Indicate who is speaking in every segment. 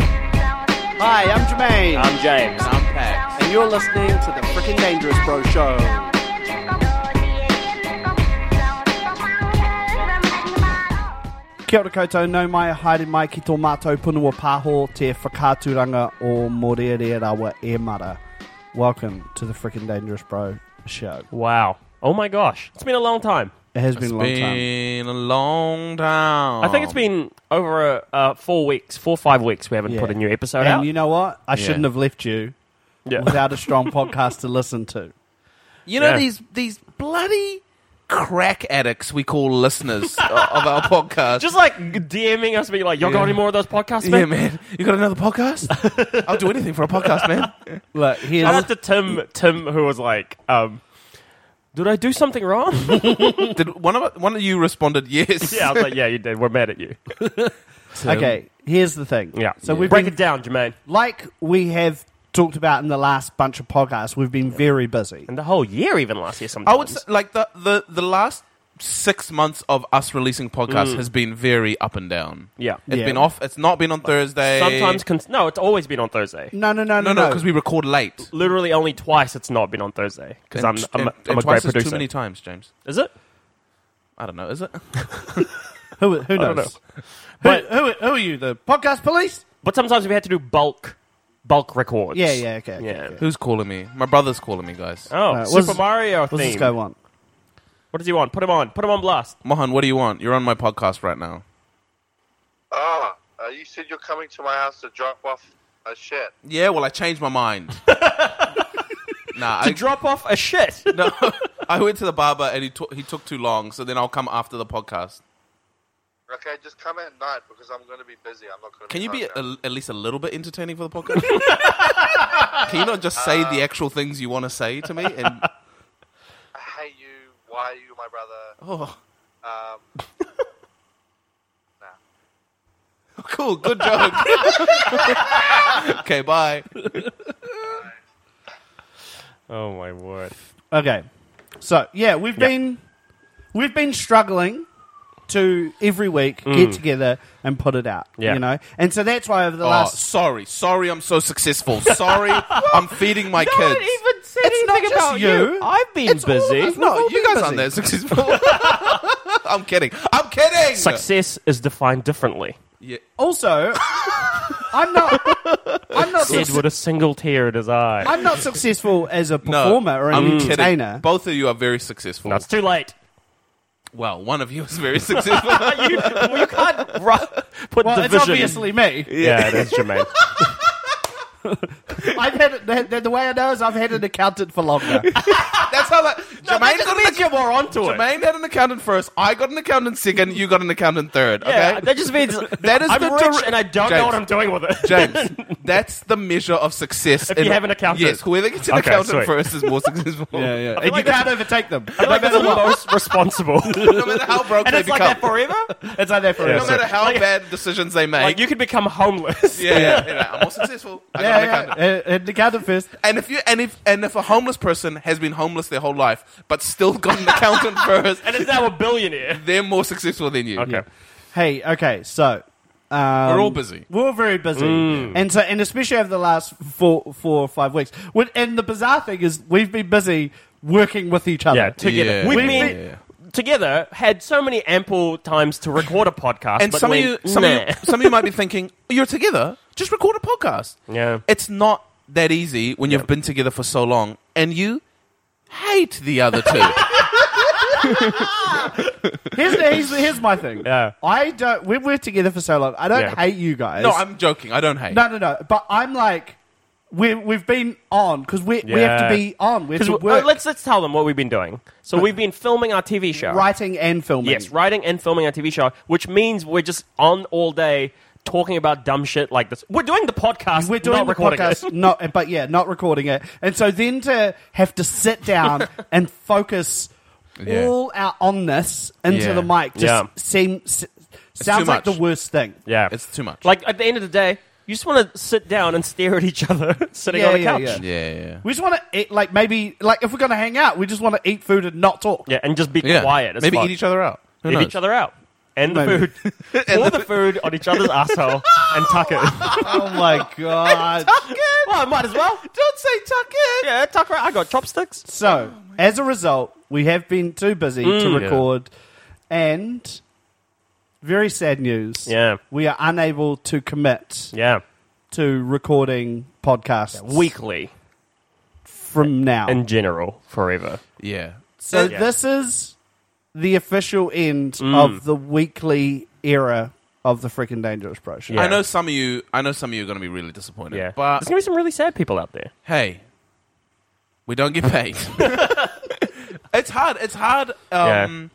Speaker 1: Hi, I'm Jermaine.
Speaker 2: I'm James.
Speaker 1: I'm Pax. And you're listening to the Freaking Dangerous Bro Show. Kia ora koutou, nau mai, haere mai ki tō mātou punua pāho, te whakāturanga o Mōrere Rawa e Mara. Welcome to the Freaking Dangerous Bro Show.
Speaker 2: Wow. Oh my gosh. It's been a long time.
Speaker 1: It has been a long time.
Speaker 3: been a long time.
Speaker 2: I think
Speaker 1: Um,
Speaker 2: it's been over uh, uh, four weeks, four or five weeks we haven't
Speaker 1: Yeah.
Speaker 2: put a new episode
Speaker 1: and
Speaker 2: out.
Speaker 1: you know what? I shouldn't have left you
Speaker 2: yeah.
Speaker 1: without a strong podcast to listen to.
Speaker 3: You know
Speaker 2: Yeah.
Speaker 3: these these bloody crack addicts we call listeners o- of our podcast.
Speaker 2: Just like DMing us being like, y'all got
Speaker 3: Yeah.
Speaker 2: any more of those podcasts,
Speaker 3: yeah,
Speaker 2: man?
Speaker 3: man. You got another podcast? I'll do anything for a podcast, man.
Speaker 1: Look,
Speaker 2: Shout
Speaker 1: here's,
Speaker 2: out to Tim, Tim, who was like, um, did I do something wrong?
Speaker 3: Did one of one of you responded yes?
Speaker 2: yeah, I was like, yeah, you did. We're mad at you.
Speaker 1: okay, here's the thing.
Speaker 2: Yeah.
Speaker 1: So we've
Speaker 2: break
Speaker 1: been
Speaker 2: it down, Jermaine.
Speaker 1: like we have talked about in the last bunch of podcasts, we've been very busy.
Speaker 2: And the whole year, even last year, sometimes.
Speaker 3: I would say, like the, the the last six months of us releasing podcasts has been very up and down.
Speaker 2: Mm. Yeah.
Speaker 3: it's
Speaker 1: Yeah.
Speaker 3: been off. It's not been on Thursday.
Speaker 2: Sometimes, cons- no, it's always been on Thursday.
Speaker 1: No, no, no,
Speaker 3: no,
Speaker 1: no,
Speaker 3: no, because we record late.
Speaker 2: Literally, only twice it's not been on Thursday because I'm,
Speaker 3: And-
Speaker 2: I'm,
Speaker 3: and-
Speaker 2: I'm
Speaker 3: and
Speaker 2: a great
Speaker 3: twice is
Speaker 2: producer.
Speaker 3: Too many times, James.
Speaker 2: Is it?
Speaker 3: I don't know. Is it?
Speaker 1: who, who knows?
Speaker 2: don't
Speaker 1: But who, who, are you, the podcast police?
Speaker 2: But sometimes we had to do bulk, bulk records.
Speaker 1: Yeah, yeah, okay. okay,
Speaker 2: Yeah.
Speaker 1: okay.
Speaker 3: Who's calling me? My brother's calling me, guys.
Speaker 2: Oh,
Speaker 1: Uh,
Speaker 2: Super
Speaker 1: what's-
Speaker 2: Mario
Speaker 1: What's this
Speaker 2: theme.
Speaker 1: guy want?
Speaker 2: What does he want? Put him on. Put him on blast.
Speaker 3: Mohan, what do you want? You're on my podcast right now.
Speaker 4: Ah, uh, you said you're coming to my house to drop off a shit.
Speaker 3: Yeah, well, I changed my mind. nah, I,
Speaker 2: Drop off a shit.
Speaker 3: no, I went to the barber and he took he took too long, so then I'll come after the podcast.
Speaker 4: Okay, just come at night because I'm going to be busy. I'm not going to.
Speaker 3: Can you be
Speaker 4: home now.
Speaker 3: a, at least a little bit entertaining for the podcast? Can you not just say
Speaker 1: Uh.
Speaker 3: the actual things you want to say to me? And
Speaker 4: I hate you. Why are you my brother?
Speaker 3: oh,
Speaker 4: Um, nah.
Speaker 3: cool, good joke. okay, bye.
Speaker 2: Oh my word.
Speaker 1: Okay. So, yeah, we've been we've been struggling to every week get together and put it out,
Speaker 2: Yeah.
Speaker 1: you know. And so that's why over the
Speaker 3: Mm. Oh,
Speaker 1: last
Speaker 3: sorry, sorry, I'm so successful. Sorry, I'm feeding my kids.
Speaker 2: said
Speaker 1: It's not just you.
Speaker 2: I've been
Speaker 1: It's all of us.
Speaker 2: busy.
Speaker 1: We've all
Speaker 3: no, you
Speaker 1: been
Speaker 3: guys aren't that successful. I'm kidding. I'm kidding.
Speaker 2: Success is defined differently.
Speaker 3: Yeah.
Speaker 1: also I'm not I'm not
Speaker 2: Said
Speaker 1: succe-
Speaker 2: with a single tear in his eye.
Speaker 1: I'm not successful as a
Speaker 3: No,
Speaker 1: performer or an
Speaker 3: I'm kidding.
Speaker 1: entertainer.
Speaker 3: Both of you are very successful.
Speaker 2: No, it's too late.
Speaker 3: well, one of you is very successful.
Speaker 2: you, well, you can't ru- put
Speaker 1: Well, it's
Speaker 2: division.
Speaker 1: obviously me.
Speaker 2: Yeah, it is Jermaine.
Speaker 1: I've had it, the, the, the way I know is I've had an accountant for longer.
Speaker 3: That's how that. Jermaine, got an,
Speaker 2: you're more onto it.
Speaker 3: Jermaine had an accountant first. I got an accountant second. You got an accountant third. Okay.
Speaker 2: Yeah, that just means
Speaker 3: That is
Speaker 2: I'm
Speaker 3: the
Speaker 2: rich
Speaker 3: dir-
Speaker 2: and I don't know
Speaker 3: James.
Speaker 2: what I'm doing with it.
Speaker 3: James, that's the measure of success.
Speaker 2: If you have an accountant.
Speaker 3: Yes, whoever gets an
Speaker 2: Okay,
Speaker 3: accountant
Speaker 2: sweet.
Speaker 3: first is more successful.
Speaker 1: Yeah, yeah.
Speaker 2: feel
Speaker 1: And
Speaker 2: like
Speaker 1: you can't overtake them.
Speaker 2: I feel like that's the most responsible.
Speaker 3: No matter how broke
Speaker 2: and
Speaker 3: they
Speaker 2: it's like
Speaker 3: become,
Speaker 2: that forever.
Speaker 1: It's like that for
Speaker 2: Yeah,
Speaker 1: us.
Speaker 3: no matter how
Speaker 2: Like-
Speaker 3: bad decisions they make,
Speaker 2: Like you could become homeless.
Speaker 3: yeah, yeah, yeah, I'm more successful. I got an
Speaker 1: Yeah,
Speaker 3: accountant.
Speaker 1: yeah. Uh, uh, the accountant first.
Speaker 3: And if you and if and if a homeless person has been homeless their whole life but still got an accountant first,
Speaker 2: and is now a billionaire.
Speaker 3: they're more successful than you.
Speaker 2: Okay.
Speaker 1: Hey, okay, so um,
Speaker 3: We're all busy.
Speaker 1: We're all very busy, and so and especially over the last four, four or five weeks. When- And the bizarre thing is, we've been busy working with each other.
Speaker 2: Yeah, together.
Speaker 3: Yeah.
Speaker 2: We've
Speaker 3: Yeah.
Speaker 2: been together had so many ample times to record a podcast.
Speaker 3: And
Speaker 2: but
Speaker 3: some
Speaker 2: went,
Speaker 3: of you, some
Speaker 2: nah.
Speaker 3: of you, some of you might be thinking, "You're together. Just record a podcast."
Speaker 2: Yeah.
Speaker 3: it's not that easy when you've been together for so long, and you hate the other two.
Speaker 1: Here's, the, here's, here's my thing.
Speaker 2: Yeah.
Speaker 1: I don't. We we're together for so long. I don't
Speaker 2: Yeah.
Speaker 1: hate you guys.
Speaker 3: no, I'm joking. I don't hate.
Speaker 1: no, no, no. But I'm like, we we've been on because we we have to
Speaker 2: Yeah.
Speaker 1: be on. We have
Speaker 2: 'Cause
Speaker 1: to
Speaker 2: we-
Speaker 1: work
Speaker 2: oh, let's let's tell them what we've been doing. So we've been filming our TV show.
Speaker 1: writing and filming.
Speaker 2: Yes, writing and filming our TV show, which means we're just on all day talking about dumb shit like this. We're doing the podcast.
Speaker 1: We're doing
Speaker 2: not
Speaker 1: the
Speaker 2: recording
Speaker 1: podcast,
Speaker 2: It.
Speaker 1: not eh, but yeah, not recording it. And so then to have to sit down and focus
Speaker 3: Yeah.
Speaker 1: all our onness into
Speaker 3: Yeah.
Speaker 1: the mic just
Speaker 2: Yeah.
Speaker 1: seem s- sounds
Speaker 3: too
Speaker 1: like the
Speaker 3: much.
Speaker 1: worst thing.
Speaker 2: Yeah,
Speaker 3: It's too much.
Speaker 2: Like at the end of the day, you just want to sit down and stare at each other sitting
Speaker 1: Yeah,
Speaker 2: on a
Speaker 1: yeah, yeah.
Speaker 2: couch.
Speaker 3: yeah, yeah.
Speaker 1: We just want to eat, like maybe like if we're gonna hang out, we just want to eat food and not talk.
Speaker 2: Yeah, and just be
Speaker 3: Yeah.
Speaker 2: quiet. As
Speaker 3: Maybe
Speaker 2: fuck.
Speaker 3: eat each other out. Who
Speaker 2: Eat
Speaker 3: knows?
Speaker 2: each other out. And the
Speaker 1: Maybe.
Speaker 2: food. Pour the food on each other's asshole and tuck it.
Speaker 1: Oh my god!
Speaker 2: well, I might as well.
Speaker 3: Don't say tuck it.
Speaker 2: Yeah, tuck her out. I got chopsticks.
Speaker 1: so as a result, we have been too busy to
Speaker 2: Mm.
Speaker 1: record, and very sad news.
Speaker 2: Yeah.
Speaker 1: we are unable to commit
Speaker 2: Yeah.
Speaker 1: to recording podcasts
Speaker 2: Weekly,
Speaker 1: from now.
Speaker 2: in general, forever.
Speaker 3: Yeah. Mm.
Speaker 1: so
Speaker 2: Yeah.
Speaker 1: this is the official end of the weekly era of the freaking Dangerous Bro Show.
Speaker 2: Yeah.
Speaker 3: I know some of you. I know some of you are going to be really disappointed.
Speaker 2: Yeah.
Speaker 3: But
Speaker 2: There's going to be some really sad people out there.
Speaker 3: hey, we don't get paid. it's hard. It's hard. Um,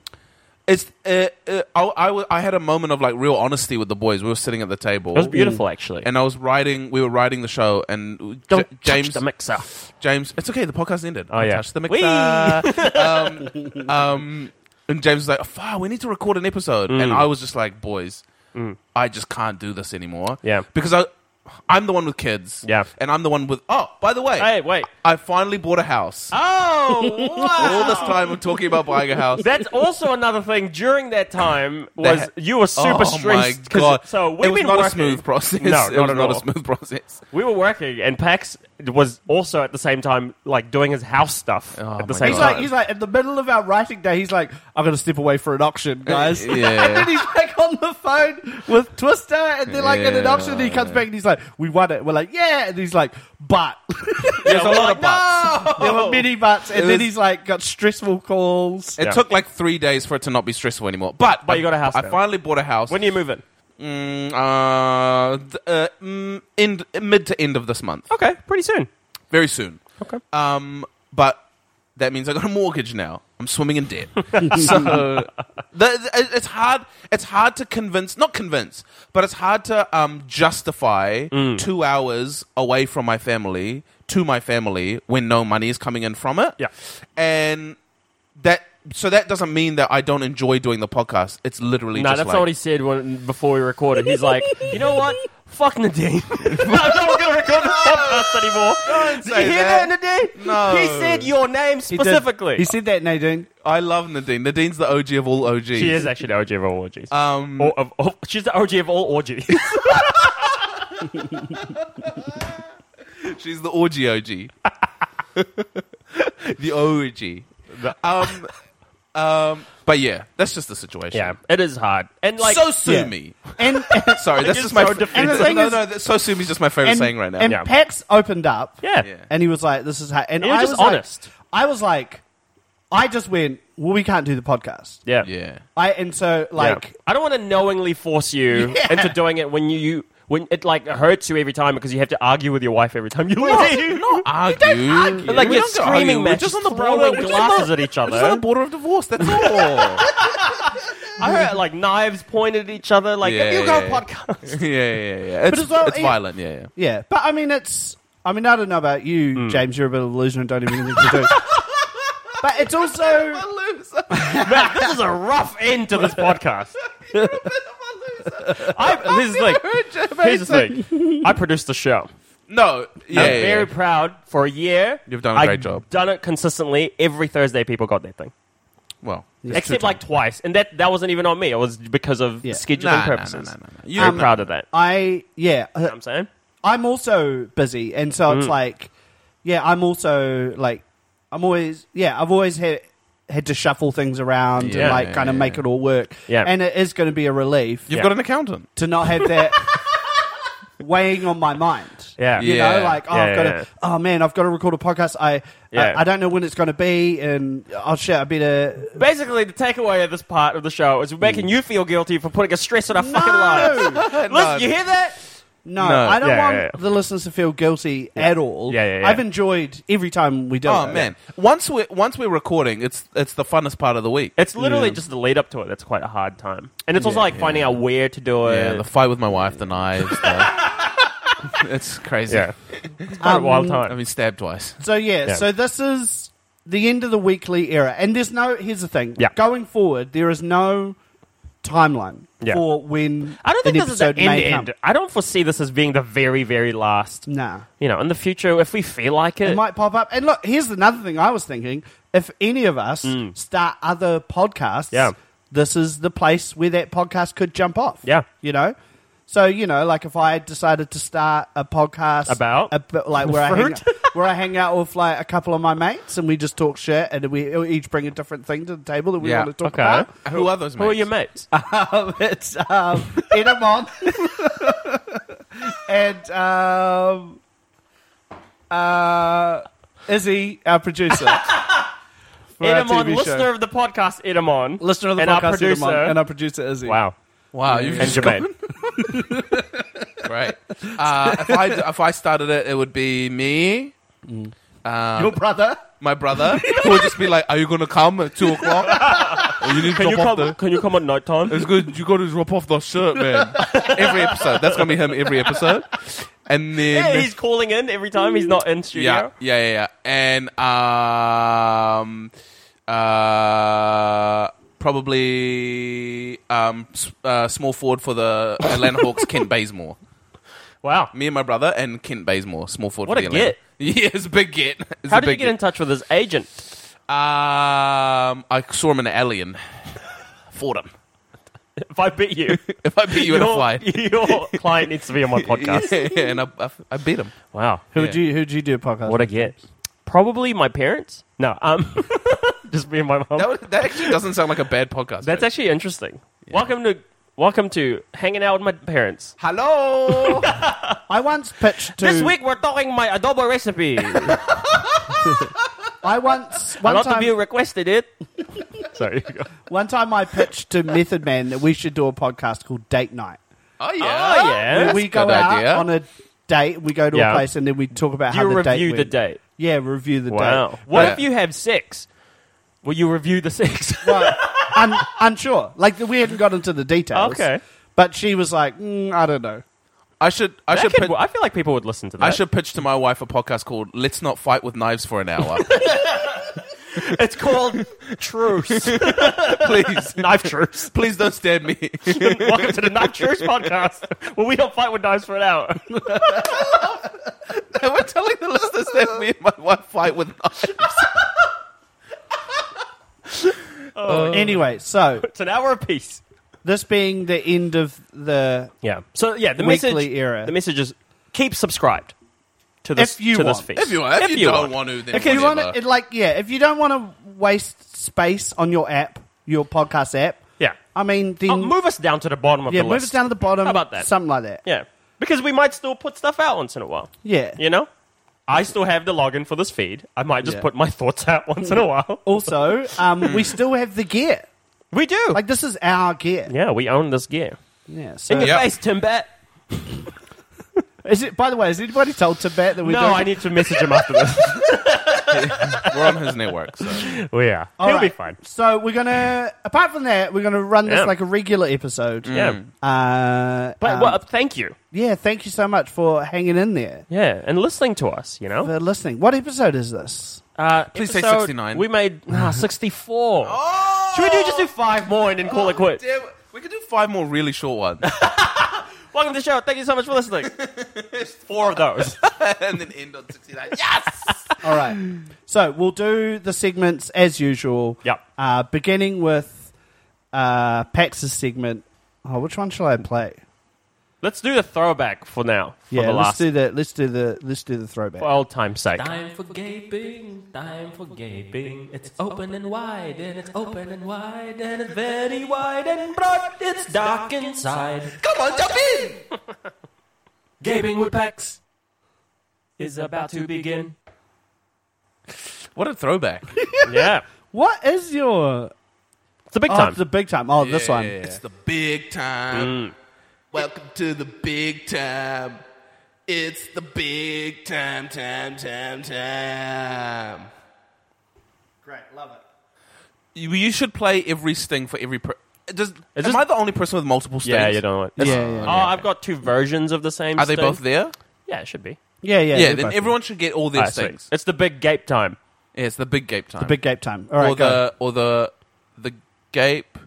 Speaker 3: It's. Uh, uh, I, I, wa- I had a moment of like real honesty with the boys. We were sitting at the table.
Speaker 2: It was beautiful, actually.
Speaker 3: And I was writing. We were writing the show, and J-
Speaker 2: Don't
Speaker 3: James.
Speaker 2: touch the mixer.
Speaker 3: James, it's okay. The podcast ended.
Speaker 2: Oh, yeah.
Speaker 3: touch the
Speaker 2: Whee!
Speaker 3: mixer. um, um, and James was like, "Fuck, we need to record an episode."
Speaker 2: Mm.
Speaker 3: And I was just like, "Boys, I just can't do this anymore."
Speaker 2: Yeah.
Speaker 3: because I, I'm the one with kids.
Speaker 2: Yeah.
Speaker 3: and I'm the one with. Oh, by the way,
Speaker 2: Hey, wait.
Speaker 3: I finally bought a house.
Speaker 2: Oh,
Speaker 3: All this time I'm talking about buying a house.
Speaker 2: That's also another thing. During that time, was
Speaker 3: That-
Speaker 2: you were super
Speaker 3: oh
Speaker 2: stressed.
Speaker 3: my
Speaker 2: 'cause-
Speaker 3: god!
Speaker 2: So
Speaker 3: it
Speaker 2: we've
Speaker 3: was
Speaker 2: been
Speaker 3: not
Speaker 2: working.
Speaker 3: a smooth process.
Speaker 2: No,
Speaker 3: it was
Speaker 2: at
Speaker 3: not a
Speaker 2: all.
Speaker 3: smooth process.
Speaker 2: We were working, and Pax was also at the same time like doing his house stuff at the
Speaker 3: Oh my
Speaker 2: same
Speaker 1: He's
Speaker 3: God.
Speaker 1: like,
Speaker 2: time.
Speaker 1: he's like, in the middle of our writing day, he's like, I'm going to step away for an auction, guys.
Speaker 3: Uh, Yeah.
Speaker 1: and then he's like on the phone with Twister, and then like in an
Speaker 3: Yeah.
Speaker 1: auction, he comes back and he's like, we won it. We're like, yeah. And he's like, but.
Speaker 2: There's a lot of Oh.
Speaker 1: there were many buts. And
Speaker 3: It
Speaker 1: then
Speaker 3: was-
Speaker 1: he's like, got stressful calls.
Speaker 3: It
Speaker 2: Yeah.
Speaker 3: took like three days for it to not be stressful anymore. But
Speaker 2: But you got a house
Speaker 3: I
Speaker 2: now.
Speaker 3: finally bought a house.
Speaker 2: When are you moving?
Speaker 3: Mm, uh, th- uh, mm, end, mid to end of this month,
Speaker 2: Okay, pretty soon.
Speaker 3: very soon.
Speaker 2: Okay.
Speaker 3: Um, but that means I got a mortgage now. I'm swimming in debt, so the, it- it's hard. It's hard to convince, not convince, but it's hard to um, justify
Speaker 2: Mm.
Speaker 3: two hours away from my family to my family when no money is coming in from it.
Speaker 2: Yeah.
Speaker 3: and that. So that doesn't mean that I don't enjoy doing the podcast. It's literally
Speaker 2: No,
Speaker 3: just
Speaker 2: that's
Speaker 3: like,
Speaker 2: what he said when, before we recorded. He's like, you know what? Fuck Nadine. I'm not going to record this podcast anymore. Don't
Speaker 3: say
Speaker 2: you hear that,
Speaker 3: that.
Speaker 2: Nadine?
Speaker 3: No.
Speaker 2: He said your name
Speaker 1: He did-
Speaker 2: specifically.
Speaker 1: He said that, Nadine.
Speaker 3: I love Nadine. Nadine's the OG of all OGs.
Speaker 2: she is actually the OG of all orgies.
Speaker 3: Um,
Speaker 2: Or- of- of- she's the OG of all orgies.
Speaker 3: she's the orgy OG. the OG. Um, um, but yeah, that's just the situation.
Speaker 2: yeah, it is hard. And like,
Speaker 3: so sue
Speaker 1: yeah.
Speaker 3: me.
Speaker 1: And.
Speaker 3: Sorry, that's
Speaker 2: It's
Speaker 3: just my.
Speaker 2: so
Speaker 3: fa-
Speaker 1: And
Speaker 2: defensive.
Speaker 1: the thing
Speaker 3: no,
Speaker 1: is-
Speaker 3: no, that- so sue me is just my favorite
Speaker 1: and,
Speaker 3: saying right now.
Speaker 1: And
Speaker 2: Yeah.
Speaker 1: Pax opened up.
Speaker 2: yeah.
Speaker 3: Yeah.
Speaker 1: And he was like, "This is how." And
Speaker 2: He was
Speaker 1: I
Speaker 2: just
Speaker 1: was like-
Speaker 2: honest.
Speaker 1: I was like, I just went, "Well, we can't do the podcast."
Speaker 2: Yeah.
Speaker 3: yeah,
Speaker 1: I and so
Speaker 2: Yeah.
Speaker 1: like
Speaker 2: I don't want to knowingly force you
Speaker 1: Yeah.
Speaker 2: into doing it when you, you when it like hurts you every time because you have to argue with your wife every time you leave.
Speaker 3: not argue.
Speaker 2: But, Like
Speaker 3: We
Speaker 2: you're
Speaker 3: don't go
Speaker 2: screaming
Speaker 3: argue.
Speaker 2: matches,
Speaker 3: We're just on the
Speaker 2: throwing
Speaker 3: border. We're just on
Speaker 2: glasses
Speaker 3: the-
Speaker 2: at each
Speaker 3: we're just on the
Speaker 2: other.
Speaker 3: border of divorce. That's all.
Speaker 2: I heard like knives pointed at each other. Like
Speaker 3: Yeah,
Speaker 2: you got a
Speaker 3: yeah.
Speaker 2: podcast.
Speaker 3: yeah, yeah, yeah. It's,
Speaker 1: as well,
Speaker 3: it's
Speaker 1: yeah.
Speaker 3: violent. Yeah, yeah.
Speaker 1: yeah. But I mean, it's. I mean, I don't know about you,
Speaker 2: Mm.
Speaker 1: James. You're a bit of a loser and don't even think to do. But it's also
Speaker 2: Man, this is a rough end to this podcast. I, this is like, here's the thing. I produced the show.
Speaker 3: No, yeah,
Speaker 2: I'm
Speaker 3: yeah,
Speaker 2: very
Speaker 3: yeah.
Speaker 2: proud. For a year,
Speaker 3: You've done a great
Speaker 2: I've
Speaker 3: job.
Speaker 2: Done it consistently. Every Thursday, people got their thing.
Speaker 3: well.
Speaker 2: Except like twice, and that that wasn't even on me. It was because of
Speaker 1: Yeah.
Speaker 2: scheduling
Speaker 3: Nah, nah,
Speaker 2: purposes.
Speaker 3: nah, nah, nah.
Speaker 2: You're proud of that. You know
Speaker 1: I yeah. uh,
Speaker 2: what I'm saying.
Speaker 1: I'm also busy, and so
Speaker 2: Mm.
Speaker 1: it's like yeah. I'm also like I'm always yeah. I've always had had to shuffle things around and
Speaker 3: Yeah.
Speaker 1: like kind of
Speaker 3: Yeah.
Speaker 1: make it all work.
Speaker 2: Yeah.
Speaker 1: and it is going to be a relief.
Speaker 3: You've
Speaker 2: Yeah.
Speaker 3: got an accountant.
Speaker 1: to not have that weighing on my mind.
Speaker 2: Yeah.
Speaker 1: You know,
Speaker 3: Yeah.
Speaker 1: like, oh,
Speaker 2: Yeah,
Speaker 1: I've got
Speaker 2: yeah, yeah.
Speaker 1: to, oh man, I've got to record a podcast. I,
Speaker 2: Yeah.
Speaker 1: I, I don't know when it's going to be, and oh shit, I better.
Speaker 2: Basically, the takeaway of this part of the show is we're making you feel guilty for putting a stress on our fucking lives. Listen, you hear that?
Speaker 1: No,
Speaker 3: No.
Speaker 1: I don't
Speaker 2: Yeah,
Speaker 1: want
Speaker 2: yeah, yeah.
Speaker 1: the listeners to feel guilty at all.
Speaker 2: Yeah, yeah, yeah.
Speaker 1: I've enjoyed every time we do
Speaker 3: Oh
Speaker 1: it.
Speaker 3: man! Once we once we're recording, it's it's the funnest part of the week.
Speaker 2: It's literally just the lead up to it that's quite a hard time. And it's also like finding out where to do it.
Speaker 3: yeah, the fight with my wife, the knives. The it's crazy.
Speaker 2: Yeah. Mm. it's quite a wild
Speaker 3: I
Speaker 2: time.
Speaker 3: mean, stabbed twice.
Speaker 1: So yeah,
Speaker 2: Yeah.
Speaker 1: so this is the end of the weekly era, and there's no. Here's the thing.
Speaker 2: Yeah.
Speaker 1: Going forward, there is no timeline
Speaker 2: Yeah.
Speaker 1: for when
Speaker 2: I don't think
Speaker 1: an
Speaker 2: this is the
Speaker 1: episode
Speaker 2: end,
Speaker 1: may
Speaker 2: end.
Speaker 1: come.
Speaker 2: I don't foresee this as being the very, very last.
Speaker 1: Nah,
Speaker 2: You know, in the future, if we feel like it,
Speaker 1: it might pop up. And look, here's another thing I was thinking: if any of us start other podcasts,
Speaker 2: Hmm. Yeah.
Speaker 1: this is the place where that podcast could jump off.
Speaker 2: Yeah.
Speaker 1: you know. So you know, like if I decided to start a podcast
Speaker 2: About?
Speaker 1: ab- like where I hang,
Speaker 2: Fruit?
Speaker 1: where I hang out with like a couple of my mates and we just talk shit and we each bring a different thing to the table that we
Speaker 3: Yeah.
Speaker 1: want to talk
Speaker 2: Okay.
Speaker 1: about.
Speaker 3: Who are those? Mates?
Speaker 2: who are your mates?
Speaker 1: Um, it's um, Edamon and um, uh, Izzy, our producer. for our
Speaker 2: Edamon,
Speaker 1: TV show.
Speaker 2: listener of the podcast, Edamon.
Speaker 1: listener of the
Speaker 2: and
Speaker 1: podcast,
Speaker 2: our producer.
Speaker 1: Edamon, and our producer Izzy.
Speaker 2: wow.
Speaker 3: Wow, you've
Speaker 2: And
Speaker 3: just
Speaker 2: Jermaine.
Speaker 3: Right. Uh, if I if I started it, it would be me,
Speaker 1: your brother.
Speaker 3: my brother, who would just be like, "Are you gonna come at two o'clock? Or you need to
Speaker 2: Can you,
Speaker 3: drop off
Speaker 2: come,
Speaker 3: the."
Speaker 2: can you come on night time?
Speaker 3: It's good. You got to drop off the shirt, man. every episode. That's gonna be him every episode. And then
Speaker 2: Yeah, he's calling in every time he's not in studio.
Speaker 3: yeah, yeah, yeah, yeah. And um, uh, probably um, s- uh, small forward for the Atlanta Hawks, Kent Bazemore.
Speaker 2: Wow.
Speaker 3: Me and my brother and Kent Bazemore, small forward.
Speaker 2: What
Speaker 3: for
Speaker 2: a
Speaker 3: the Atlanta. Yeah, it's a big get. It's
Speaker 2: How
Speaker 3: a
Speaker 2: did you
Speaker 3: big
Speaker 2: get in touch with his agent?
Speaker 3: Um, I saw him in an alien. Fought him.
Speaker 2: If I beat you,
Speaker 3: If I beat you in a
Speaker 2: your,
Speaker 3: fly,
Speaker 2: your client needs to be on my podcast.
Speaker 3: yeah, and I, I, I beat him.
Speaker 2: Wow.
Speaker 1: Who would you? Who would you do a podcast?
Speaker 2: What
Speaker 1: with?
Speaker 2: a get. Probably my parents. No, um, just me and my mom.
Speaker 3: That, was- that actually doesn't sound like a bad podcast.
Speaker 2: That's
Speaker 3: mate.
Speaker 2: actually interesting. Welcome to welcome to hanging out with my parents.
Speaker 3: hello.
Speaker 1: I once pitched to.
Speaker 2: This week we're talking my adobo recipe. A
Speaker 1: I once one
Speaker 2: lot
Speaker 1: time.
Speaker 2: of you requested it. Sorry.
Speaker 1: one time I pitched to Method Man that we should do a podcast called Date Night.
Speaker 3: oh yeah,
Speaker 2: Oh
Speaker 1: Where
Speaker 2: yeah.
Speaker 1: we
Speaker 3: a
Speaker 1: go
Speaker 3: good
Speaker 1: out
Speaker 3: idea.
Speaker 1: on a date. We go to
Speaker 2: Yeah.
Speaker 1: a place and then we talk about
Speaker 2: you
Speaker 1: how the date.
Speaker 2: review the
Speaker 1: went.
Speaker 2: date.
Speaker 1: Yeah, review the
Speaker 2: Wow.
Speaker 1: date.
Speaker 2: What
Speaker 3: Yeah.
Speaker 2: if you have sex? Will you review the sex?
Speaker 1: Well, un- unsure. Like we hadn't got into the details.
Speaker 2: Okay.
Speaker 1: But she was like, mm, I don't know.
Speaker 3: I should. I
Speaker 2: That
Speaker 3: should.
Speaker 2: could
Speaker 3: pitch-
Speaker 2: wo- I feel like people would listen to that.
Speaker 3: I should pitch to my wife a podcast called "Let's Not Fight with Knives for an Hour."
Speaker 2: It's called Truce.
Speaker 3: please,
Speaker 2: Knife Truce.
Speaker 3: please don't stab me.
Speaker 2: Welcome to the Knife Truce podcast, where we don't fight with knives for an hour.
Speaker 3: We're telling the listeners that me and my wife fight with knives.
Speaker 1: Anyway, so
Speaker 2: It's an hour apiece.
Speaker 1: this being the end of the
Speaker 2: Yeah. So yeah, the
Speaker 1: Weekly
Speaker 2: message.
Speaker 1: era.
Speaker 2: The message is keep subscribed to this
Speaker 1: If you
Speaker 2: to
Speaker 1: want.
Speaker 2: this feed.
Speaker 3: If you, if
Speaker 2: If
Speaker 3: you,
Speaker 2: you
Speaker 3: don't
Speaker 2: want.
Speaker 3: want to, then
Speaker 1: if you want
Speaker 3: whatever.
Speaker 1: to, like, yeah, if you don't want to waste space on your app, your podcast app,
Speaker 2: Yeah.
Speaker 1: I mean, then
Speaker 2: Oh, move us down to the bottom of
Speaker 1: yeah,
Speaker 2: the
Speaker 1: move
Speaker 2: list.
Speaker 1: us down to the bottom,
Speaker 2: How about that?
Speaker 1: something like that.
Speaker 2: Yeah, because we might still put stuff out once in a while.
Speaker 1: Yeah.
Speaker 2: You know, I still have the login for this feed. I might just
Speaker 1: Yeah.
Speaker 2: put my thoughts out once in a while.
Speaker 1: Also, um, we still have the gear.
Speaker 2: We do.
Speaker 1: Like, this is our gear.
Speaker 2: yeah, we own this gear.
Speaker 1: Yeah.
Speaker 2: In
Speaker 1: So,
Speaker 2: your
Speaker 3: Yep.
Speaker 2: face, Timbat.
Speaker 1: is it? By the way, has anybody told Tibet that we?
Speaker 2: No, I need to message him after this.
Speaker 3: We're on his network. So.
Speaker 2: well, yeah,
Speaker 1: All
Speaker 2: he'll
Speaker 1: right.
Speaker 2: be fine.
Speaker 1: So we're gonna. Apart from that, we're gonna run this
Speaker 2: Yeah.
Speaker 1: like a regular episode.
Speaker 2: Yeah,
Speaker 3: Mm.
Speaker 1: Uh,
Speaker 2: but
Speaker 1: um,
Speaker 2: well, thank you.
Speaker 1: yeah, thank you so much for hanging in there,
Speaker 2: Yeah, and listening to us. You know,
Speaker 1: for listening. What episode is this?
Speaker 2: uh,
Speaker 3: Please say
Speaker 2: episode-
Speaker 3: 69.
Speaker 2: We made ah, sixty-four. Should we do just do five more and then call it quits?
Speaker 3: Oh, Damn, we could do five more really short ones,
Speaker 2: Welcome to the show. Thank you so much for listening. Four of those.
Speaker 3: and then end on sixty-nine. Yes.
Speaker 1: All right. So we'll do the segments as usual.
Speaker 2: Yep.
Speaker 1: Uh, beginning with uh, Pax's segment. Oh, which one shall I play?
Speaker 2: Let's do the throwback for now. For
Speaker 1: yeah,
Speaker 2: the
Speaker 1: let's
Speaker 2: last
Speaker 1: do the let's do the let's do the throwback.
Speaker 2: for old time's sake.
Speaker 5: Time for gaping, time for gaping. It's open and wide, and it's open and wide, and it's very wide and broad. It's dark inside.
Speaker 3: Come on, jump in.
Speaker 5: Gaping with Pax is about to begin.
Speaker 3: What a throwback!
Speaker 2: yeah.
Speaker 1: what is your?
Speaker 2: It's a big
Speaker 1: Oh,
Speaker 2: time.
Speaker 1: it's the big time. Oh, this one.
Speaker 2: Mm.
Speaker 3: It's the big time.
Speaker 6: Welcome to the big time. It's the big time, time, time, time.
Speaker 1: Great, love it.
Speaker 3: You, you should play every sting for every. Per- Does, am
Speaker 2: this-
Speaker 3: I the only person with multiple stings?
Speaker 2: Yeah, you know what? It's-
Speaker 1: Yeah, yeah,
Speaker 2: oh,
Speaker 1: yeah.
Speaker 2: I've got two versions of the same.
Speaker 3: Are they
Speaker 2: sting.
Speaker 3: both there?
Speaker 2: Yeah, it should be.
Speaker 1: Yeah, yeah.
Speaker 3: Yeah,
Speaker 1: they're
Speaker 3: then
Speaker 1: both-
Speaker 3: everyone should get all their
Speaker 2: Alright, sweet.
Speaker 3: stings.
Speaker 2: It's the big gape time.
Speaker 3: Yeah, it's the big gape time.
Speaker 1: Big gape time. All right,
Speaker 3: or
Speaker 1: go.
Speaker 3: the or the the gape.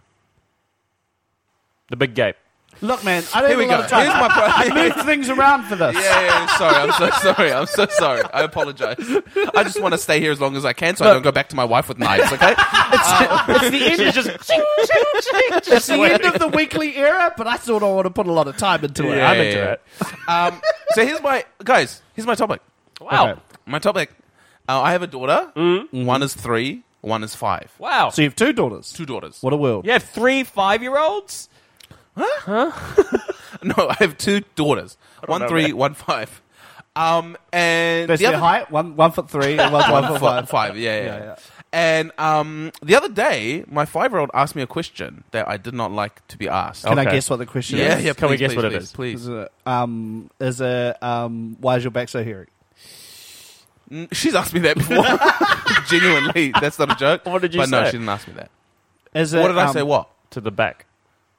Speaker 2: The big gape.
Speaker 1: Look, man, I don't have
Speaker 3: Here we
Speaker 1: a lot
Speaker 3: go.
Speaker 1: of
Speaker 3: Here's
Speaker 1: time.
Speaker 3: my problem.
Speaker 1: I move things around for this.
Speaker 3: Yeah, yeah, yeah, sorry. I'm so sorry. I'm so sorry. I apologize. I just want to stay here as long as I can so I don't go back to my wife with knives, okay?
Speaker 2: It's the end. just ching, ching, ching,
Speaker 1: It's
Speaker 2: just
Speaker 1: the end of the weekly era, but I still don't want to put a lot of time into it.
Speaker 2: Yeah, I'm into
Speaker 3: yeah.
Speaker 2: it.
Speaker 3: Um, so here's my, guys, here's my topic.
Speaker 2: Wow.
Speaker 1: Okay.
Speaker 3: My topic. Uh, I have a daughter.
Speaker 2: Mm.
Speaker 3: One is three, one is five.
Speaker 2: Wow.
Speaker 1: So you have two daughters.
Speaker 3: Two daughters.
Speaker 1: What a world.
Speaker 2: You have three five year olds?
Speaker 3: No, I have two daughters. One
Speaker 2: know,
Speaker 3: three,
Speaker 2: man.
Speaker 3: one five. Um, and
Speaker 1: That's
Speaker 3: the
Speaker 1: their
Speaker 3: other
Speaker 1: height, one, one foot three and one,
Speaker 3: one
Speaker 1: one foot
Speaker 3: five,
Speaker 1: five.
Speaker 3: five. Yeah, yeah.
Speaker 1: yeah.
Speaker 3: And um, the other day, my five-year-old asked me a question that I did not like to be asked.
Speaker 1: Can I
Speaker 2: Okay.
Speaker 1: guess what the question
Speaker 3: Yeah,
Speaker 1: is?
Speaker 3: yeah.
Speaker 2: Can we
Speaker 3: please,
Speaker 2: guess
Speaker 3: please,
Speaker 2: what it
Speaker 3: please,
Speaker 2: is?
Speaker 3: Please.
Speaker 1: Is it, um, is it, um, why is your back so hairy?
Speaker 3: She's asked me that before. Genuinely, that's not a joke.
Speaker 2: What did you
Speaker 3: but no,
Speaker 2: say?
Speaker 3: she didn't ask me that.
Speaker 1: Is it,
Speaker 3: what did I
Speaker 1: um,
Speaker 3: say? What
Speaker 2: To the back.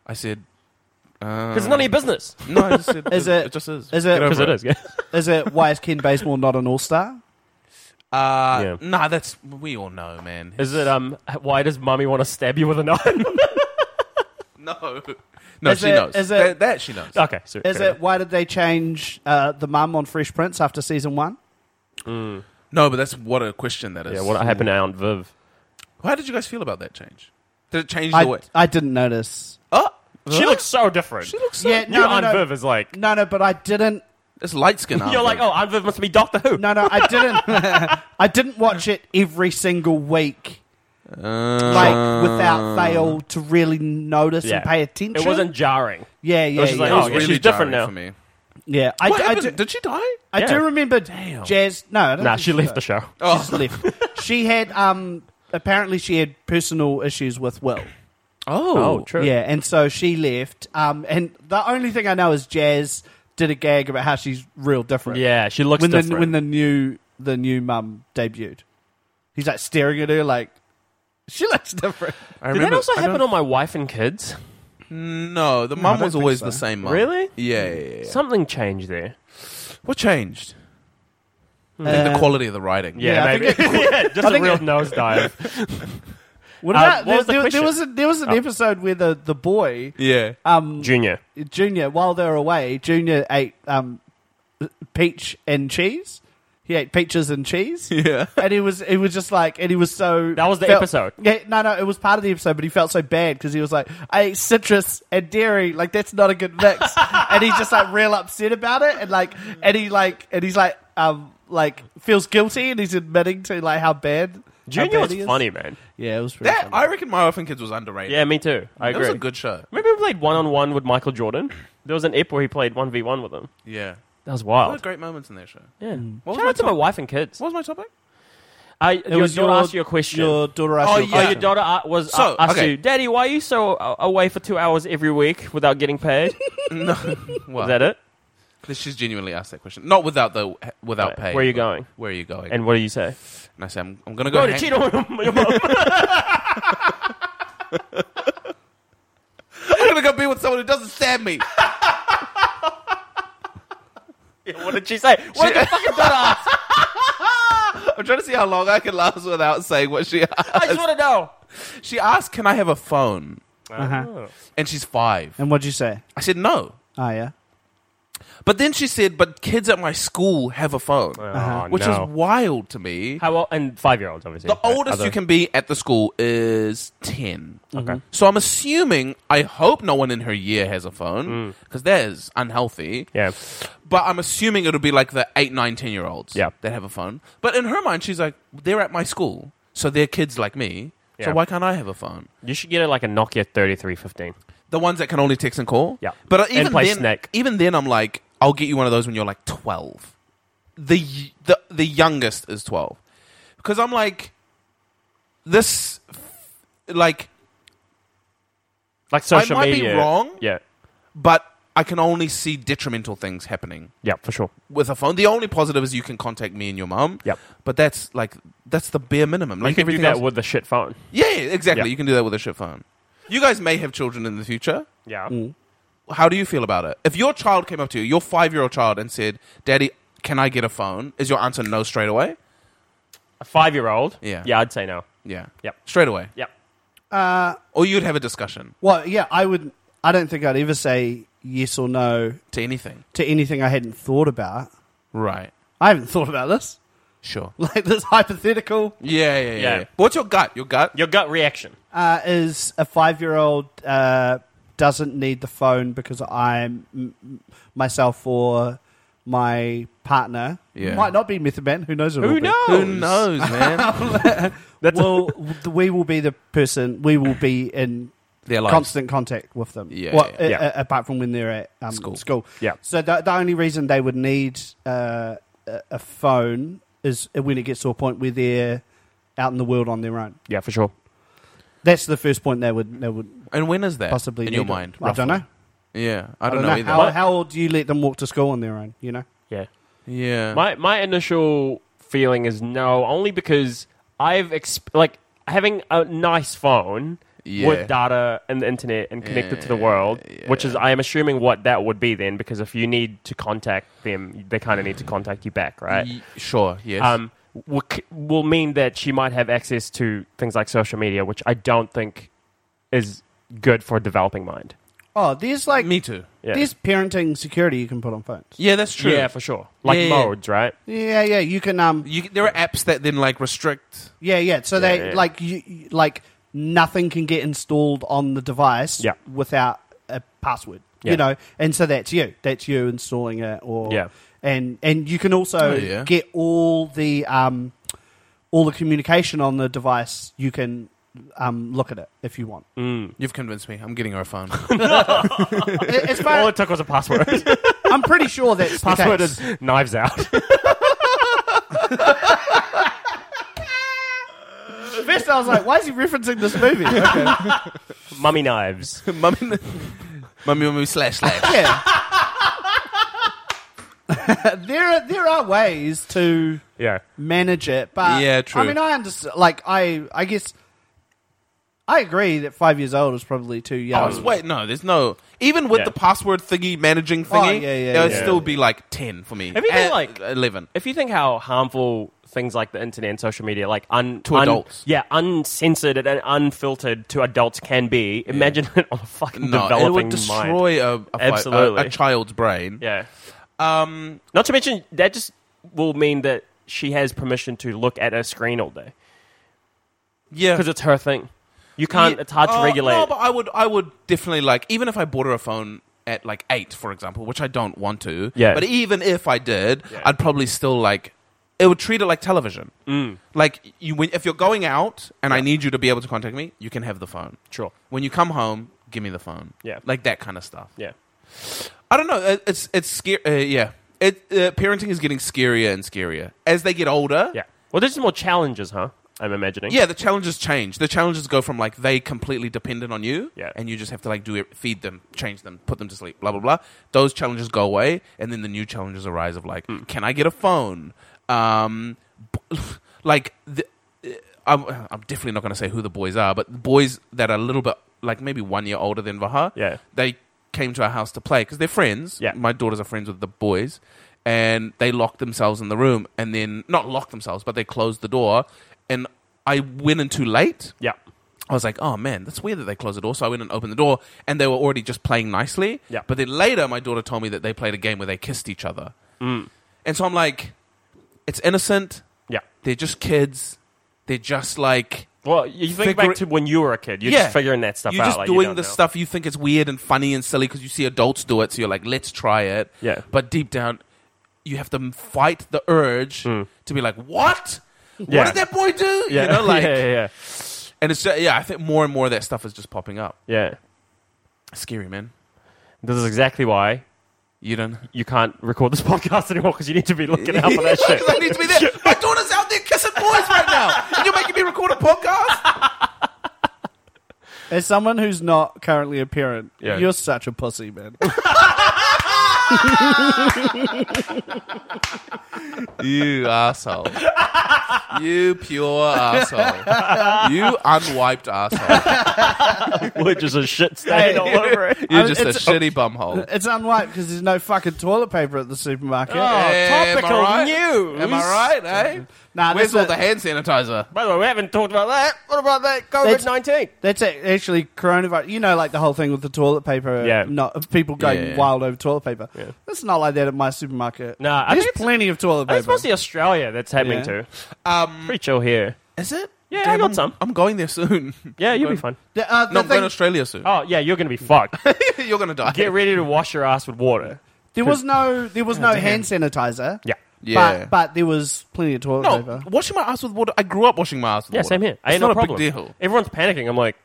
Speaker 3: I said? uh,
Speaker 2: Because it's none of your business.
Speaker 3: No, I just said.
Speaker 1: Is it-
Speaker 3: It just is.
Speaker 1: is it-
Speaker 3: Get over
Speaker 2: Because it is, yeah.
Speaker 1: Is it, why is Ken Basemore not an all-star?
Speaker 3: Uh,
Speaker 2: Yeah.
Speaker 3: Nah, that's we all know, man.
Speaker 2: Is it, um, why does mummy want to stab you with a knife?
Speaker 3: no, no,
Speaker 1: Is
Speaker 3: she
Speaker 1: it-
Speaker 3: knows.
Speaker 1: is it-
Speaker 3: that, that she knows.
Speaker 2: okay, so
Speaker 1: Is it, why did they change uh, the mum on Fresh Prince after season one?
Speaker 3: No, but that's what a question that is.
Speaker 2: Yeah, what happened to Aunt Viv?
Speaker 3: How did you guys feel about that change? Did it change the
Speaker 1: I,
Speaker 3: way?
Speaker 1: I didn't notice.
Speaker 3: Oh,
Speaker 2: She looks so different.
Speaker 3: she looks.
Speaker 1: Yeah,
Speaker 2: Your
Speaker 1: no, no,
Speaker 2: Aunt
Speaker 1: no.
Speaker 2: Viv is like,
Speaker 1: No, no, but I didn't.
Speaker 3: It's light skin.
Speaker 2: you're like, oh, Aunt Viv must be Doctor Who.
Speaker 1: No, no, I didn't. I didn't watch it every single week, oh,
Speaker 3: Uh, Ah.
Speaker 1: like without fail, to really notice
Speaker 2: Yeah.
Speaker 1: and pay attention.
Speaker 2: It wasn't jarring.
Speaker 1: Yeah, yeah,
Speaker 2: was
Speaker 1: yeah.
Speaker 2: just like,
Speaker 3: It was
Speaker 2: oh, yeah,
Speaker 3: really
Speaker 2: she's different
Speaker 3: jarring
Speaker 2: now.
Speaker 3: for me.
Speaker 1: yeah. I,
Speaker 3: What
Speaker 1: I,
Speaker 3: happened?
Speaker 1: do,
Speaker 3: did she die?
Speaker 1: I
Speaker 2: Yeah.
Speaker 1: do remember
Speaker 3: Damn.
Speaker 1: Jazz. No, I don't
Speaker 2: Nah,
Speaker 1: think
Speaker 2: she left the Oh.
Speaker 1: died.
Speaker 2: show.
Speaker 1: She just left. she had um. Apparently, she had personal issues with Will.
Speaker 3: Oh,
Speaker 2: true.
Speaker 1: Yeah, and so she left. Um, and the only thing I know is Jazz did a gag about how she's real different.
Speaker 2: Yeah, she looks
Speaker 1: when
Speaker 2: different.
Speaker 1: the when the new the new mum debuted. He's like staring at her like she looks different.
Speaker 3: I
Speaker 2: Did
Speaker 3: remember.
Speaker 2: that also
Speaker 3: I
Speaker 2: happen
Speaker 3: don't-
Speaker 2: on My Wife and Kids?
Speaker 3: No, the mum
Speaker 1: don't
Speaker 3: was
Speaker 1: think
Speaker 3: always
Speaker 1: so.
Speaker 3: the same mum.
Speaker 2: Really?
Speaker 3: Yeah, yeah, yeah, yeah.
Speaker 2: Something changed there.
Speaker 3: What changed? I think the quality of the writing.
Speaker 1: Yeah, I
Speaker 2: maybe. Hmm. Uh, yeah, just a
Speaker 1: think
Speaker 2: real
Speaker 1: it-
Speaker 2: nosedive.
Speaker 1: What
Speaker 2: Uh,
Speaker 1: about
Speaker 2: what
Speaker 1: there,
Speaker 2: was the
Speaker 1: there- there
Speaker 2: question? Oh.
Speaker 1: was a, there was an episode where the, the boy
Speaker 3: Yeah.
Speaker 1: um
Speaker 2: Junior.
Speaker 1: Junior while they were away, Junior ate um peach and cheese. He ate peaches and cheese.
Speaker 3: Yeah.
Speaker 1: And he was it was just like and he was so
Speaker 2: That was the episode.
Speaker 1: Yeah, no, no, it was part of the episode, but he felt so bad because he was like, I ate citrus and dairy, like that's not a good mix. and he's just like real upset about it and like and he like and he's like um like feels guilty and he's admitting to like how bad how
Speaker 2: Junior
Speaker 1: bad
Speaker 2: was
Speaker 1: he is.
Speaker 2: funny, man.
Speaker 1: Yeah, it was pretty
Speaker 3: that I reckon My Wife and Kids was underrated.
Speaker 2: Yeah, me too. I
Speaker 3: It
Speaker 2: agree.
Speaker 3: was a good show.
Speaker 2: Remember we played one on one with Michael Jordan? There was an ep where he played one v one with him.
Speaker 3: Yeah.
Speaker 2: That was
Speaker 3: What
Speaker 2: wild.
Speaker 3: great moments in that show.
Speaker 2: Yeah.
Speaker 3: What was
Speaker 2: Shout
Speaker 3: my
Speaker 2: out to my
Speaker 3: top-
Speaker 2: wife and kids.
Speaker 3: What was my topic?
Speaker 2: I, your
Speaker 1: was
Speaker 2: daughter
Speaker 1: your-
Speaker 2: asked you a question.
Speaker 1: Your daughter asked
Speaker 3: Oh,
Speaker 1: you a
Speaker 3: yeah.
Speaker 2: Oh,
Speaker 1: question.
Speaker 2: your daughter uh, was uh,
Speaker 3: So,
Speaker 2: asked
Speaker 3: okay.
Speaker 2: you, Daddy, why are you so uh, away for two hours every week without getting paid?
Speaker 3: What?
Speaker 2: Is that it?
Speaker 3: She's genuinely asked that question. Not without the
Speaker 2: Right.
Speaker 3: without pay.
Speaker 2: Where are you
Speaker 3: but
Speaker 2: going?
Speaker 3: Where are you going?
Speaker 2: And what do you say?
Speaker 3: And I say I'm, I'm gonna go.
Speaker 2: Go to
Speaker 3: hang-
Speaker 2: cheat on your mom.
Speaker 3: I'm gonna go be with someone who doesn't stab me.
Speaker 2: what did she say? What did the fucking daughter ask?
Speaker 3: I'm trying to see how long I can last without saying what she
Speaker 2: I just
Speaker 3: asked.
Speaker 2: want to know.
Speaker 3: She asked, "Can I have a phone?"
Speaker 1: Uh-huh.
Speaker 3: And she's five.
Speaker 1: And what'd you say?
Speaker 3: I said no.
Speaker 1: Oh yeah.
Speaker 3: But then she said, "But kids at my school have a phone,"
Speaker 2: Uh-huh.
Speaker 3: which
Speaker 2: no.
Speaker 3: is wild to me.
Speaker 2: How old? And five year olds, obviously.
Speaker 3: the
Speaker 2: but
Speaker 3: oldest
Speaker 2: other-
Speaker 3: you can be at the school is 10.
Speaker 1: Mm-hmm.
Speaker 2: Okay.
Speaker 3: So I'm assuming, I hope no one in her year has a phone, because that is unhealthy.
Speaker 2: Mm. Yeah.
Speaker 3: But I'm assuming it'll be like the 8, 9, 10 year olds
Speaker 2: Yeah.
Speaker 3: that have a phone. But in her mind, she's like, they're at my school, so they're kids like me, so
Speaker 2: Yeah.
Speaker 3: why can't I have a phone?
Speaker 2: You should get a, like a Nokia 3315.
Speaker 3: The ones that can only text and call?
Speaker 2: Yeah.
Speaker 3: But uh,
Speaker 2: And
Speaker 3: even,
Speaker 2: play
Speaker 3: then,
Speaker 2: Snake.
Speaker 3: even then, I'm like, I'll get you one of those when you're like 12. The, y- the, the youngest is 12. Because I'm like, this, like,
Speaker 2: Like social
Speaker 3: might be
Speaker 2: media.
Speaker 3: wrong.
Speaker 2: Yeah.
Speaker 3: but I can only see detrimental things happening
Speaker 2: Yeah, for sure.
Speaker 3: with a phone. The only positive is you can contact me and your mum.
Speaker 2: Yep.
Speaker 3: But that's like that's the bare minimum. Like
Speaker 2: you can do
Speaker 3: everything
Speaker 2: that
Speaker 3: else-
Speaker 2: with the shit phone.
Speaker 3: yeah, yeah, exactly.
Speaker 2: Yeah.
Speaker 3: You can do that with a shit phone. You guys may have children in the future.
Speaker 2: Yeah.
Speaker 3: Mm. How do you feel about it? If your child came up to you, your five year old child, and said, "Daddy, can I get a phone?" Is your answer no straight away?
Speaker 2: A five year old.
Speaker 3: Yeah.
Speaker 2: Yeah, I'd say no.
Speaker 3: Yeah.
Speaker 2: Yep.
Speaker 3: Straight away.
Speaker 2: Yep.
Speaker 3: Or you'd have a discussion
Speaker 1: Well, yeah, I would. I don't think I'd ever say yes or no
Speaker 3: to anything.
Speaker 1: to anything I hadn't thought about.
Speaker 3: Right.
Speaker 1: I haven't thought about this.
Speaker 3: Sure.
Speaker 1: Like this hypothetical
Speaker 3: Yeah, yeah, yeah.
Speaker 2: Yeah.
Speaker 3: yeah. What's your gut? Your gut?
Speaker 2: Your gut reaction.
Speaker 1: uh, is a five-year-old uh, doesn't need the phone because I'm m- m- myself or my partner
Speaker 3: Yeah.
Speaker 1: might not be Method Man. Who knows? it will
Speaker 2: Who
Speaker 1: be.
Speaker 2: knows?
Speaker 3: Who knows, man?
Speaker 2: That's a-
Speaker 1: Well, w- we will be the person. We will be in
Speaker 3: Their lives.
Speaker 1: constant contact with them.
Speaker 3: Yeah,
Speaker 1: Well,
Speaker 3: yeah,
Speaker 1: a-
Speaker 2: yeah.
Speaker 1: a- apart from when they're at um,
Speaker 3: School.
Speaker 1: school.
Speaker 2: Yeah.
Speaker 1: So the, the only reason they would need uh, a, a phone is when it gets to a point where they're out in the world on their own.
Speaker 2: yeah, for sure.
Speaker 1: That's the first point they would they would
Speaker 3: and when is that?
Speaker 1: possibly
Speaker 3: in
Speaker 1: need
Speaker 3: your
Speaker 1: it.
Speaker 3: mind.
Speaker 1: I don't
Speaker 3: roughly?
Speaker 1: know.
Speaker 3: Yeah, I
Speaker 1: I
Speaker 3: don't, know, either.
Speaker 1: How, how old do you let them walk to school on their own? You know,
Speaker 2: Yeah.
Speaker 3: yeah,
Speaker 2: My my initial feeling is no, only because I've exp- like having a nice phone
Speaker 3: Yeah.
Speaker 2: with data and the internet and connected to the world, which is I am assuming what that would be then, because if you need to contact them, they kind of need to contact you back, right?
Speaker 3: Y- sure. Yes.
Speaker 2: um, will, c- will mean that she might have access to things like social media, which I don't think is good for a developing mind.
Speaker 1: oh, there's like
Speaker 3: Me too.
Speaker 2: Yeah.
Speaker 1: there's parenting security you can put on phones.
Speaker 3: Yeah, that's true.
Speaker 2: Yeah, for sure. Like
Speaker 3: Yeah, yeah.
Speaker 2: modes, right?
Speaker 1: Yeah, yeah, you can. Um,
Speaker 3: You, there are apps that then like restrict.
Speaker 1: yeah, yeah. So they
Speaker 2: yeah.
Speaker 1: like you you- like nothing can get installed on the device
Speaker 2: Yeah.
Speaker 1: without a password.
Speaker 2: Yeah.
Speaker 1: You know, and so that's you. That's you installing it, or
Speaker 2: Yeah.
Speaker 1: and and you can also
Speaker 3: Oh, yeah.
Speaker 1: get all the um all the communication on the device. You can um look at it if you want.
Speaker 2: Mm.
Speaker 3: You've convinced me. I'm getting her a phone.
Speaker 1: As
Speaker 2: All
Speaker 1: far,
Speaker 2: it took was a password.
Speaker 1: I'm pretty sure that's the
Speaker 2: password
Speaker 1: case.
Speaker 2: is knives out.
Speaker 1: First, I was like, "Why is he referencing this movie?" Okay.
Speaker 2: Mummy knives.
Speaker 3: mummy, mummy, mummy, slash slash.
Speaker 1: Yeah. there, are, there are ways to
Speaker 2: Yeah.
Speaker 1: manage it, but
Speaker 3: Yeah, true.
Speaker 1: I mean, I understand. Like, I, I guess, I agree that five years old is probably too
Speaker 3: Oh,
Speaker 1: young.
Speaker 3: it's- wait, no, there's no. Even with
Speaker 2: Yeah.
Speaker 3: the password thingy, managing
Speaker 1: Oh,
Speaker 3: thingy,
Speaker 1: yeah, yeah,
Speaker 3: it would
Speaker 1: yeah.
Speaker 3: still be like ten for me.
Speaker 2: Have you been,
Speaker 3: Uh,
Speaker 2: like-
Speaker 3: eleven?
Speaker 2: If you think how harmful things like the internet and social media, like un,
Speaker 3: To
Speaker 2: un-
Speaker 3: adults.
Speaker 2: yeah, uncensored and unfiltered to adults can be. Imagine it on a fucking
Speaker 3: No,
Speaker 2: developing
Speaker 3: it would
Speaker 2: mind.
Speaker 3: destroy a, a, fi- a-
Speaker 2: Absolutely.
Speaker 3: a child's brain.
Speaker 2: Yeah.
Speaker 3: Um,
Speaker 2: Not to mention that just will mean that she has permission to look at her screen all day
Speaker 3: yeah,
Speaker 2: because it's her thing. You can't. It's hard to
Speaker 3: Uh,
Speaker 2: regulate.
Speaker 3: No, but I would, I would definitely like, even if I bought her a phone at like eight, for example, which I don't want to.
Speaker 2: Yeah.
Speaker 3: But even if I did, I'd probably still like. It would treat it like television.
Speaker 2: Mm.
Speaker 3: Like you, when, if you're going out and I need you to be able to contact me, you can have the phone.
Speaker 2: Sure.
Speaker 3: When you come home, give me the phone.
Speaker 2: Yeah.
Speaker 3: Like that kind of stuff.
Speaker 2: yeah.
Speaker 3: I don't know. It, it's it's scary. Uh, yeah. It, uh, parenting is getting scarier and scarier as they get older.
Speaker 2: Yeah. Well, there's more challenges, huh? I'm imagining.
Speaker 3: Yeah, the challenges change. The challenges go from like they completely dependent on you,
Speaker 2: Yeah.
Speaker 3: and you just have to like do it, feed them, change them, put them to sleep, blah blah blah. Those challenges go away, and then the new challenges arise of like,
Speaker 2: Hmm.
Speaker 3: can I get a phone? Um, b- like the, uh, I'm, I'm definitely not going to say who the boys are, but the boys that are a little bit like maybe one year older than Vaha,
Speaker 2: Yeah.
Speaker 3: they came to our house to play because they're friends.
Speaker 2: Yeah.
Speaker 3: my daughters are friends with the boys. And they locked themselves in the room, and then not locked themselves, but they closed the door. And I went in too late.
Speaker 2: Yeah.
Speaker 3: I was like, oh man, that's weird that they closed the door. So I went and opened the door, and they were already just playing nicely.
Speaker 2: Yeah.
Speaker 3: But then later, my daughter told me that they played a game where they kissed each other.
Speaker 2: Mm.
Speaker 3: And so I'm like, it's innocent.
Speaker 2: Yeah.
Speaker 3: They're just kids. They're just like
Speaker 2: Well, you think
Speaker 3: Figure-
Speaker 2: back to when you were a kid. You're just figuring that stuff
Speaker 3: you're
Speaker 2: out.
Speaker 3: just
Speaker 2: like, you
Speaker 3: doing
Speaker 2: don't
Speaker 3: the
Speaker 2: know.
Speaker 3: stuff you think is weird and funny and silly because you see adults do it. So you're like, let's try it.
Speaker 2: Yeah.
Speaker 3: But deep down, you have to m- fight the urge to be like, what?
Speaker 2: Hmm. Yeah.
Speaker 3: What did that boy do?
Speaker 2: Yeah.
Speaker 3: You know, like,
Speaker 2: yeah, yeah,
Speaker 3: and it's just, yeah. I think more and more of that stuff is just popping up.
Speaker 2: yeah. Yeah.
Speaker 3: Scary man.
Speaker 2: This is exactly why
Speaker 3: You don't.
Speaker 2: you can't record this podcast anymore because you need to be looking out for that shit.
Speaker 3: I need to be there. My daughter's out there kissing boys right now, and you're making me record a podcast.
Speaker 1: As someone who's not currently a parent,
Speaker 3: Yeah.
Speaker 1: you're such a pussy, man.
Speaker 3: you asshole. You pure asshole. You unwiped asshole.
Speaker 2: which is a shit stain all over it. Um,
Speaker 3: You're
Speaker 1: I-
Speaker 3: just a
Speaker 1: it's-
Speaker 3: shitty bumhole.
Speaker 1: It's unwiped because there's no fucking toilet paper at the supermarket.
Speaker 2: Oh.
Speaker 3: Oh, Am I
Speaker 2: topical
Speaker 3: right?
Speaker 2: news.
Speaker 3: Am I right, eh?
Speaker 1: Nah,
Speaker 3: Where's
Speaker 1: that's
Speaker 3: all
Speaker 1: a-
Speaker 3: the hand sanitizer?
Speaker 2: By the way, we haven't talked about that. What about that COVID nineteen?
Speaker 1: That's a- actually coronavirus. You know, like the whole thing with the toilet paper.
Speaker 2: Yeah.
Speaker 1: Not, people going
Speaker 3: Yeah.
Speaker 1: wild over toilet paper. It's not like that at my supermarket.
Speaker 2: Nah, I
Speaker 1: there's
Speaker 2: think it's-
Speaker 1: plenty of toilet
Speaker 2: That's
Speaker 1: paper.
Speaker 2: mostly Australia that's happening
Speaker 1: Yeah.
Speaker 2: too. Um, Pretty chill here.
Speaker 3: Is it?
Speaker 2: Yeah, I got
Speaker 3: am
Speaker 2: some.
Speaker 3: I'm going there soon.
Speaker 2: Yeah, you'll be fine.
Speaker 1: The- uh, the
Speaker 3: No, I'm going
Speaker 1: thing-
Speaker 3: to Australia soon.
Speaker 2: Oh yeah, you're gonna be fucked.
Speaker 3: You're going to die.
Speaker 2: Get ready to wash your ass with water.
Speaker 1: there was no, there was no hand sanitizer.
Speaker 2: Yeah.
Speaker 3: Yeah.
Speaker 1: But, but there was plenty of toilet
Speaker 3: no,
Speaker 1: paper.
Speaker 3: washing my ass with water. I grew up washing my ass with
Speaker 2: Yeah,
Speaker 3: water.
Speaker 2: same here. I
Speaker 3: It's
Speaker 2: ain't no
Speaker 3: not a
Speaker 2: problem.
Speaker 3: big deal.
Speaker 2: Everyone's panicking. I'm like,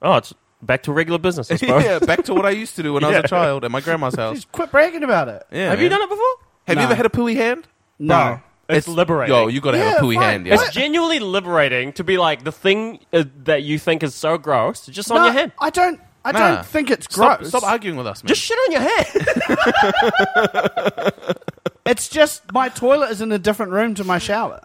Speaker 2: oh, it's back to regular business, I suppose.
Speaker 3: yeah, back to what I used to do when I was
Speaker 2: Yeah.
Speaker 3: a child at my grandma's house.
Speaker 1: Just quit bragging about it.
Speaker 3: Yeah,
Speaker 2: Have you
Speaker 3: man.
Speaker 2: done it before?
Speaker 3: Have you
Speaker 1: No.
Speaker 3: ever had a pooey hand?
Speaker 1: No.
Speaker 2: It's, liberating.
Speaker 3: Yo, you got to
Speaker 1: Yeah,
Speaker 3: have a pooey
Speaker 1: fuck.
Speaker 3: hand. Yeah.
Speaker 2: it's genuinely liberating to be like the thing uh, that you think is so gross, just on
Speaker 1: No,
Speaker 2: your hand.
Speaker 1: I don't. I
Speaker 3: Nah.
Speaker 1: don't think it's
Speaker 3: Stop,
Speaker 1: gross.
Speaker 3: stop arguing with us, man.
Speaker 2: Just shit on your hand.
Speaker 1: It's just my toilet is in a different room to my shower.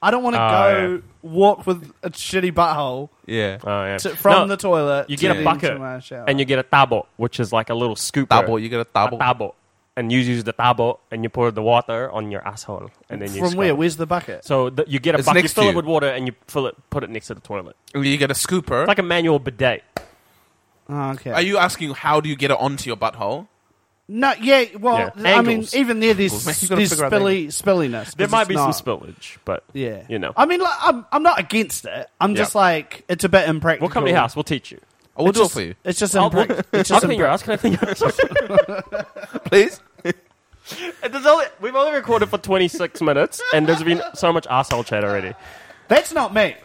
Speaker 1: I don't want to go
Speaker 2: Ah, yeah.
Speaker 1: walk with a shitty butthole
Speaker 3: yeah.
Speaker 2: oh, yeah.
Speaker 1: to, from
Speaker 2: No,
Speaker 1: the toilet.
Speaker 2: you get
Speaker 1: to
Speaker 2: a
Speaker 1: into
Speaker 2: bucket
Speaker 1: my shower.
Speaker 2: and you get a tabo, which is like a little scoop.
Speaker 3: Tabo, you get a tabo.
Speaker 2: and you use the tabo and you pour the water on your asshole, and then you
Speaker 1: from where?
Speaker 2: scrub.
Speaker 1: Where's the bucket?
Speaker 2: So th- you get a
Speaker 3: It's
Speaker 2: bucket, you
Speaker 3: next to
Speaker 2: fill it
Speaker 3: you.
Speaker 2: with water, and you fill it, put it next to the toilet,
Speaker 3: You get a scooper.
Speaker 2: like a manual bidet.
Speaker 1: Oh, okay.
Speaker 3: Are you asking how do you get it onto your butthole?
Speaker 1: no. Yeah. Well,
Speaker 2: Yeah.
Speaker 1: th- I mean,
Speaker 2: Angles.
Speaker 1: even there, there's,
Speaker 3: Mate, you gotta
Speaker 1: there's
Speaker 3: figure out
Speaker 1: spilly spilliness. 'cause
Speaker 2: There might
Speaker 1: it's
Speaker 2: be
Speaker 1: not-
Speaker 2: some spillage, but
Speaker 1: Yeah.
Speaker 2: you know,
Speaker 1: I mean, like, I'm I'm not against it. I'm
Speaker 2: Yeah.
Speaker 1: just like it's a bit impractical.
Speaker 2: we'll come to your house. We'll teach you.
Speaker 3: I will
Speaker 1: It's
Speaker 3: do
Speaker 1: just-
Speaker 3: it for you,
Speaker 1: It's just
Speaker 2: I'll, we'll,
Speaker 1: impractical. It's
Speaker 2: I'll
Speaker 1: just
Speaker 2: clean your
Speaker 1: impractical.
Speaker 2: ass. Can I clean your ass?
Speaker 3: please.
Speaker 2: There's only, we've only recorded for 26 minutes, and there's been so much asshole chat already.
Speaker 1: That's not me.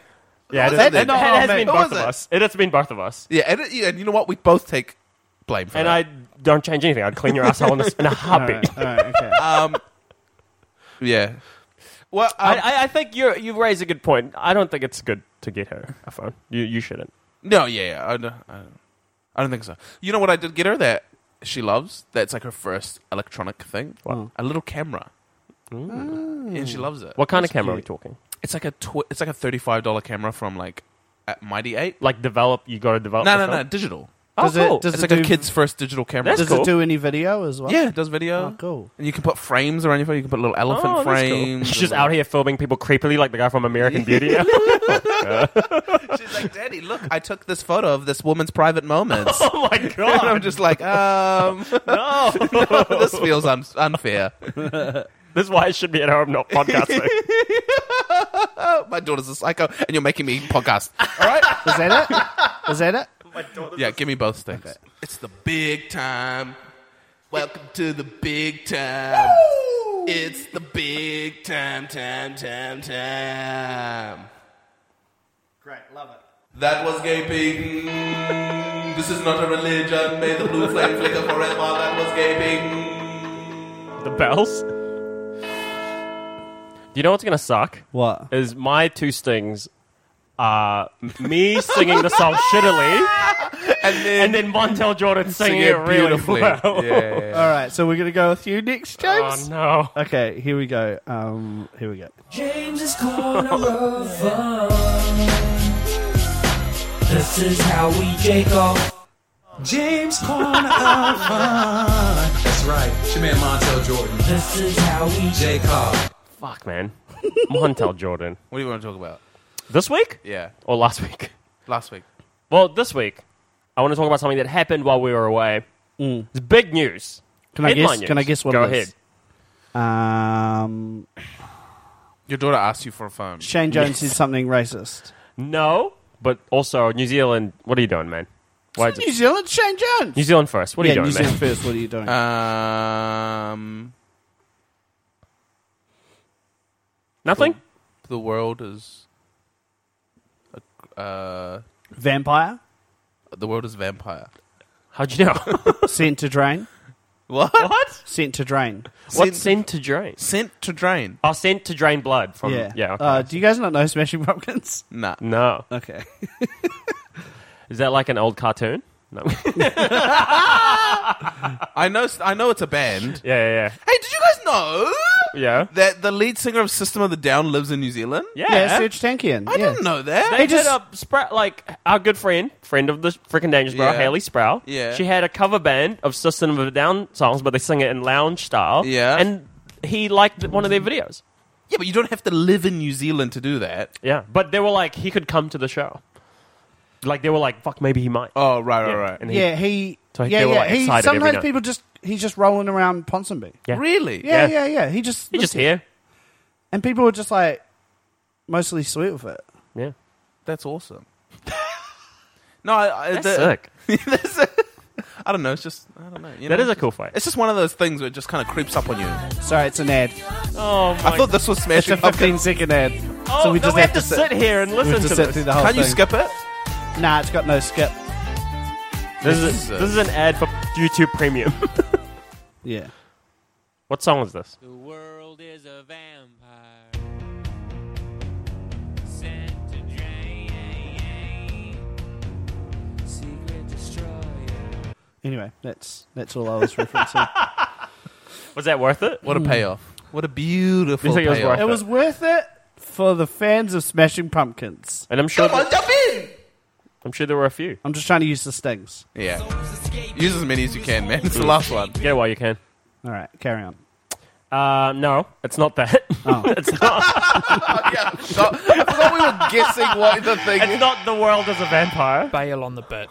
Speaker 2: Yeah, it,
Speaker 3: That-
Speaker 2: is-
Speaker 3: that-
Speaker 2: it has
Speaker 3: oh,
Speaker 2: been
Speaker 3: man.
Speaker 2: both
Speaker 3: What
Speaker 2: of
Speaker 3: was it?
Speaker 2: us. It has been both of us.
Speaker 3: Yeah, and, it- yeah, and you know what? We both take blame for
Speaker 2: And
Speaker 3: that.
Speaker 2: I don't change anything. I'd clean your asshole in, this, in a heartbeat.
Speaker 1: All right. Okay.
Speaker 3: yeah. Well, um,
Speaker 2: I, I, I think you you raise a good point. I don't think it's good to get her a phone. You you shouldn't.
Speaker 3: no, yeah, yeah I, don't, I, don't, I don't think so. You know what? I did get her that she loves. That's like her first electronic thing.
Speaker 2: What?
Speaker 3: A little camera.
Speaker 1: Mm.
Speaker 3: And she loves it.
Speaker 2: What kind of camera are we talking?
Speaker 3: It's like a tw- it's like a thirty five dollar camera from like at Mighty Eight.
Speaker 2: Like develop? You got to develop.
Speaker 3: No,
Speaker 2: the
Speaker 3: no, no,
Speaker 2: phone?
Speaker 3: digital.
Speaker 2: Oh,
Speaker 1: Does it-
Speaker 2: cool.
Speaker 1: does
Speaker 3: it's
Speaker 1: it
Speaker 3: like a
Speaker 1: do-
Speaker 3: kid's first digital camera.
Speaker 2: That's
Speaker 1: Does
Speaker 2: cool.
Speaker 1: it do any video as well?
Speaker 3: Yeah, it does video.
Speaker 1: Oh, cool.
Speaker 3: And you can put frames around your phone. You can put little
Speaker 2: Oh,
Speaker 3: elephant
Speaker 2: that's cool.
Speaker 3: frames.
Speaker 2: She's just
Speaker 3: and-
Speaker 2: out here filming people creepily, like the guy from American Beauty.
Speaker 3: She's like, Daddy, look, I took this photo of this woman's private moments.
Speaker 2: oh my
Speaker 3: and I'm
Speaker 2: god!
Speaker 3: just like, um,
Speaker 2: No,
Speaker 3: this feels un- unfair.
Speaker 2: this is why I should be at home, not podcasting.
Speaker 3: My daughter's a psycho, and you're making me podcast. All right?
Speaker 1: Is that it? Is that it?
Speaker 3: Yeah, give me both sticks.
Speaker 6: It's the big time. Welcome to the big time. It's the big time, time, time, time.
Speaker 1: Great. Love it.
Speaker 3: That was gaping. this is not a religion. May the blue flame flicker forever. That was gaping.
Speaker 2: the bells. Do you know what's gonna suck?
Speaker 1: What?
Speaker 2: is my two stings are me singing the song shittily
Speaker 3: And then,
Speaker 2: and then Montel Jordan singing
Speaker 3: sing
Speaker 2: it
Speaker 3: it
Speaker 2: really
Speaker 3: beautifully.
Speaker 2: well.
Speaker 3: Yeah.
Speaker 1: All right, so we're gonna go with you next,
Speaker 2: Oh
Speaker 1: James.
Speaker 2: no.
Speaker 1: Okay, here we go. Um, here we go.
Speaker 5: James's corner of fun. This is how we jake off. James corner of fun.
Speaker 7: That's right. It's your man Montel Jordan.
Speaker 5: This is how we
Speaker 7: J. Cobb.
Speaker 2: Fuck man. Montel Jordan.
Speaker 3: What do you want to talk about?
Speaker 2: This week?
Speaker 3: Yeah.
Speaker 2: Or last week?
Speaker 3: Last week.
Speaker 2: Well, this week, I want to talk about something that happened while we were away. It's big news.
Speaker 1: Can I
Speaker 2: Headline
Speaker 1: guess?
Speaker 2: news.
Speaker 1: Can I guess what
Speaker 2: Go
Speaker 1: it is?
Speaker 2: ahead.
Speaker 1: Um,
Speaker 3: Your daughter asked you for a phone.
Speaker 1: Shane Jones said something racist.
Speaker 2: No, but also New Zealand. What are you doing, man? Why is
Speaker 1: New
Speaker 2: it?
Speaker 1: Zealand, Shane Jones.
Speaker 2: New Zealand first. What are
Speaker 1: yeah,
Speaker 2: you doing,
Speaker 1: New
Speaker 2: man? Uh.
Speaker 1: Zealand first. What are you doing?
Speaker 3: Um,
Speaker 2: Nothing.
Speaker 3: the world is. Uh,
Speaker 1: Vampire
Speaker 3: the world is vampire.
Speaker 2: How'd you know?
Speaker 1: sent to drain.
Speaker 3: What?
Speaker 2: what?
Speaker 1: Sent to drain.
Speaker 2: What sent to drain?
Speaker 3: Sent to drain.
Speaker 2: Oh, sent to drain blood from.
Speaker 1: Yeah.
Speaker 2: Um, Yeah. okay.
Speaker 1: Uh, do you guys not know Smashing Pumpkins?
Speaker 3: Nah.
Speaker 2: no.
Speaker 1: Okay.
Speaker 2: Is that like an old cartoon? No.
Speaker 3: I know. I know it's a band.
Speaker 2: Yeah, yeah,
Speaker 3: Hey, did you guys know
Speaker 2: yeah. Yeah.
Speaker 3: that the lead singer of System of the Down lives in New Zealand?
Speaker 2: Yeah.
Speaker 1: Yeah, Serge Tankian.
Speaker 3: I
Speaker 1: yeah.
Speaker 3: didn't know that.
Speaker 2: They
Speaker 1: just-
Speaker 2: did a spra- like our good friend, friend of the freaking Dangerous Bro,
Speaker 3: Yeah.
Speaker 2: Haley Sproul.
Speaker 3: Yeah.
Speaker 2: She had a cover band of System of a Down songs, but they sing it in lounge style.
Speaker 3: Yeah.
Speaker 2: And he liked one of their videos.
Speaker 3: yeah, but you don't have to live in New Zealand to do that.
Speaker 2: Yeah. But they were like, he could come to the show. Like they were like, fuck, maybe he might.
Speaker 3: Oh, right,
Speaker 2: yeah.
Speaker 3: right, right.
Speaker 2: And he,
Speaker 1: Yeah, he.
Speaker 2: So
Speaker 1: yeah,
Speaker 2: they were,
Speaker 1: yeah.
Speaker 2: like,
Speaker 1: he,
Speaker 2: excited every
Speaker 1: sometimes
Speaker 2: night.
Speaker 1: people just he's just rolling around Ponsonby.
Speaker 2: Yeah.
Speaker 3: Really?
Speaker 1: Yeah, yeah,
Speaker 2: Yeah.
Speaker 1: yeah. He just
Speaker 2: He just
Speaker 1: listened.
Speaker 2: here.
Speaker 1: and people were just like mostly sweet with it.
Speaker 2: Yeah.
Speaker 3: That's awesome. no, I, I,
Speaker 2: That's
Speaker 3: the-
Speaker 2: sick.
Speaker 3: that's it. I don't know. It's just I don't know. You
Speaker 2: That
Speaker 3: know,
Speaker 2: is a cool fight.
Speaker 3: It's just one of those things where it just kind of creeps up on you.
Speaker 1: Sorry, it's an ad.
Speaker 2: Oh my
Speaker 3: I thought this was
Speaker 1: It's a
Speaker 3: smashing. Pumpkins.
Speaker 1: 15 second ad.
Speaker 2: Oh,
Speaker 1: so we
Speaker 2: no,
Speaker 1: just
Speaker 2: we
Speaker 1: have
Speaker 2: have to
Speaker 1: sit-
Speaker 2: sit here and
Speaker 1: we have
Speaker 2: listen
Speaker 1: to
Speaker 2: to
Speaker 1: sit
Speaker 2: this.
Speaker 1: through the whole
Speaker 3: Can't you
Speaker 1: thing.
Speaker 3: skip it?
Speaker 1: Nah, it's got no skip.
Speaker 2: This is, this is an ad for YouTube Premium.
Speaker 1: Yeah.
Speaker 2: what song is this?
Speaker 5: The world is a vampire. Sent to drain. Secret destroyer.
Speaker 1: Anyway, that's that's all I was referencing.
Speaker 2: Was that worth it?
Speaker 3: What a payoff! What a beautiful
Speaker 2: You think it was
Speaker 3: payoff!
Speaker 2: worth
Speaker 1: it was worth it for the fans of Smashing Pumpkins.
Speaker 2: And I'm sure
Speaker 3: Come on, jump in!
Speaker 2: I'm sure there were a few.
Speaker 1: I'm just trying to use the stings.
Speaker 3: Yeah, use as many as you can, man. It's the last one.
Speaker 2: Get it while you can.
Speaker 1: All right, carry on.
Speaker 2: Uh, no, it's not that.
Speaker 1: Oh.
Speaker 2: it's not.
Speaker 3: yeah, I forgot, I forgot we were guessing what the thing.
Speaker 2: It's not the world as a vampire.
Speaker 8: Bail on the bit.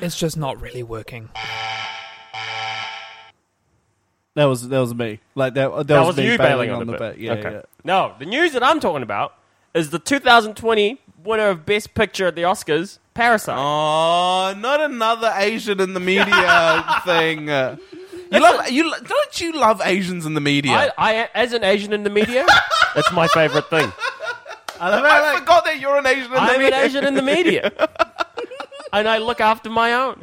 Speaker 8: it's just not really working.
Speaker 1: That was that was me. Like that. That,
Speaker 2: That
Speaker 1: was,
Speaker 2: was,
Speaker 1: me
Speaker 2: you bailing on, the
Speaker 1: bit.
Speaker 2: bit.
Speaker 1: Yeah,
Speaker 2: Okay.
Speaker 1: yeah.
Speaker 2: No, the news that I'm talking about is the 2020 winner of Best Picture at the Oscars, Parasite.
Speaker 3: Oh, not another Asian in the media thing. You love you lo- don't you love Asians in the media?
Speaker 2: I, I, as an Asian in the media, that's my favorite thing.
Speaker 1: I love
Speaker 3: I forgot that you're an Asian in the
Speaker 2: I'm an
Speaker 3: media.
Speaker 2: Asian in the media, and I look after my own.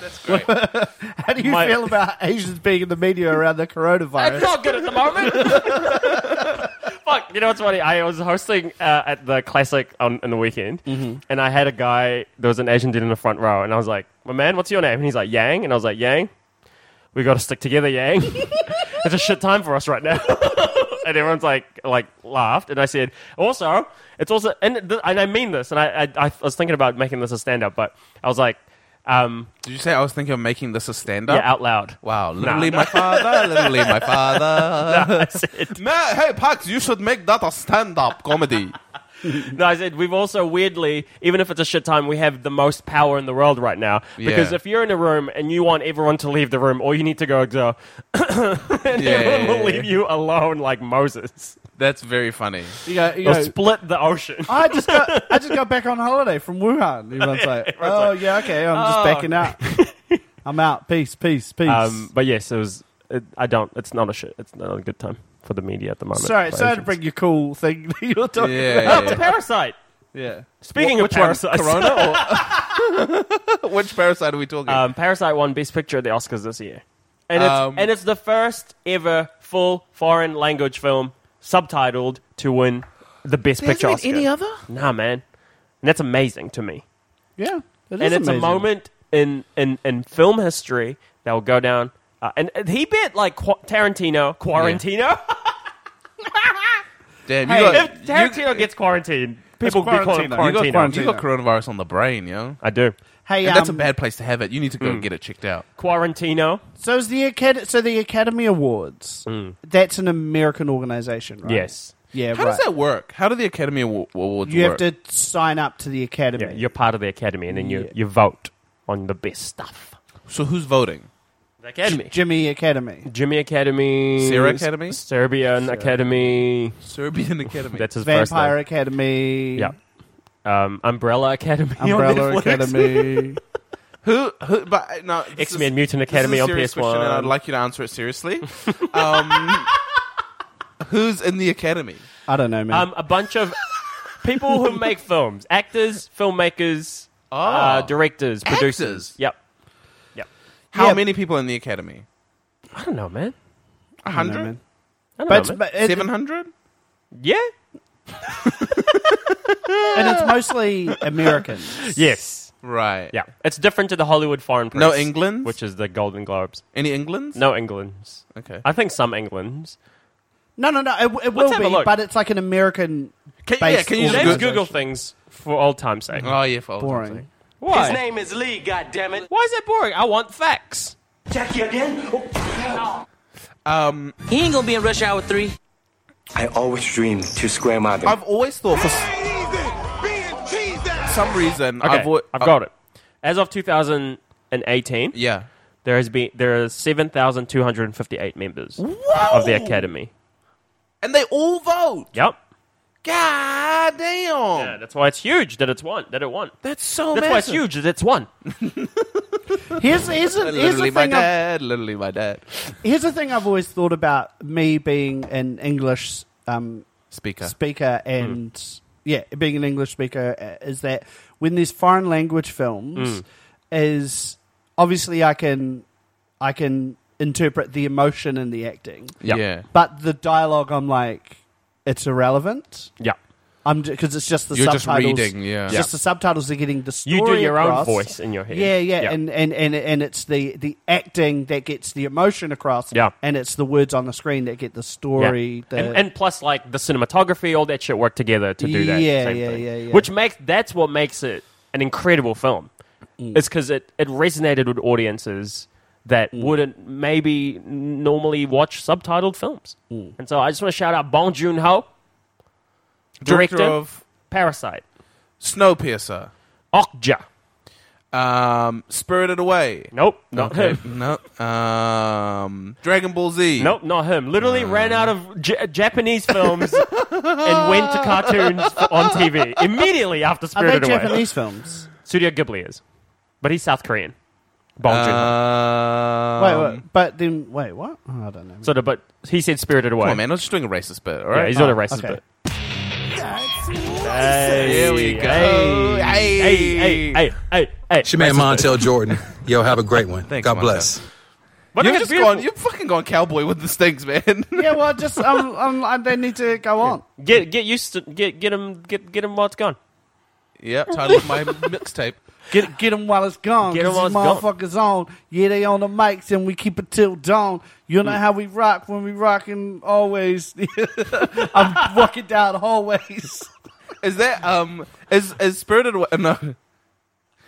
Speaker 1: How do you
Speaker 2: My-
Speaker 1: feel about Asians being in the media around the
Speaker 2: That's
Speaker 1: coronavirus?
Speaker 2: not good at the moment. Fuck, you know what's funny? I was hosting uh, at the Classic on, on the weekend, and I had a guy, there was an Asian dude in the front row, and I was like, my man, what's your name? And he's like, Yang. And I was like, Yang, we got to stick together, Yang. it's a shit time for us right now. and everyone's like, like laughed. And I said, also, it's also, and, th- and I mean this, and I, I, I was thinking about making this a stand up, but I was like, um,
Speaker 3: Did you say I was thinking of making this a stand-up?
Speaker 2: yeah, out loud.
Speaker 3: Oh. Wow, literally my father, literally my father.
Speaker 2: I said,
Speaker 3: Ma- hey, Pax, you should make that a stand-up comedy.
Speaker 2: No, I said we've also weirdly, even if it's a shit time, we have the most power in the world right now. Because
Speaker 3: Yeah.
Speaker 2: if you're in a room and you want everyone to leave the room, all you need to go is go, and everyone will leave you alone like Moses.
Speaker 3: That's very funny.
Speaker 1: You go, you
Speaker 2: You'll
Speaker 1: go,
Speaker 2: split the ocean.
Speaker 1: I just got I just got back on holiday from Wuhan. Everyone's like, oh yeah, okay, I'm just backing out. I'm out. Peace, peace, peace.
Speaker 2: Um, but yes, it was. It, I don't. It's not a shit. It's not a good time for the media at the moment.
Speaker 1: sorry,
Speaker 2: for
Speaker 1: sorry to
Speaker 2: Asians.
Speaker 1: bring your cool thing that you're talking about.
Speaker 3: Yeah.
Speaker 2: Oh, Parasite.
Speaker 1: Yeah.
Speaker 2: Speaking
Speaker 3: Wh-
Speaker 2: of Parasite,
Speaker 3: Corona or which parasite are we talking?
Speaker 1: Uh,
Speaker 2: um, Parasite won Best Picture at the Oscars this year, and it's
Speaker 3: Um,
Speaker 2: and it's the first ever full foreign language film subtitled to win the Best Picture Oscar.
Speaker 3: any other?
Speaker 2: Nah, man, and that's amazing to me.
Speaker 1: Yeah. It is
Speaker 2: and it's
Speaker 1: amazing.
Speaker 2: a moment in in in film history that will go down. Uh, and, and he bit like Qua- Tarantino, Quarantino.
Speaker 3: Damn, you
Speaker 1: Hey,
Speaker 3: got
Speaker 2: if Tarantino gets quarantined, people will be calling him
Speaker 1: Quarantino.
Speaker 2: Quarantino.
Speaker 1: You got Quarantino.
Speaker 3: you got coronavirus on the brain, yo.
Speaker 2: I do.
Speaker 1: Hey,
Speaker 3: And that's a
Speaker 1: um, mm.
Speaker 3: bad place to have it. You need to go and get it checked out.
Speaker 2: Quarantino.
Speaker 1: So is the Acad- so the Academy Awards. That's an American organization, right?
Speaker 2: Yes.
Speaker 1: Yeah.
Speaker 3: How
Speaker 1: right.
Speaker 3: does that work? How do the Academy Awa- Awards
Speaker 1: You have
Speaker 3: work?
Speaker 1: to sign up to the Academy.
Speaker 2: Yeah, you're part of the academy, and then you, you vote on the best stuff.
Speaker 3: so who's voting?
Speaker 2: The academy.
Speaker 1: Jimmy Academy.
Speaker 2: Jimmy Academy,
Speaker 3: Sarah Academy?
Speaker 2: Serbian Academy.
Speaker 3: Serbian Academy.
Speaker 2: That's his
Speaker 1: Vampire
Speaker 2: first
Speaker 1: Academy.
Speaker 2: name. Yeah, um, Umbrella Academy, on
Speaker 1: Umbrella
Speaker 2: Netflix.
Speaker 1: Academy.
Speaker 3: who? Who? But uh, no, this
Speaker 2: X-Men
Speaker 3: is-
Speaker 2: Mutant
Speaker 3: this is a
Speaker 2: Academy on
Speaker 3: serious
Speaker 2: PS1.
Speaker 3: question, and I'd like you to answer it seriously. um, who's in the Academy?
Speaker 1: I don't know, man.
Speaker 2: Um, a bunch of people who make films, actors, filmmakers,
Speaker 1: Oh.
Speaker 2: uh, directors, producers.
Speaker 3: Oh. Actors?
Speaker 2: Yep.
Speaker 3: How
Speaker 1: Yeah.
Speaker 3: many people in the Academy?
Speaker 2: I don't know,
Speaker 1: I
Speaker 2: man.
Speaker 3: A
Speaker 1: don't know,
Speaker 3: hundred?
Speaker 1: man.
Speaker 2: I don't
Speaker 1: But,
Speaker 2: know, man.
Speaker 1: but it,
Speaker 3: Seven hundred?
Speaker 2: yeah.
Speaker 1: and it's mostly Americans.
Speaker 2: Yes.
Speaker 3: Right.
Speaker 2: Yeah, it's different to the Hollywood Foreign Press.
Speaker 3: No Englands?
Speaker 2: which is the Golden Globes.
Speaker 3: Any Englands?
Speaker 2: No Uh, Englands.
Speaker 3: Okay.
Speaker 2: I think some Englands.
Speaker 1: No, no, no. It, it will
Speaker 2: have a
Speaker 1: be,
Speaker 2: look.
Speaker 1: but it's like an American.
Speaker 3: Can- yeah,
Speaker 1: based
Speaker 3: can you just
Speaker 2: James
Speaker 3: Good.
Speaker 2: Google things for old time's sake.
Speaker 3: Oh yeah, for old time's sake.
Speaker 1: boring?
Speaker 2: Why?
Speaker 5: His name is Lee, goddammit.
Speaker 2: Why is that boring? I want facts.
Speaker 5: Jackie again?
Speaker 3: Um,
Speaker 5: He ain't gonna be in Rush Hour 3.
Speaker 9: I always dreamed to square my
Speaker 3: I've always thought for s- some reason
Speaker 2: Okay,
Speaker 3: I've, al-
Speaker 2: I've got it. As of 2018,
Speaker 3: Yeah.
Speaker 2: there has been there are 7,258 members of the Academy.
Speaker 3: And they all vote.
Speaker 2: Yep.
Speaker 3: God
Speaker 5: Oh.
Speaker 3: damn.
Speaker 2: Yeah, that's why it's huge that it's won. That it won.
Speaker 3: That's so
Speaker 2: That's
Speaker 3: massive.
Speaker 2: why it's huge that it's won.
Speaker 1: Here's here's, a, here's the
Speaker 3: Literally my
Speaker 1: thing. I've-
Speaker 3: dad. Literally my dad.
Speaker 1: Here's the thing I've always thought about me being an English um,
Speaker 3: Speaker.
Speaker 1: speaker and yeah, being an English speaker uh, is that when there's foreign language
Speaker 3: Mm.
Speaker 1: films, is obviously I can I can interpret the emotion in the acting,
Speaker 2: Yeah.
Speaker 3: Yeah.
Speaker 1: but the dialogue I'm like it's irrelevant.
Speaker 2: Yeah.
Speaker 1: I'm because it's just the
Speaker 3: You're just
Speaker 1: subtitles.
Speaker 3: reading, yeah.
Speaker 1: it's
Speaker 3: Yeah.
Speaker 1: just the subtitles are getting the story.
Speaker 2: You do your own
Speaker 1: across.
Speaker 2: voice in your head.
Speaker 1: Yeah, yeah,
Speaker 2: Yeah.
Speaker 1: And, and and and it's the the acting that gets the emotion across.
Speaker 2: Yeah.
Speaker 1: and it's the words on the screen that get the
Speaker 2: Yeah.
Speaker 1: story. The,
Speaker 2: And, and plus, like the cinematography, all that shit worked together to do that.
Speaker 1: Yeah,
Speaker 2: same
Speaker 1: yeah,
Speaker 2: thing.
Speaker 1: yeah, yeah.
Speaker 2: Which makes that's what makes it an incredible film.
Speaker 1: Mm.
Speaker 2: It's because it, it resonated with audiences that
Speaker 1: Mm.
Speaker 2: wouldn't maybe normally watch subtitled films.
Speaker 1: Mm.
Speaker 2: And so I just want to shout out Bong Joon Ho,
Speaker 3: Director
Speaker 2: director
Speaker 3: of
Speaker 2: Parasite,
Speaker 3: Snowpiercer.
Speaker 2: Okja.
Speaker 3: Um, Spirited Away.
Speaker 2: Nope, not
Speaker 3: Okay.
Speaker 2: him.
Speaker 3: No. Um, Dragon Ball Z.
Speaker 2: Nope, not him. Literally ran out of J- Japanese films and went to cartoons on TV immediately
Speaker 1: are
Speaker 2: after
Speaker 1: they
Speaker 2: Spirited Away.
Speaker 1: Japanese films?
Speaker 2: Studio Ghibli is, but he's South Korean. Bong
Speaker 3: Uh,
Speaker 2: Joon-ho.
Speaker 3: Um,
Speaker 1: Wait, wait, but then wait, what? Oh, I don't know.
Speaker 2: So, the, but he said Spirited Away.
Speaker 3: Come on, man. I'm just doing a racist bit, all
Speaker 2: Yeah,
Speaker 3: right?
Speaker 2: he's not a racist,
Speaker 1: okay.
Speaker 2: but. Hey,
Speaker 3: Here we go.
Speaker 2: Hey, hey, hey, hey, hey. hey.
Speaker 7: Shemaine
Speaker 2: Racist bit.
Speaker 7: Montel Jordan. Yo, have a great one.
Speaker 3: Thanks,
Speaker 7: God
Speaker 3: Montel.
Speaker 7: bless.
Speaker 2: But
Speaker 3: You've
Speaker 2: look, it's
Speaker 3: just gone,
Speaker 2: beautiful.
Speaker 3: you've fucking gone cowboy with the stings, man.
Speaker 1: yeah, well, just um, um, I- they need to go on.
Speaker 2: Get get used to get get him get get him while it's gone.
Speaker 3: yep, title of my mixtape.
Speaker 1: Get get them while it's gone.
Speaker 2: Get 'em
Speaker 1: 'cause these
Speaker 2: while it's gone.
Speaker 1: motherfuckers on. Yeah, they on the mics and we keep it till dawn. You know how we rock when we rocking always. I'm walking down hallways.
Speaker 3: Is that, um, is, is Spirited Away, no.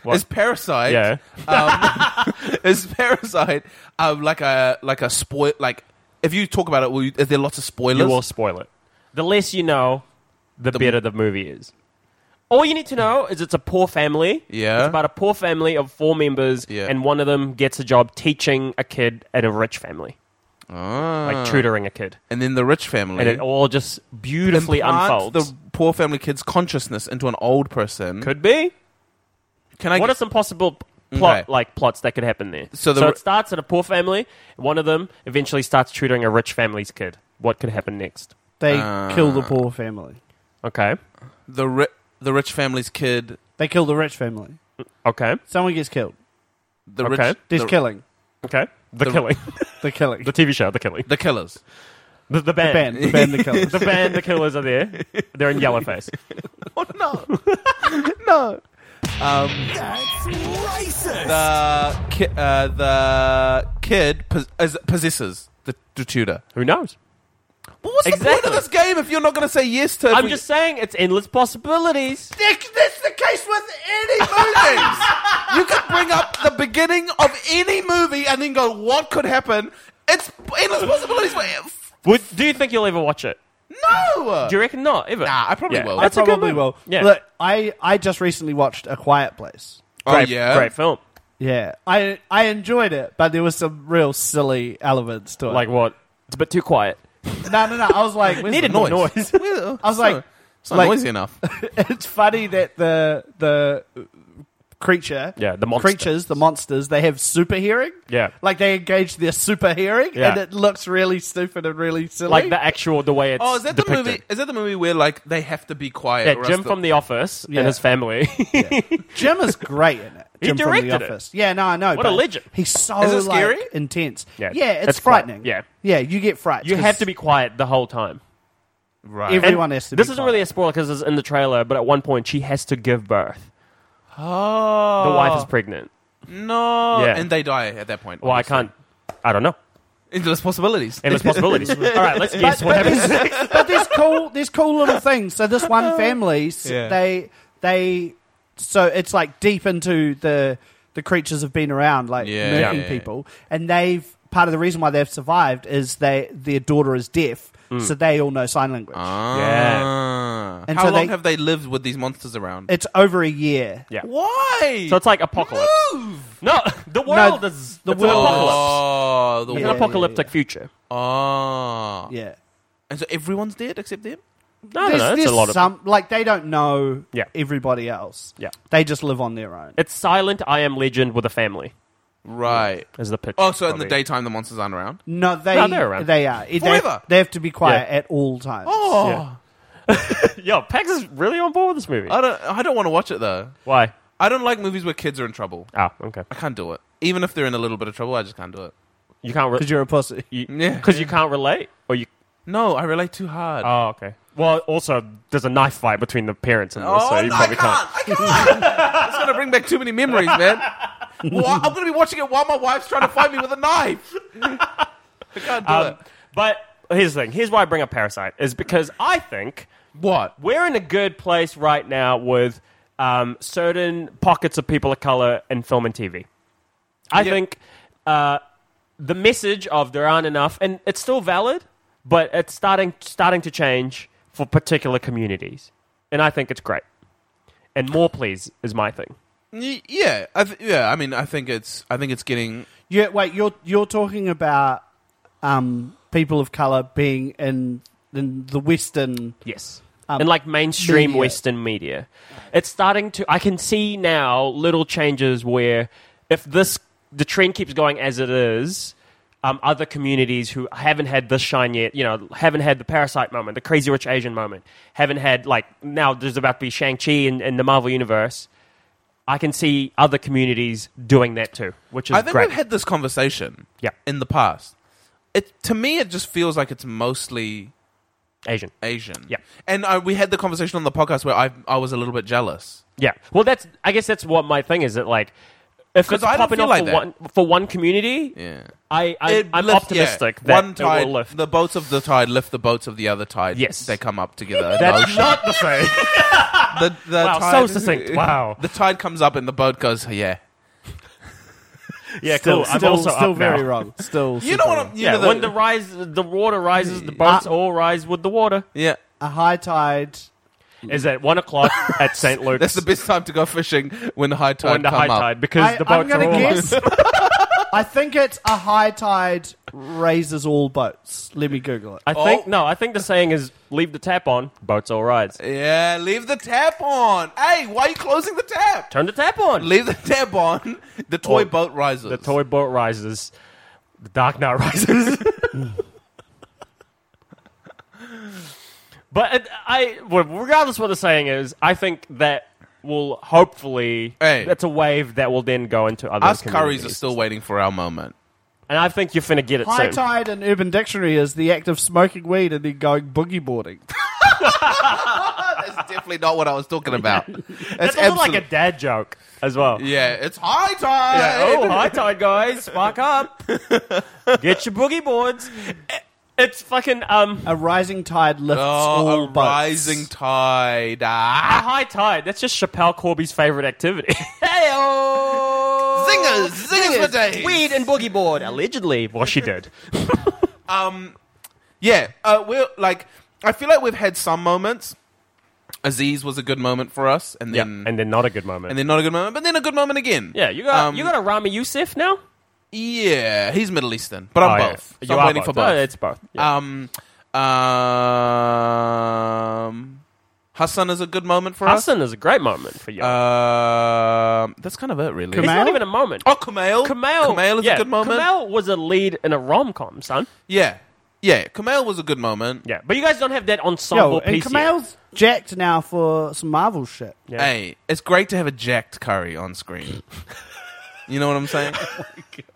Speaker 2: What?
Speaker 3: Is Parasite,
Speaker 2: Yeah.
Speaker 3: is Parasite, um, like a, like a spoil, like, if you talk about it, will you, is there lots of spoilers?
Speaker 2: You will spoil it. The less you know, the, better the movie is. All you need to know is it's a poor family.
Speaker 3: Yeah.
Speaker 2: It's about a poor family of four members,
Speaker 3: Yeah.
Speaker 2: and one of them gets a job teaching a kid at a rich family,
Speaker 3: Ah.
Speaker 2: like tutoring a kid.
Speaker 3: and then the rich family.
Speaker 2: And it all just beautifully
Speaker 3: implant
Speaker 2: unfolds.
Speaker 3: the poor family kid's consciousness into an old person.
Speaker 2: Could be.
Speaker 3: Can I?
Speaker 2: what are some possible p- plot
Speaker 3: Okay.
Speaker 2: like plots that could happen there? So,
Speaker 3: So the r-
Speaker 2: it starts at a poor family. One of them eventually starts tutoring a rich family's kid. What could happen next?
Speaker 1: They kill the poor family.
Speaker 2: Okay.
Speaker 3: the ri- the rich family's kid?
Speaker 1: They kill the rich family.
Speaker 2: Okay.
Speaker 1: Someone gets killed.
Speaker 3: The
Speaker 2: Okay.
Speaker 3: rich.
Speaker 1: There's
Speaker 3: the,
Speaker 1: killing.
Speaker 2: Okay. The,
Speaker 3: The-
Speaker 2: killing.
Speaker 1: The killing.
Speaker 2: the TV show, The Killing.
Speaker 3: The killers.
Speaker 2: The, the band.
Speaker 1: Ban. The ban the killers.
Speaker 2: The band, the killers are there. They're in yellow face.
Speaker 3: Oh, The Um, ki- uh, the kid pos- is, possesses the, the tutor.
Speaker 2: Who knows?
Speaker 3: Well, what's the point
Speaker 2: Exactly.
Speaker 3: of this game if you're not going to say yes to? if
Speaker 2: I'm
Speaker 3: we-
Speaker 2: just saying it's endless possibilities.
Speaker 3: Dick, That's the case with any movies. you could bring up the beginning of any movie and then go, "What could happen?" It's endless possibilities. but if-
Speaker 2: Would, do you think you'll ever watch it?
Speaker 3: No.
Speaker 2: Do you reckon not? Ever?
Speaker 3: Nah, I probably
Speaker 2: Yeah.
Speaker 3: will.
Speaker 2: That's
Speaker 1: I
Speaker 2: a good
Speaker 1: probably
Speaker 2: one.
Speaker 1: will.
Speaker 2: Yeah.
Speaker 1: Look, I, I just recently watched A Quiet Place.
Speaker 3: oh
Speaker 2: great,
Speaker 3: yeah.
Speaker 2: great film.
Speaker 1: Yeah. I I enjoyed it, but there was some real silly elements to it.
Speaker 2: Like what? It's a bit too quiet.
Speaker 1: no, no, no. I was like, where's
Speaker 2: Needed
Speaker 1: the
Speaker 2: more
Speaker 1: noise?
Speaker 2: noise.
Speaker 1: I was like,
Speaker 3: It's not
Speaker 1: Like-
Speaker 3: noisy enough.
Speaker 1: it's funny that the the creature,
Speaker 2: Yeah, the monster.
Speaker 1: creatures, the monsters, they have super hearing.
Speaker 2: Yeah.
Speaker 1: like they engage their super hearing,
Speaker 2: Yeah.
Speaker 1: and it looks really stupid and really silly.
Speaker 2: like the actual the way it's
Speaker 3: Oh, is that
Speaker 2: depicted.
Speaker 3: the movie? Is that the movie where like they have to be quiet?
Speaker 2: Yeah,
Speaker 3: or
Speaker 2: Jim
Speaker 3: else
Speaker 2: from The Office
Speaker 1: Yeah.
Speaker 2: and his family.
Speaker 1: Jim is great in it.
Speaker 2: He
Speaker 1: Jim from
Speaker 2: directed
Speaker 1: the
Speaker 2: it.
Speaker 1: office. Yeah, no, I know.
Speaker 2: What a
Speaker 1: but
Speaker 2: legend.
Speaker 1: He's so
Speaker 3: Is it scary?
Speaker 1: Like, intense.
Speaker 2: Yeah,
Speaker 1: yeah, it's,
Speaker 2: it's quite-
Speaker 1: frightening.
Speaker 2: yeah.
Speaker 1: yeah, you get frights.
Speaker 2: you
Speaker 1: 'cause
Speaker 2: have to be quiet the whole time.
Speaker 3: right.
Speaker 1: Everyone has to.
Speaker 2: This
Speaker 1: be
Speaker 2: isn't really a
Speaker 1: quiet.
Speaker 2: spoiler because it's in the trailer, but at one point she has to give birth.
Speaker 3: Oh.
Speaker 2: The
Speaker 1: Oh.
Speaker 2: wife is pregnant.
Speaker 3: No.
Speaker 2: Yeah.
Speaker 3: And they die at that point.
Speaker 2: Well, I can't. I don't know.
Speaker 3: Endless possibilities.
Speaker 2: Endless possibilities. All right, let's guess
Speaker 1: but, but
Speaker 2: what happens
Speaker 1: there's-
Speaker 2: next.
Speaker 1: but there's cool, there's cool little things. So this one family, s-
Speaker 2: Yeah.
Speaker 1: they they, so it's like deep into the the creatures have been around, like
Speaker 3: Yeah.
Speaker 1: murking
Speaker 3: Yeah.
Speaker 1: people, and they've part of the reason why they've survived is they their daughter is deaf,
Speaker 3: Mm.
Speaker 1: so they all know sign language.
Speaker 3: Ah.
Speaker 1: And
Speaker 3: How
Speaker 1: so
Speaker 3: long
Speaker 1: they-
Speaker 3: have they lived with these monsters around?
Speaker 1: It's over a year.
Speaker 2: Yeah.
Speaker 3: Why?
Speaker 2: So it's like apocalypse. No, the world is
Speaker 1: the
Speaker 2: the world.
Speaker 1: world-
Speaker 3: Oh,
Speaker 2: Apocalypse.
Speaker 3: the
Speaker 2: It's
Speaker 3: world.
Speaker 2: an apocalyptic future.
Speaker 3: Oh.
Speaker 1: Yeah.
Speaker 3: And so everyone's dead except them?
Speaker 2: I don't
Speaker 1: There's-
Speaker 2: know, it's a
Speaker 1: there's
Speaker 2: lot of-
Speaker 1: some like they don't know
Speaker 2: Yeah.
Speaker 1: everybody else.
Speaker 2: Yeah.
Speaker 1: They just live on their own.
Speaker 2: It's silent. I am legend with a family.
Speaker 3: Right.
Speaker 2: Is the pitch?
Speaker 3: Oh, so in the
Speaker 2: probably.
Speaker 3: daytime the monsters aren't around?
Speaker 1: No, they
Speaker 2: No, they're around.
Speaker 1: they are. They-
Speaker 3: Forever.
Speaker 1: They have to be quiet
Speaker 2: Yeah.
Speaker 1: at all times.
Speaker 3: Oh.
Speaker 2: Yo, Pax is really on board with this movie.
Speaker 3: I don't I don't want to watch it though.
Speaker 2: Why?
Speaker 3: I don't like movies where kids are in trouble.
Speaker 2: Ah, okay.
Speaker 3: I can't do it. Even if they're in a little bit of trouble, I just can't do it.
Speaker 2: You can't
Speaker 1: Because you're a pussy.
Speaker 3: Yeah.
Speaker 2: because you can't relate, or you.
Speaker 3: No, I relate too hard.
Speaker 2: Oh, okay. Well, also there's a knife fight between the parents and this, Oh, so you
Speaker 3: Oh, no,
Speaker 2: probably
Speaker 3: I can't. It's gonna bring back too many memories, man. Well, I'm gonna be watching it while my wife's trying to fight me with a knife. I can't do
Speaker 2: Um,
Speaker 3: it.
Speaker 2: but here's the thing. Here's why I bring up Parasite is because I think
Speaker 3: What?
Speaker 2: we're in a good place right now with um, certain pockets of people of color in film and TV. I
Speaker 3: Yeah.
Speaker 2: think uh, the message of there aren't enough, and it's still valid, but it's starting starting to change for particular communities, and I think it's great. And more, please, is my thing.
Speaker 3: Y- Yeah, I th- yeah. I mean, I think it's I think it's getting
Speaker 1: Yeah, wait, you're you're talking about um, people of color being in in the Western.
Speaker 2: Yes.
Speaker 1: Um,
Speaker 2: and like mainstream
Speaker 1: media.
Speaker 2: Western media. It's starting to. I can see now little changes where if this the trend keeps going as it is, um, other communities who haven't had this shine yet, you know, haven't had the Parasite moment, the Crazy Rich Asian moment, haven't had like now there's about to be Shang Chi in, in the Marvel universe. I can see other communities doing that too, which is
Speaker 3: I think
Speaker 2: great.
Speaker 3: we've had this conversation
Speaker 2: Yeah.
Speaker 3: in the past. It to me, it just feels like it's mostly
Speaker 2: Asian.
Speaker 3: Asian.
Speaker 2: Yeah.
Speaker 3: and I, we had the conversation on the podcast where I I was a little bit jealous.
Speaker 2: Yeah. Well, that's. I guess that's what my thing is. That like, if
Speaker 3: 'Cause
Speaker 2: it's
Speaker 3: I don't
Speaker 2: popping
Speaker 3: feel
Speaker 2: off
Speaker 3: like
Speaker 2: for
Speaker 3: that.
Speaker 2: one for one community,
Speaker 3: Yeah.
Speaker 2: I, I
Speaker 3: It
Speaker 2: I'm
Speaker 3: lifts- yeah.
Speaker 2: optimistic that
Speaker 3: one
Speaker 2: it
Speaker 3: tide,
Speaker 2: will lift.
Speaker 3: the boats of the tide lift the boats of the other tide.
Speaker 2: Yes.
Speaker 3: they come up together.
Speaker 2: That's
Speaker 3: The
Speaker 2: not the same.
Speaker 3: ocean- the, the
Speaker 2: Wow, so
Speaker 3: tide-
Speaker 2: succinct. Wow.
Speaker 3: the tide comes up and the boat goes. Yeah,
Speaker 2: Yeah,
Speaker 1: Still,
Speaker 2: cool. I'm
Speaker 1: still,
Speaker 2: also
Speaker 1: still
Speaker 2: up
Speaker 1: very
Speaker 2: now.
Speaker 1: wrong. Still,
Speaker 3: you know
Speaker 1: super
Speaker 3: what
Speaker 1: wrong.
Speaker 3: I'm. You
Speaker 2: Yeah,
Speaker 3: know the,
Speaker 2: when the rise, the water rises, the boats all rise with the water.
Speaker 3: yeah.
Speaker 1: A high tide.
Speaker 2: Is at one o'clock at St. Luke's
Speaker 3: That's the best time to go fishing when the high tide
Speaker 2: when the
Speaker 3: come
Speaker 2: high
Speaker 3: up.
Speaker 2: tide because
Speaker 1: I,
Speaker 2: the
Speaker 1: I'm
Speaker 2: boats are
Speaker 1: gonna
Speaker 2: all up.
Speaker 1: guess. I think it's a high tide raises all boats. Let me Google it.
Speaker 2: I think
Speaker 3: Oh.
Speaker 2: no. I think the saying is leave the tap on, boats all rise.
Speaker 3: Yeah, leave the tap on. Hey, why are you closing the tap?
Speaker 2: Turn the tap on.
Speaker 3: Leave the tap on. The toy
Speaker 2: Or
Speaker 3: boat rises.
Speaker 2: the toy boat rises. The dark knight rises. but it, I, well, regardless what the saying is, I think that will hopefully
Speaker 3: Hey.
Speaker 2: that's a wave that will then go into other.
Speaker 3: Us
Speaker 2: communities.
Speaker 3: curries are still waiting for our moment.
Speaker 2: and I think you're finna get it
Speaker 1: High
Speaker 2: soon.
Speaker 1: tide in Urban Dictionary is the act of smoking weed and then going boogie boarding.
Speaker 3: That's definitely not what I was
Speaker 2: Oh,
Speaker 3: talking about.
Speaker 2: That's
Speaker 3: It's
Speaker 2: also like a
Speaker 3: absolute-
Speaker 2: dad joke as well.
Speaker 3: yeah, it's high tide.
Speaker 2: Yeah, oh, high tide, guys, spark up, get your boogie boards. It- It's fucking um.
Speaker 1: A rising tide lifts
Speaker 3: Oh,
Speaker 1: all
Speaker 3: a
Speaker 1: boats.
Speaker 3: rising tide. Ah.
Speaker 2: A high tide. That's just Chappelle Corby's favorite activity. Heyo!
Speaker 3: Zingers, zingers for days.
Speaker 2: Weed and boogie board. Allegedly, well, she did.
Speaker 3: Yeah, uh, we're like, I feel like we've had some moments. Aziz was a good moment for us, and
Speaker 2: yeah,
Speaker 3: then
Speaker 2: and then not a good moment.
Speaker 3: and then not a good moment, but then a good moment again.
Speaker 2: yeah, you got
Speaker 3: Um,
Speaker 2: you got a Rami Youssef now.
Speaker 3: Yeah, he's Middle Eastern, but I'm
Speaker 2: Oh, yeah.
Speaker 3: both.
Speaker 2: You
Speaker 3: So I'm
Speaker 2: are
Speaker 3: waiting
Speaker 2: both.
Speaker 3: for both.
Speaker 2: Oh, it's both. Yeah.
Speaker 3: Um, um, Hassan is a good moment for
Speaker 2: Hassan is a great moment for you.
Speaker 3: us. Um, that's kind of it, really.
Speaker 2: It's not
Speaker 1: Kumail?
Speaker 2: even a moment.
Speaker 3: Oh, Kumail.
Speaker 2: Kumail,
Speaker 3: Kumail is
Speaker 2: yeah,
Speaker 3: a good moment.
Speaker 2: Kumail was a lead in a rom com, son.
Speaker 3: Yeah, yeah. Kumail was a good moment.
Speaker 2: Yeah, but you guys don't have that
Speaker 1: Yo,
Speaker 2: ensemble
Speaker 1: and
Speaker 2: piece. yet.
Speaker 1: Kamal's jacked now for some Marvel shit.
Speaker 2: Yeah.
Speaker 3: Hey, it's great to have a jacked curry on screen. you know what I'm saying?
Speaker 2: Oh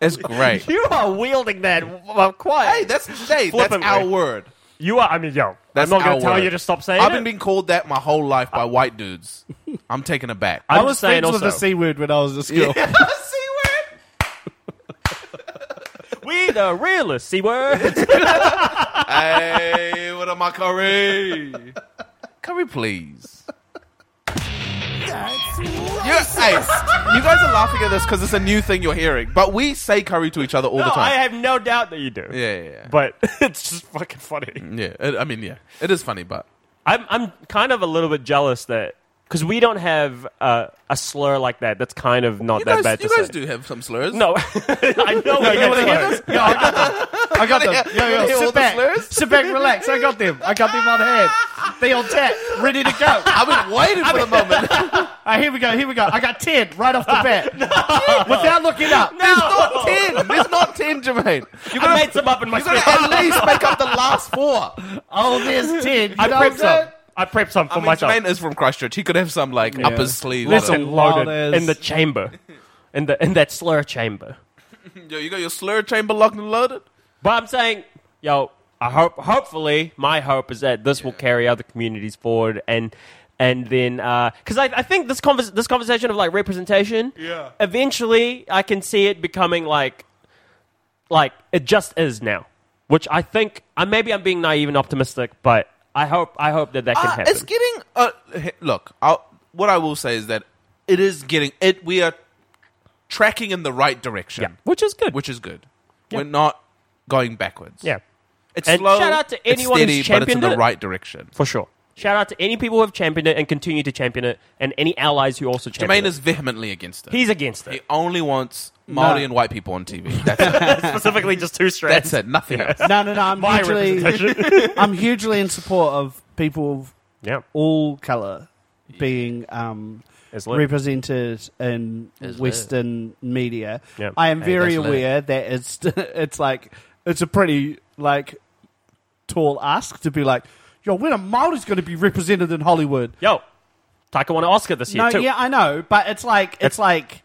Speaker 3: it's great.
Speaker 2: You are wielding that well, quite.
Speaker 3: Hey, that's hey, that's
Speaker 2: Flippantly.
Speaker 3: our word.
Speaker 2: You are. I mean, yo.
Speaker 3: That's
Speaker 2: I'm not
Speaker 3: our
Speaker 2: gonna tell
Speaker 3: word.
Speaker 2: you to stop saying
Speaker 3: I've
Speaker 2: it.
Speaker 3: been being called that my whole life by white dudes. I'm taken aback.
Speaker 1: I was friends with the C word when I was at school.
Speaker 3: Oh, Yeah.
Speaker 2: we the realest C word.
Speaker 3: hey, what up, my curry? Curry, please. You, hey, you guys are laughing at this because it's a new thing you're hearing, but we say curry to each other all
Speaker 2: no,
Speaker 3: the
Speaker 2: I
Speaker 3: time.
Speaker 2: have no doubt that you do.
Speaker 3: yeah, yeah, yeah. Mm.
Speaker 2: But it's just fucking funny.
Speaker 3: Yeah, it- I mean, yeah, it is funny, but
Speaker 2: I'm I'm kind of a little bit jealous that because we don't have uh, a slur like that. That's kind of not
Speaker 3: you
Speaker 2: that
Speaker 3: guys,
Speaker 2: bad
Speaker 3: you
Speaker 2: to
Speaker 3: guys
Speaker 2: say.
Speaker 3: do have some slurs.
Speaker 2: No, I know. we
Speaker 1: you wanna
Speaker 2: have
Speaker 1: hear
Speaker 2: slurs.
Speaker 1: this? Yeah, I got them. I got
Speaker 3: You wanna
Speaker 1: them. Yo,
Speaker 3: hear- you wanna
Speaker 1: yo,
Speaker 3: hear all
Speaker 1: sit
Speaker 3: the
Speaker 1: back.
Speaker 3: slurs?
Speaker 1: Sit back, relax. I got them. I got them on hand. They on tap, ready to go.
Speaker 3: I've been waiting for the moment.
Speaker 1: All right, here we go. Here we go. I got 10 right off the bat. Without looking up.
Speaker 3: There's not ten. There's not ten, Jermaine. You
Speaker 2: I made some up in my
Speaker 3: gotta
Speaker 2: sleep.
Speaker 3: at least make up the last four.
Speaker 1: Oh, there's 10. You
Speaker 2: I
Speaker 1: know what I'm
Speaker 2: prepped some.
Speaker 1: saying?
Speaker 2: I prepped some for
Speaker 3: I mean,
Speaker 2: myself.
Speaker 3: Jermaine is from Christchurch. He could have some like up his sleeve.
Speaker 1: Listen,
Speaker 3: I don't
Speaker 2: and
Speaker 3: know.
Speaker 2: loaded
Speaker 1: Wild as-
Speaker 2: in the chamber, in the in that slur chamber.
Speaker 3: Yo, you got your slur chamber locked and loaded.
Speaker 2: But I'm saying, yo, I hope, hopefully, my hope is that this will carry other communities forward, and and then because I, I think this convers- this conversation of like representation, yeah, eventually I can see it becoming like, like it just is now, which I think I maybe I'm being naive and optimistic, but I hope I hope that that can
Speaker 3: Uh,
Speaker 2: happen.
Speaker 3: it's getting. Uh, he- look, I'll, what I will say is that it is getting. It we are tracking in the right direction,
Speaker 2: yeah, which is good.
Speaker 3: which is good. We're not going backwards.
Speaker 2: yeah,
Speaker 3: it's
Speaker 2: And
Speaker 3: slow.
Speaker 2: shout out to anyone
Speaker 3: it's
Speaker 2: who's
Speaker 3: steady, but it's in
Speaker 2: championed
Speaker 3: the
Speaker 2: it.
Speaker 3: right direction.
Speaker 2: for sure. Shout out to any people who have championed it and continue to champion it, and any allies who also champion
Speaker 3: Jermaine
Speaker 2: it.
Speaker 3: is vehemently against it.
Speaker 2: He's against
Speaker 3: he
Speaker 2: it,
Speaker 3: only wants Maori and white people on TV. That's it.
Speaker 2: specifically just two strands.
Speaker 3: That's it. Nothing else.
Speaker 1: No, no, no. I'm
Speaker 2: My
Speaker 1: hugely, I'm hugely in support of people of
Speaker 2: Yeah.
Speaker 1: all colour being um,
Speaker 2: It's lit.
Speaker 1: represented in Western media.
Speaker 2: Yeah.
Speaker 1: I am very
Speaker 6: that's lit.
Speaker 1: aware that it's it's like it's a pretty like tall ask to be like, yo, when a Maori's going to be represented in Hollywood?
Speaker 2: Yo, Taika won an Oscar this year
Speaker 1: no,
Speaker 2: too.
Speaker 1: yeah, I know, but it's like it's, like.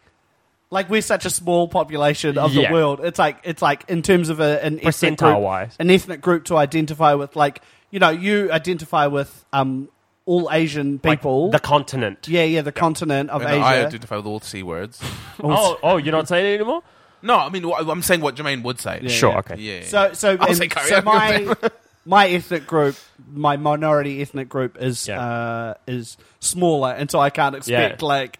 Speaker 1: Like we're such a small population of
Speaker 2: Yeah.
Speaker 1: the world. It's like it's like in terms of a, an ethnic
Speaker 2: Percentile
Speaker 1: group,
Speaker 2: wise.
Speaker 1: an ethnic group to identify with. Like you know, you identify with um all Asian
Speaker 2: Like,
Speaker 1: people.
Speaker 2: the continent.
Speaker 1: Yeah, yeah, the continent of
Speaker 3: And
Speaker 1: Asia.
Speaker 3: I identify with all the c words.
Speaker 2: Oh, oh, you're not saying it anymore?
Speaker 3: No, I mean wh- I'm saying what Jermaine would say.
Speaker 1: Yeah,
Speaker 2: sure.
Speaker 1: yeah.
Speaker 2: Okay.
Speaker 3: Yeah.
Speaker 1: So, so,
Speaker 3: I'll
Speaker 1: and
Speaker 3: say curry,
Speaker 1: so
Speaker 3: I'm good
Speaker 1: my my ethnic group, my minority ethnic group is
Speaker 2: Yeah.
Speaker 1: uh, is smaller, and so I can't expect
Speaker 2: Yeah.
Speaker 1: like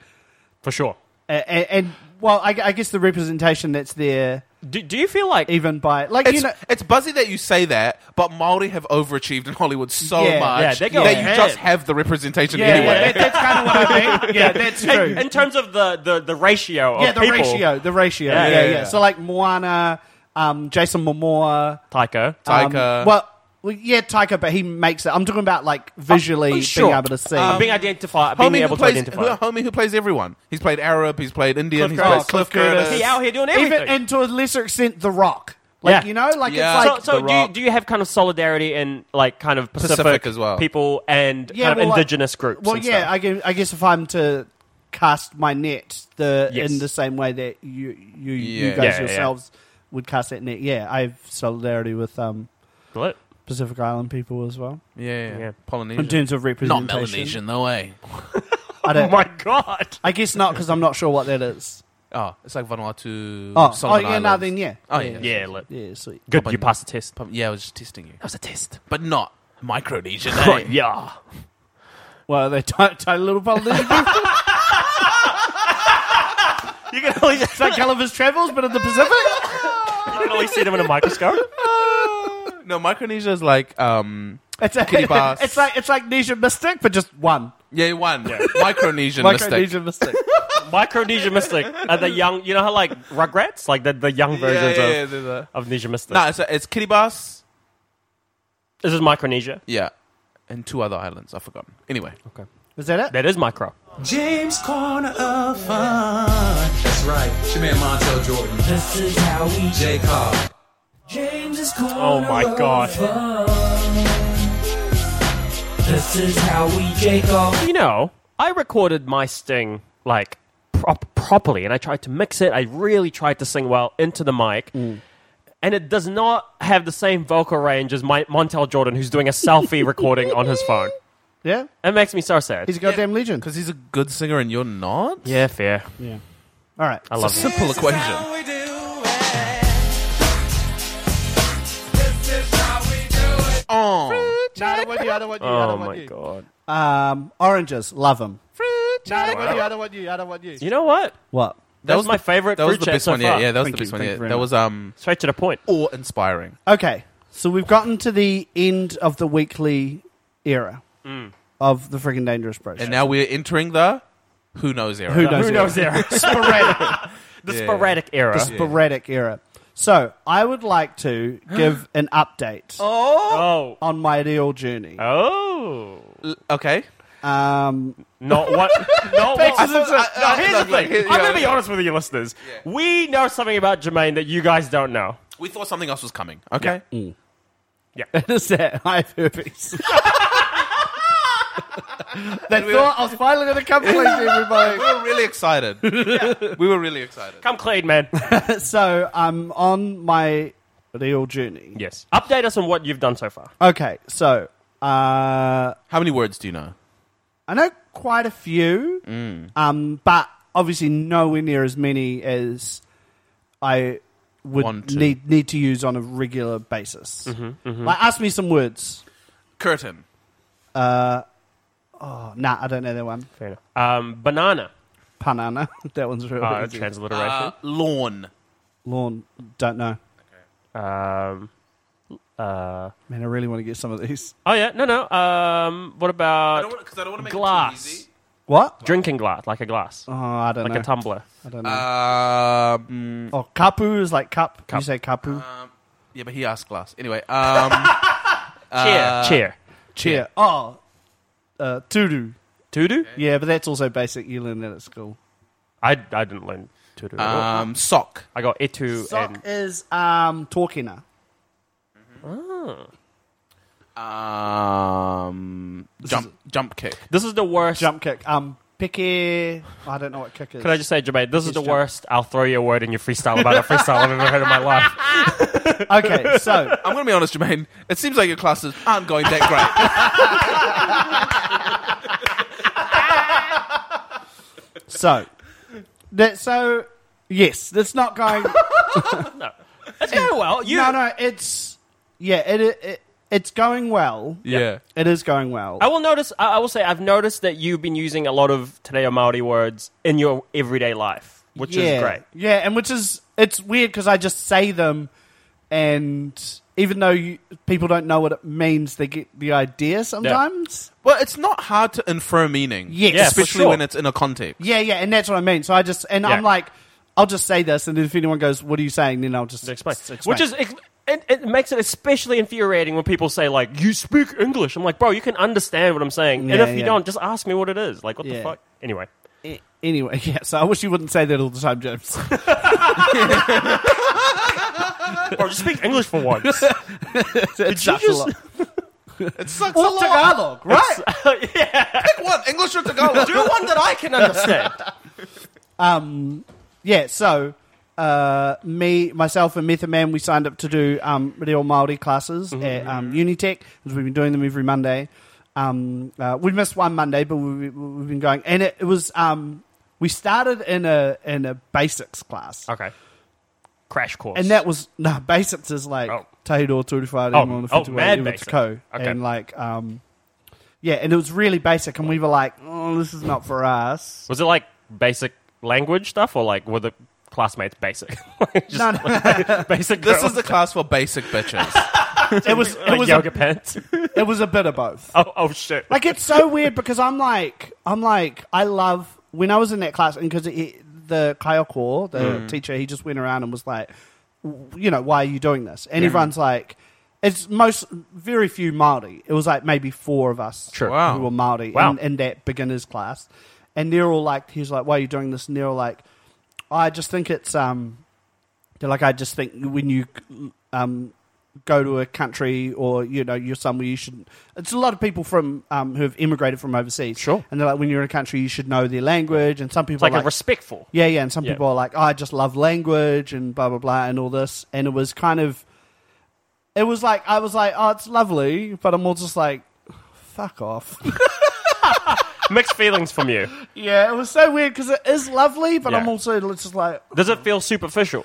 Speaker 2: For sure.
Speaker 1: and, and well, I, I guess the representation that's there,
Speaker 2: Do, do you feel like
Speaker 1: even by like
Speaker 3: It's,
Speaker 1: you know,
Speaker 3: it's buzzy that you say that, but Maori have overachieved in Hollywood so
Speaker 1: Yeah.
Speaker 3: much
Speaker 2: Yeah, they go
Speaker 3: that you
Speaker 2: ahead.
Speaker 3: just have the representation
Speaker 1: yeah,
Speaker 3: anyway.
Speaker 1: yeah that, that's kind of what I mean. Yeah, that's true.
Speaker 2: in, in terms of the, the, the ratio of
Speaker 1: yeah, the
Speaker 2: people,
Speaker 1: ratio, the ratio.
Speaker 2: Yeah,
Speaker 1: Yeah,
Speaker 2: yeah,
Speaker 1: yeah.
Speaker 3: yeah.
Speaker 1: So like Moana, um, Jason Momoa,
Speaker 2: Taika.
Speaker 1: um,
Speaker 3: Taika.
Speaker 1: well, well, yeah, Taika, but he makes it. I'm talking about like visually
Speaker 3: Oh, sure.
Speaker 1: being able to see.
Speaker 3: Um,
Speaker 2: Uh, being identified, being
Speaker 3: Homie
Speaker 2: able
Speaker 3: who,
Speaker 2: to
Speaker 3: plays,
Speaker 2: identify.
Speaker 3: who- homie who plays everyone. He's played Arab, he's played Indian, he's
Speaker 2: Cliff
Speaker 3: played
Speaker 2: Curtis.
Speaker 3: Cliff
Speaker 1: Cliff Curtis.
Speaker 3: Curtis.
Speaker 2: he out here doing everything.
Speaker 1: even and to a lesser extent, The Rock. Like
Speaker 2: Yeah.
Speaker 1: you know, like
Speaker 3: Yeah.
Speaker 1: it's
Speaker 2: so,
Speaker 1: like
Speaker 3: The
Speaker 2: so do, you,
Speaker 3: Rock.
Speaker 2: do you have kind of solidarity in like kind of Pacific,
Speaker 3: Pacific as well.
Speaker 2: people and
Speaker 1: yeah,
Speaker 2: kind of
Speaker 1: well, like-
Speaker 2: indigenous groups?
Speaker 1: Well,
Speaker 2: and
Speaker 1: yeah,
Speaker 2: stuff?
Speaker 1: I guess, I guess if I'm to cast my net the
Speaker 2: Yes.
Speaker 1: in the same way that you you,
Speaker 3: Yeah.
Speaker 1: you guys
Speaker 2: Yeah, yeah.
Speaker 1: yourselves would cast that net, yeah, I have solidarity with um,
Speaker 2: Lit.
Speaker 1: Pacific Island people as well
Speaker 3: Yeah, yeah,
Speaker 2: Yeah.
Speaker 3: Polynesian.
Speaker 1: in terms of
Speaker 3: Not
Speaker 1: representation.
Speaker 3: Melanesian, no way.
Speaker 1: I
Speaker 2: Oh
Speaker 1: don't.
Speaker 2: my god!
Speaker 1: I guess not because I'm not sure what that is.
Speaker 3: Oh, it's like Vanuatu.
Speaker 1: Oh, oh
Speaker 3: Solomon
Speaker 1: yeah, no,
Speaker 3: Islands.
Speaker 1: then yeah,
Speaker 3: Oh, yeah.
Speaker 2: Yeah, lit.
Speaker 1: yeah, sweet.
Speaker 2: Good, you passed the test. That
Speaker 3: Yeah, I was just testing you.
Speaker 2: was a test.
Speaker 3: But not Micronesian.
Speaker 2: Oh,
Speaker 3: eh?
Speaker 2: yeah.
Speaker 1: Well, they tiny, tiny little Polynesian.
Speaker 2: You can only, you
Speaker 1: it's like Gulliver's Travels, but in the Pacific.
Speaker 2: can only see them in a microscope.
Speaker 3: no, Micronesia is like. um
Speaker 1: It's, a,
Speaker 3: Kitty Bass.
Speaker 1: it's like it's like Nesian Mystic, but just one
Speaker 3: Yeah, one. Micronesian mistake.
Speaker 1: Micronesian Mystic.
Speaker 2: Micronesia Mystic are the young, you know how like Rugrats, like the, the young versions
Speaker 3: yeah, yeah,
Speaker 2: of,
Speaker 3: they're the-
Speaker 2: of Ninja Mystic.
Speaker 3: No, it's, it's Kiribati.
Speaker 2: This is Micronesia.
Speaker 3: Yeah. And two other islands. I've forgotten. Anyway. Okay.
Speaker 1: Is that it?
Speaker 2: That is micro.
Speaker 6: James Corner of Fun.
Speaker 7: That's right. Shaman Montel Jordan.
Speaker 5: This is how we
Speaker 7: J. Cobb.
Speaker 5: James's Corner
Speaker 2: Oh my
Speaker 5: of
Speaker 2: God.
Speaker 5: Fun. This is how we jake off.
Speaker 2: You know, I recorded my sting like
Speaker 1: Mm.
Speaker 2: prop- properly, and I tried to mix it. I really tried to sing well into the mic, and it does not have the same vocal range as my, Montel Jordan, who's doing a selfie recording on his phone.
Speaker 1: Yeah,
Speaker 2: it makes me so sad.
Speaker 1: He's a goddamn legend
Speaker 3: because he's a good singer and you're not.
Speaker 2: Yeah, fair.
Speaker 1: Yeah. All right.
Speaker 2: I
Speaker 3: It's
Speaker 2: love
Speaker 3: a
Speaker 2: it.
Speaker 3: simple equation.
Speaker 5: eh?
Speaker 3: Oh,
Speaker 1: no, I don't want you. I don't want you. I
Speaker 2: Oh
Speaker 1: don't want
Speaker 2: my
Speaker 1: you.
Speaker 2: god!
Speaker 1: Um, oranges, love them.
Speaker 3: No,
Speaker 1: I don't want you. I don't want you. I don't want you.
Speaker 2: You know what?
Speaker 1: What?
Speaker 2: That, was, my favorite.
Speaker 3: That was
Speaker 2: fruit
Speaker 3: the
Speaker 2: chat
Speaker 3: best
Speaker 2: so
Speaker 3: one. Yeah,
Speaker 2: far.
Speaker 3: yeah, that was
Speaker 1: Thank
Speaker 3: the
Speaker 1: you,
Speaker 3: best one.
Speaker 1: thank
Speaker 3: Yeah,
Speaker 1: you very
Speaker 3: that was um
Speaker 2: Straight to the point.
Speaker 3: awe inspiring.
Speaker 1: Okay, so we've gotten to the end of the weekly era of the freaking dangerous bros.
Speaker 3: And now we're entering the who knows era.
Speaker 1: Who knows
Speaker 2: Who
Speaker 1: era.
Speaker 2: knows era? sporadic. The sporadic era.
Speaker 1: The sporadic era. So I would like to give an update
Speaker 2: oh.
Speaker 1: on my real journey.
Speaker 2: Oh.
Speaker 3: Okay.
Speaker 1: Um,
Speaker 2: Not what. Not what.
Speaker 3: I thought- I- I-
Speaker 2: no, here's
Speaker 3: I-
Speaker 2: the thing.
Speaker 3: here-
Speaker 2: I'm going
Speaker 3: yeah.
Speaker 2: to be honest with you, listeners. We know something about Jermaine that you guys don't know.
Speaker 3: We thought something else was coming. Okay.
Speaker 2: Yeah.
Speaker 1: What is that? I have herpes. they thought I was finally going to come clean to
Speaker 3: We were really excited. We were really excited.
Speaker 2: Come clean, man.
Speaker 1: everybody. so I'm on my real journey.
Speaker 2: yes. Update us on what you've done so far.
Speaker 1: Okay, so uh,
Speaker 3: How many words do you know?
Speaker 1: I know quite a few, um, but obviously nowhere near as many as I
Speaker 3: Want
Speaker 1: would
Speaker 3: to.
Speaker 1: need need to Mm-hmm, use on a regular basis. Like, ask me some words.
Speaker 3: Curtain.
Speaker 1: Oh, nah, I don't know that one.
Speaker 2: Fair enough. Um, banana.
Speaker 1: Panana. that one's real
Speaker 2: Uh,
Speaker 1: easy.
Speaker 3: Uh,
Speaker 2: transliteration.
Speaker 3: lawn.
Speaker 1: Lawn. Don't know.
Speaker 2: um, uh,
Speaker 1: Man, I really want to get some of these.
Speaker 2: oh, yeah. No, no. Um, what
Speaker 3: I
Speaker 2: about
Speaker 3: don't because I don't want to make
Speaker 2: Glass.
Speaker 3: it
Speaker 1: What?
Speaker 2: drinking glass? Like a glass.
Speaker 1: Oh, I don't
Speaker 2: like
Speaker 1: know.
Speaker 2: a tumbler.
Speaker 1: I don't know.
Speaker 3: too easy. Um,
Speaker 1: oh, kapu is like cup.
Speaker 2: Cup.
Speaker 1: You say kapu.
Speaker 3: yeah, but he asked glass anyway. Um,
Speaker 2: Chair. Chair.
Speaker 1: Cheer. Oh, uh, tudu.
Speaker 2: Tudu?
Speaker 1: Yeah, but that's also basic. You learn that at school.
Speaker 2: I, I didn't learn tudu. at all.
Speaker 3: um, sock.
Speaker 2: I got etu
Speaker 1: Sock
Speaker 2: and
Speaker 1: is um, talkina.
Speaker 3: Um, jump. Jump kick.
Speaker 2: This is the worst.
Speaker 1: Jump kick. Um, picky. I don't know what kick is.
Speaker 2: Can I just say, Jermaine, this is
Speaker 1: Yes,
Speaker 2: the
Speaker 1: jump.
Speaker 2: worst. I'll throw you a word in your freestyle about a freestyle I've ever heard in my life.
Speaker 1: Okay, so
Speaker 3: I'm gonna be honest, Jermaine. It seems like your classes aren't going that great.
Speaker 1: so that so yes, that's not going.
Speaker 2: It's going well. You,
Speaker 1: no, no, it's yeah, it, it it's going well.
Speaker 3: yeah.
Speaker 1: It is going well.
Speaker 2: I will notice. I I will say, I've noticed that you've been using a lot of Te Reo Maori words in your everyday life, which
Speaker 1: yeah.
Speaker 2: is great.
Speaker 1: Yeah, and which is it's weird because I just say them, and even though you, people don't know what it means, they get the idea sometimes.
Speaker 3: Well, it's not hard to infer meaning.
Speaker 1: Yes.
Speaker 2: Yeah, for
Speaker 3: especially
Speaker 2: sure.
Speaker 3: when it's in a context.
Speaker 1: Yeah, yeah, and that's what I mean. So I just and
Speaker 2: Yeah.
Speaker 1: I'm like, I'll just say this, and then if anyone goes, "What are you saying?" Then I'll just
Speaker 2: To explain.
Speaker 1: s- explain.
Speaker 2: which is ex- it, it makes it especially infuriating when people say like, "You speak English." I'm like, bro, you can understand what I'm saying, and
Speaker 1: Yeah,
Speaker 2: if you
Speaker 1: yeah.
Speaker 2: don't, just ask me what it is. Like, what the
Speaker 1: Yeah.
Speaker 2: fuck? Anyway,
Speaker 1: A- anyway. Yeah, so I wish you wouldn't say that all the time, James.
Speaker 2: bro, just speak English for once.
Speaker 1: it sucks a
Speaker 2: just-
Speaker 1: lot.
Speaker 3: It sucks
Speaker 1: Or Tagalog, right?
Speaker 3: Pick one, English or Tagalog.
Speaker 2: Do one that I can understand.
Speaker 1: Yeah, so uh, me, myself, and Method Man, we signed up to do um, real Maori classes
Speaker 2: Mm-hmm.
Speaker 1: at um, Unitech because we've been doing them every Monday. Um, uh, we missed one Monday, but we, we- we've been going, and it, it was um, we started in a in a basics class,
Speaker 2: Okay. Crash course.
Speaker 1: and that was no basics is like
Speaker 2: Oh.
Speaker 1: tahiro turifari
Speaker 2: Oh,
Speaker 1: oh,
Speaker 2: oh,
Speaker 1: oh,
Speaker 2: mad basic.
Speaker 1: okay.
Speaker 2: Okay.
Speaker 1: and like um, yeah, and it was really basic, and we were like, oh, this is not for us.
Speaker 2: Was it like basic language stuff, or like were the classmates basic? Just
Speaker 1: No, no.
Speaker 2: like basic.
Speaker 3: This
Speaker 2: girls
Speaker 3: is the class for basic bitches.
Speaker 1: It was
Speaker 2: in
Speaker 1: it was
Speaker 2: yoga
Speaker 1: a,
Speaker 2: pants.
Speaker 1: it was a bit of both.
Speaker 2: oh, oh shit!
Speaker 1: like it's so weird because I'm like I'm like I love when I was in that class and because the Kayoko, the
Speaker 2: Mm.
Speaker 1: teacher, he just went around and was like, w- you know, why are you doing this? And everyone's like, it's most very few Maori. It was like maybe four of us
Speaker 2: Sure.
Speaker 3: Wow.
Speaker 1: who were Maori
Speaker 2: Wow.
Speaker 1: in, in that beginners class, and they're all like, he's like, why are you doing this? And they're all like, I just think it's um, they're like, I just think when you um go to a country or you know you're somewhere you should. It's a lot of people from um, who have immigrated from overseas. Sure, and they're like, when you're in a country, you should know their language. And some people
Speaker 2: It's like,
Speaker 1: are
Speaker 2: a respectful.
Speaker 1: Yeah, yeah. And some
Speaker 2: Yeah.
Speaker 1: people are like, oh, I just love language and blah blah blah and all this. And it was kind of, it was like I was like, oh, it's lovely, but I'm all just like, fuck off.
Speaker 2: Mixed feelings from you.
Speaker 1: yeah, it was so weird because it is lovely, but
Speaker 2: Yeah.
Speaker 1: I'm also just like,
Speaker 2: Does it feel superficial?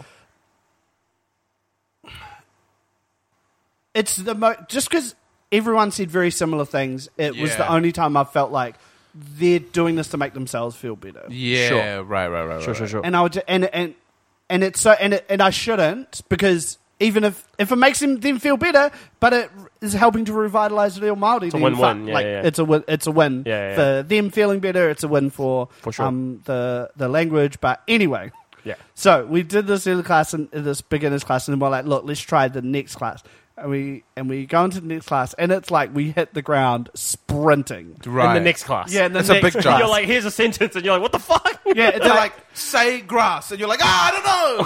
Speaker 1: it's the mo- just because everyone said very similar things. It was
Speaker 3: Yeah.
Speaker 1: the only time I felt like they're doing this to make themselves feel better.
Speaker 3: Yeah, right, right, right,
Speaker 2: Sure, sure,
Speaker 3: right, right.
Speaker 2: sure.
Speaker 1: And I would ju- and and and it's so and it, and I shouldn't because even if if it makes them them feel better, but it is helping to revitalize real Maori. It's
Speaker 2: a win-win, yeah,
Speaker 1: like
Speaker 2: yeah, yeah.
Speaker 1: it's a win. It's a win
Speaker 2: Yeah, yeah,
Speaker 1: for them feeling better. It's a win for
Speaker 2: For sure.
Speaker 1: um the the language. But anyway.
Speaker 2: Yeah.
Speaker 1: So we did this in the class and in this beginners class, and we're like, look, let's try the next class. And we and we go into the next class, and it's like we hit the ground sprinting.
Speaker 3: Right.
Speaker 2: In the next class.
Speaker 1: Yeah, in the
Speaker 3: That's
Speaker 1: next
Speaker 3: a big jump.
Speaker 2: You're like, here's a sentence, and you're like, what the fuck?
Speaker 1: yeah, it's
Speaker 3: They're
Speaker 1: like
Speaker 3: like, say grass, and you're like, ah, I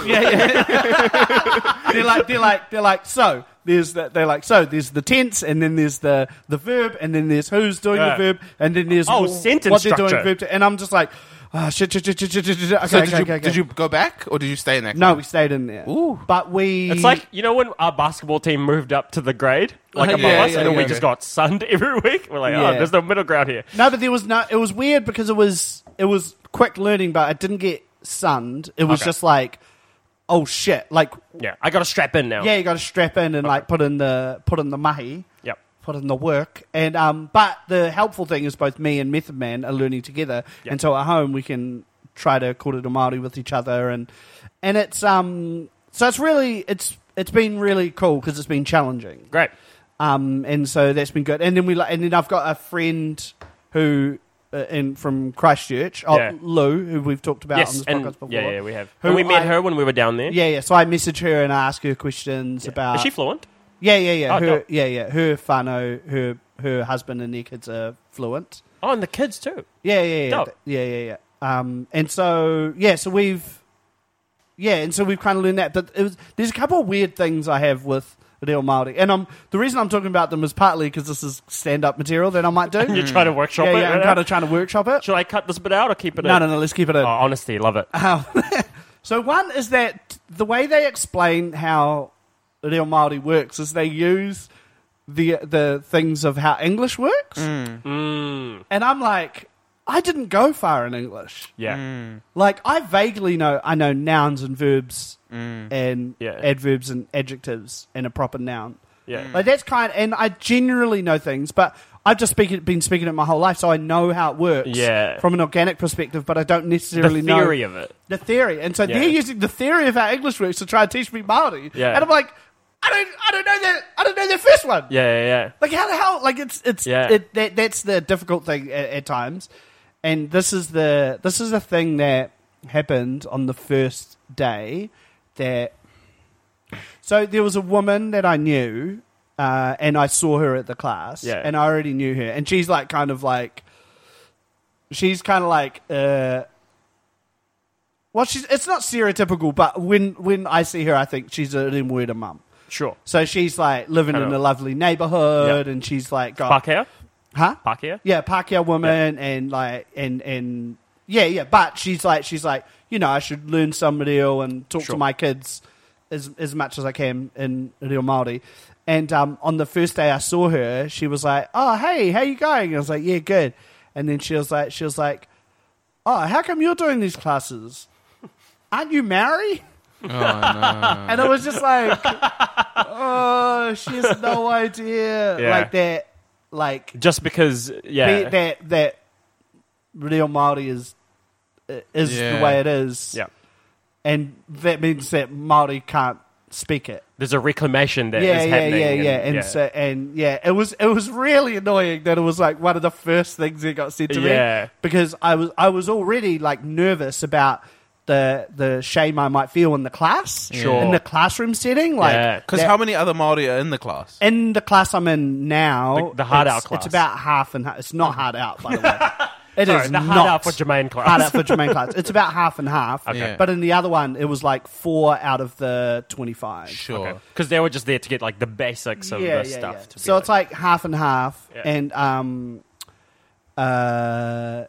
Speaker 3: don't know.
Speaker 1: yeah, yeah. they're like, they're like, they're like, so there's the, they're like, so there's the tense, and then there's the the verb, and then there's who's doing the
Speaker 2: Yeah.
Speaker 1: verb, and then there's
Speaker 2: Oh,
Speaker 1: wh-
Speaker 2: sentence
Speaker 1: what they're doing
Speaker 2: structure.
Speaker 1: verb to, and I'm just like, ah, shit, shit, shit, shit, shit, shit, shit. Okay,
Speaker 3: So
Speaker 1: okay,
Speaker 3: did, you,
Speaker 1: okay, okay.
Speaker 3: did you go back or did you stay in that?
Speaker 1: No, we
Speaker 3: class?
Speaker 1: stayed in there.
Speaker 3: Ooh.
Speaker 1: But we.
Speaker 2: It's like, you know, when our basketball team moved up to the grade, like
Speaker 1: Yeah,
Speaker 2: above
Speaker 3: yeah,
Speaker 2: us, and then
Speaker 3: yeah,
Speaker 2: we
Speaker 3: yeah.
Speaker 2: just got sunned every week? We're like,
Speaker 1: Yeah.
Speaker 2: oh, there's no middle ground here.
Speaker 1: No, but there was no. It was weird because it was it was quick learning, but it didn't get sunned. It was
Speaker 2: Okay.
Speaker 1: just like, oh shit, like
Speaker 2: Yeah, I got to strap in now.
Speaker 1: yeah, you got to strap in and like put in the put in the mahi.
Speaker 2: Yep.
Speaker 1: Put in the work, and um, but the helpful thing is both me and Method Man are learning together,
Speaker 2: Yep.
Speaker 1: and so at home we can try to call it a Māori with each other, and and it's um, so it's really it's it's been really cool because it's been challenging,
Speaker 2: Great.
Speaker 1: um, and so that's been good. And then we like, and then I've got a friend who uh, in from Christchurch, oh,
Speaker 2: Yeah.
Speaker 1: Lou, who we've talked about on
Speaker 2: Yes,
Speaker 1: this
Speaker 2: and
Speaker 1: podcast before.
Speaker 2: yeah, yeah, we have.
Speaker 1: Who
Speaker 2: and we met
Speaker 1: I-
Speaker 2: her when we were down there.
Speaker 1: Yeah, yeah. So I message her and I ask her questions about.
Speaker 2: Is she fluent?
Speaker 1: yeah, yeah, yeah.
Speaker 2: Oh,
Speaker 1: her,
Speaker 2: dope.
Speaker 1: yeah, yeah. Her whānau, her her husband and their kids are fluent.
Speaker 2: Oh, and the kids too.
Speaker 1: Yeah, yeah, yeah,
Speaker 2: Dope.
Speaker 1: yeah, yeah, yeah. Um, and so yeah, so we've yeah, and so we've kind of learned that. But it was, there's a couple of weird things I have with Reo Maori, and I'm the reason I'm talking about them is partly because this is stand up material that I might do. Mm.
Speaker 2: You're trying to workshop
Speaker 1: yeah,
Speaker 2: it.
Speaker 1: yeah, I'm
Speaker 2: right
Speaker 1: kind
Speaker 2: now?
Speaker 1: of trying to workshop it.
Speaker 2: Should I cut this bit out or keep it
Speaker 1: No,
Speaker 2: in?
Speaker 1: no, Uh-huh. no. Let's keep it in.
Speaker 2: Oh, honesty, love it.
Speaker 1: So one is that the way they explain how real Maori works is they use the the things of how English works,
Speaker 2: Mm.
Speaker 1: and I'm like, I didn't go far in English.
Speaker 2: Yeah.
Speaker 1: Like I vaguely know I know nouns and verbs and
Speaker 2: Yeah.
Speaker 1: adverbs and adjectives and a proper noun.
Speaker 2: Yeah.
Speaker 1: Like that's kind, and I generally know things, but I've just speak, been speaking it my whole life, so I know how it works
Speaker 2: Yeah.
Speaker 1: from an organic perspective, but I don't
Speaker 2: The
Speaker 1: necessarily know
Speaker 2: theory of it.
Speaker 1: the theory, and so
Speaker 2: Yeah.
Speaker 1: they're using the theory of how English works to try and teach me Maori.
Speaker 2: Yeah.
Speaker 1: and I'm like, I don't, I don't know that, I don't know their first one.
Speaker 2: Yeah, yeah, yeah.
Speaker 1: like how the hell? Like it's, it's,
Speaker 2: Yeah.
Speaker 1: it, that, that's the difficult thing at, at times, and this is the, this is the thing that happened on the first day that. So there was a woman that I knew, uh, and I saw her at the class,
Speaker 2: Yeah.
Speaker 1: and I already knew her, and she's like kind of like, she's kind of like. Uh, well, she's it's not stereotypical, but when when I see her, I think she's a Rimweda mum.
Speaker 2: Sure.
Speaker 1: So she's like living in
Speaker 2: Hello.
Speaker 1: a lovely neighborhood,
Speaker 2: Yeah.
Speaker 1: and she's like got
Speaker 2: Pākehā?
Speaker 1: huh,
Speaker 2: Pākehā?
Speaker 1: yeah, Pacquiao woman, and like and and yeah, yeah. But she's like she's like you know I should learn some real and talk
Speaker 2: Sure.
Speaker 1: to my kids as as much as I can in real Maori. And um, on the first day I saw her, she was like, "Oh hey, how you going?" And I was like, "Yeah, good." And then she was like, she was like, "Oh, how come you're doing these classes? Aren't you married?" and it was just like, oh, she has no idea.
Speaker 2: Yeah.
Speaker 1: Like that, like
Speaker 2: Just because,
Speaker 1: be-
Speaker 2: yeah.
Speaker 1: that that real Maori is is the
Speaker 3: Yeah.
Speaker 1: way it is,
Speaker 2: yeah.
Speaker 1: and that means that Maori can't speak it.
Speaker 2: There's a reclamation that is
Speaker 1: yeah, yeah,
Speaker 2: happening.
Speaker 1: yeah,
Speaker 2: and-
Speaker 1: yeah, and so and yeah, it was it was really annoying that it was like one of the first things that got said to
Speaker 2: Yeah.
Speaker 1: me because I was I was already like nervous about. The, the shame I might feel in the class,
Speaker 2: Sure.
Speaker 1: in the classroom setting, like
Speaker 2: Yeah.
Speaker 3: Because
Speaker 1: that-
Speaker 3: how many other Maori are in the class?
Speaker 1: in the class I'm in now,
Speaker 2: The- the hard
Speaker 1: it's-
Speaker 2: out class.
Speaker 1: It's about half and half. It's not hard out, by the way. It is
Speaker 2: Sorry, the hard
Speaker 1: not
Speaker 2: out for Jermaine Clarks.
Speaker 1: Hard out for Jermaine Clarks. It's about half and half.
Speaker 2: Okay. Yeah.
Speaker 1: But in the other one, it was like four out of the twenty-five.
Speaker 2: Sure. Because they were just there to get like the basics of the stuff. To be
Speaker 1: so it's like half and half,
Speaker 2: Yeah.
Speaker 1: and um, uh,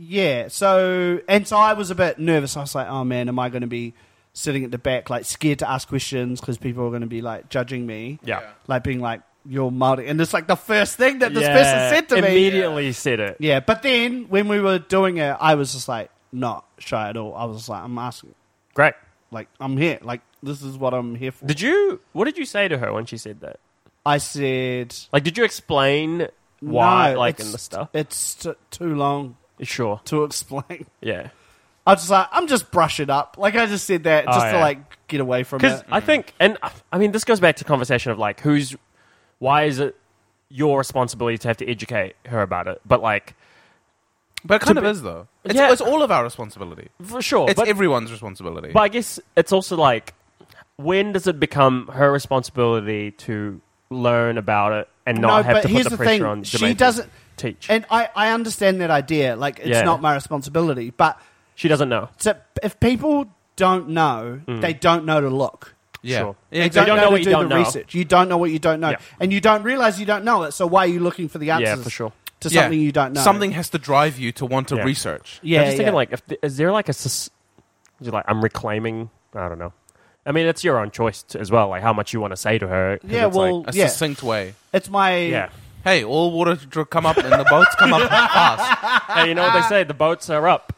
Speaker 1: yeah. So and so I was a bit nervous. I was like, oh man, am I going to be sitting at the back, like scared to ask questions because people are going to be like judging me?
Speaker 2: Yeah.
Speaker 1: like being like you're Maori, and it's like the first thing that this
Speaker 2: Yeah,
Speaker 1: person said to me.
Speaker 2: Immediately said it.
Speaker 1: Yeah, but then when we were doing it, I was just like not shy at all. I was just like, I'm asking.
Speaker 2: Great.
Speaker 1: Like I'm here. Like this is what I'm here for.
Speaker 2: Did you? What did you say to her when she said that?
Speaker 1: I said
Speaker 2: Like, did you explain why?
Speaker 1: No,
Speaker 2: like,
Speaker 1: it's-
Speaker 2: and the stuff.
Speaker 1: It's t- too long.
Speaker 2: Sure.
Speaker 1: To explain.
Speaker 2: Yeah.
Speaker 1: I was just like, I'm just brushing up. Like I just said that
Speaker 2: Oh,
Speaker 1: just to
Speaker 2: yeah.
Speaker 1: like get away from
Speaker 2: Because
Speaker 1: it.
Speaker 2: I think, and I- I mean, this goes back to conversation of like, who's, why is it your responsibility to have to educate her about it? But like,
Speaker 3: But it kind
Speaker 2: to
Speaker 3: of
Speaker 2: be-
Speaker 3: is though. It's,
Speaker 2: Yeah.
Speaker 3: it's all of our responsibility.
Speaker 2: For sure,
Speaker 3: It's
Speaker 2: but-
Speaker 3: everyone's responsibility.
Speaker 2: But I guess it's also like, when does it become her responsibility to learn about it and not have to put the, pressure on?
Speaker 1: She
Speaker 2: Jermaine to
Speaker 1: doesn't
Speaker 2: teach.
Speaker 1: And I, I understand that idea. Like it's
Speaker 2: Yeah.
Speaker 1: not my responsibility, but
Speaker 2: she doesn't know.
Speaker 1: So if people don't know,
Speaker 2: Mm.
Speaker 1: they don't know to look.
Speaker 2: Yeah. Sure.
Speaker 1: They
Speaker 2: Yeah,
Speaker 1: don't,
Speaker 2: exactly. You don't
Speaker 1: know,
Speaker 2: know
Speaker 1: to
Speaker 2: what you
Speaker 1: do the
Speaker 2: don't know.
Speaker 1: research. You don't know what you don't know,
Speaker 3: Yeah.
Speaker 1: and you don't realize you don't know it. So why are you looking for the answers? To
Speaker 3: Yeah.
Speaker 1: something you don't know.
Speaker 3: Something has to drive you to want to
Speaker 2: Yeah.
Speaker 3: research.
Speaker 2: I'm just thinking like, if th- is there like a, sus- you're like I'm reclaiming? I don't know. I mean, it's your own choice to, as well, like how much you want to say to her. 'cause
Speaker 1: Yeah,
Speaker 2: it's like-
Speaker 1: well, eh. yeah. It's my
Speaker 2: Yeah.
Speaker 3: Hey, all water dr- come up and the boats come up fast.
Speaker 2: Hey, you know what they say? The boats are up.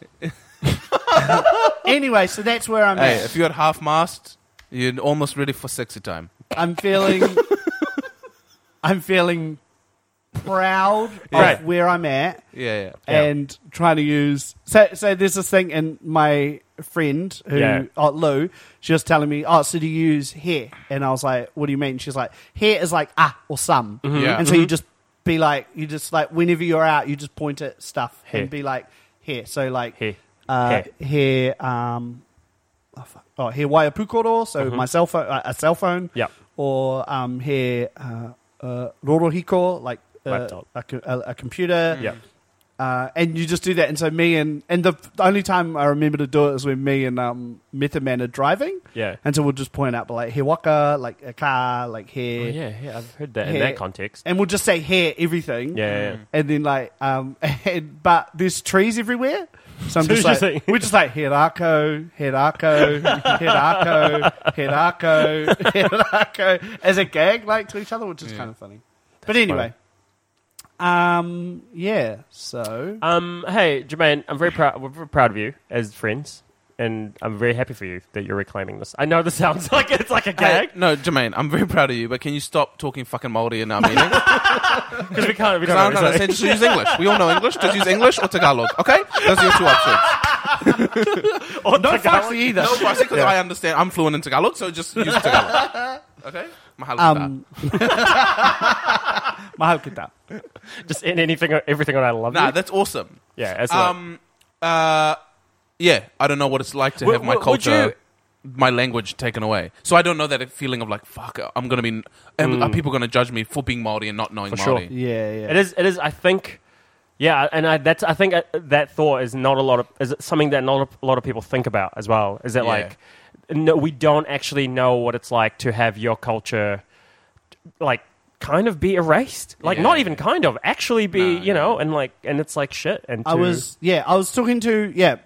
Speaker 1: anyway, so that's where I'm
Speaker 3: Hey,
Speaker 1: at.
Speaker 3: if you're at half mast, you're almost ready for sexy time.
Speaker 1: I'm feeling. I'm feeling proud
Speaker 3: Right.
Speaker 1: of where I'm at.
Speaker 3: Yeah, yeah.
Speaker 1: And trying to use. So, so there's this thing, and my friend who,
Speaker 3: Yeah.
Speaker 1: oh, Lou, she was telling me, oh, so do you use hair? And I was like, what do you mean? She's like, hair is like ah or some.
Speaker 3: Mhm. Yeah.
Speaker 1: And so you
Speaker 3: Mhm.
Speaker 1: just be like, you just like, whenever you're out, you just point at stuff
Speaker 3: Hair.
Speaker 1: and be like, hair. So like, hair.
Speaker 3: Hair.
Speaker 1: Uh, hair. um, oh, here wire pukoro, so
Speaker 3: Mhm.
Speaker 1: my cell phone, uh, a cell phone.
Speaker 3: Yep.
Speaker 1: Or um, here uh, uh, rorohiko, like uh,
Speaker 3: Laptop.
Speaker 1: a, co- a, a computer.
Speaker 3: Yep.
Speaker 1: Uh, and you just do that, and so me and and the the only time I remember to do it is when me and um, Method Man are driving.
Speaker 2: Yeah.
Speaker 1: And so we'll just point out, but like here waka, like a car, like here.
Speaker 2: Oh, yeah, yeah, I've heard that in
Speaker 1: here.
Speaker 2: that context.
Speaker 1: And we'll just say here everything.
Speaker 2: Yeah, yeah, yeah.
Speaker 1: And then like um, and, but there's trees everywhere. So I'm just
Speaker 2: So you're
Speaker 1: like,
Speaker 2: just saying-
Speaker 1: we're just like Hirako, Hirako, Hirako, Hirako, Hirako as a gag, like to each other, which is
Speaker 2: Yeah.
Speaker 1: kind of funny. but
Speaker 2: That's
Speaker 1: anyway, um, yeah. So
Speaker 2: Um, hey, Jermaine, I'm very proud. We're very proud of you as friends, and I'm very happy for you that you're reclaiming this. I know this sounds like it's like a
Speaker 3: Hey,
Speaker 2: gag
Speaker 3: no, Jermaine, I'm very proud of you, but can you stop talking fucking Maori in our meeting?
Speaker 2: because we can't. We
Speaker 3: Because
Speaker 2: don't
Speaker 3: I'm
Speaker 2: know what
Speaker 3: going to
Speaker 2: to
Speaker 3: say just
Speaker 2: say.
Speaker 3: use English. We all know English. Just use English or Tagalog, okay? Those are your two options.
Speaker 2: or
Speaker 3: no
Speaker 1: Tagalog.
Speaker 3: Farsi either. No Farsi, because I understand. I'm fluent in Tagalog, so just use Tagalog. Okay? Mahalo
Speaker 1: Um, Mahal
Speaker 2: Just in anything, everything that I love.
Speaker 3: Nah,
Speaker 2: you.
Speaker 3: that's awesome.
Speaker 2: Yeah, that's all right.
Speaker 3: um, uh, yeah. I don't know what it's like to
Speaker 2: Would-
Speaker 3: have my
Speaker 2: would- would
Speaker 3: culture, my language taken away. So I don't know that feeling of like, fuck, I'm gonna be. am- Are
Speaker 2: Mm.
Speaker 3: people gonna judge me for being Maori and not knowing
Speaker 2: for sure.
Speaker 3: Maori?
Speaker 2: It is. It is. I think. Yeah, and I, that's. I think uh, that thought is not a lot of is something that not a lot of people think about as well. Is that
Speaker 3: Yeah.
Speaker 2: like, no, we don't actually know what it's like to have your culture, like, kind of be erased. Like,
Speaker 1: Yeah.
Speaker 2: not even kind of actually be. you know, and like, and it's like shit. And
Speaker 1: I
Speaker 2: to-
Speaker 1: was yeah, I was talking to yeah,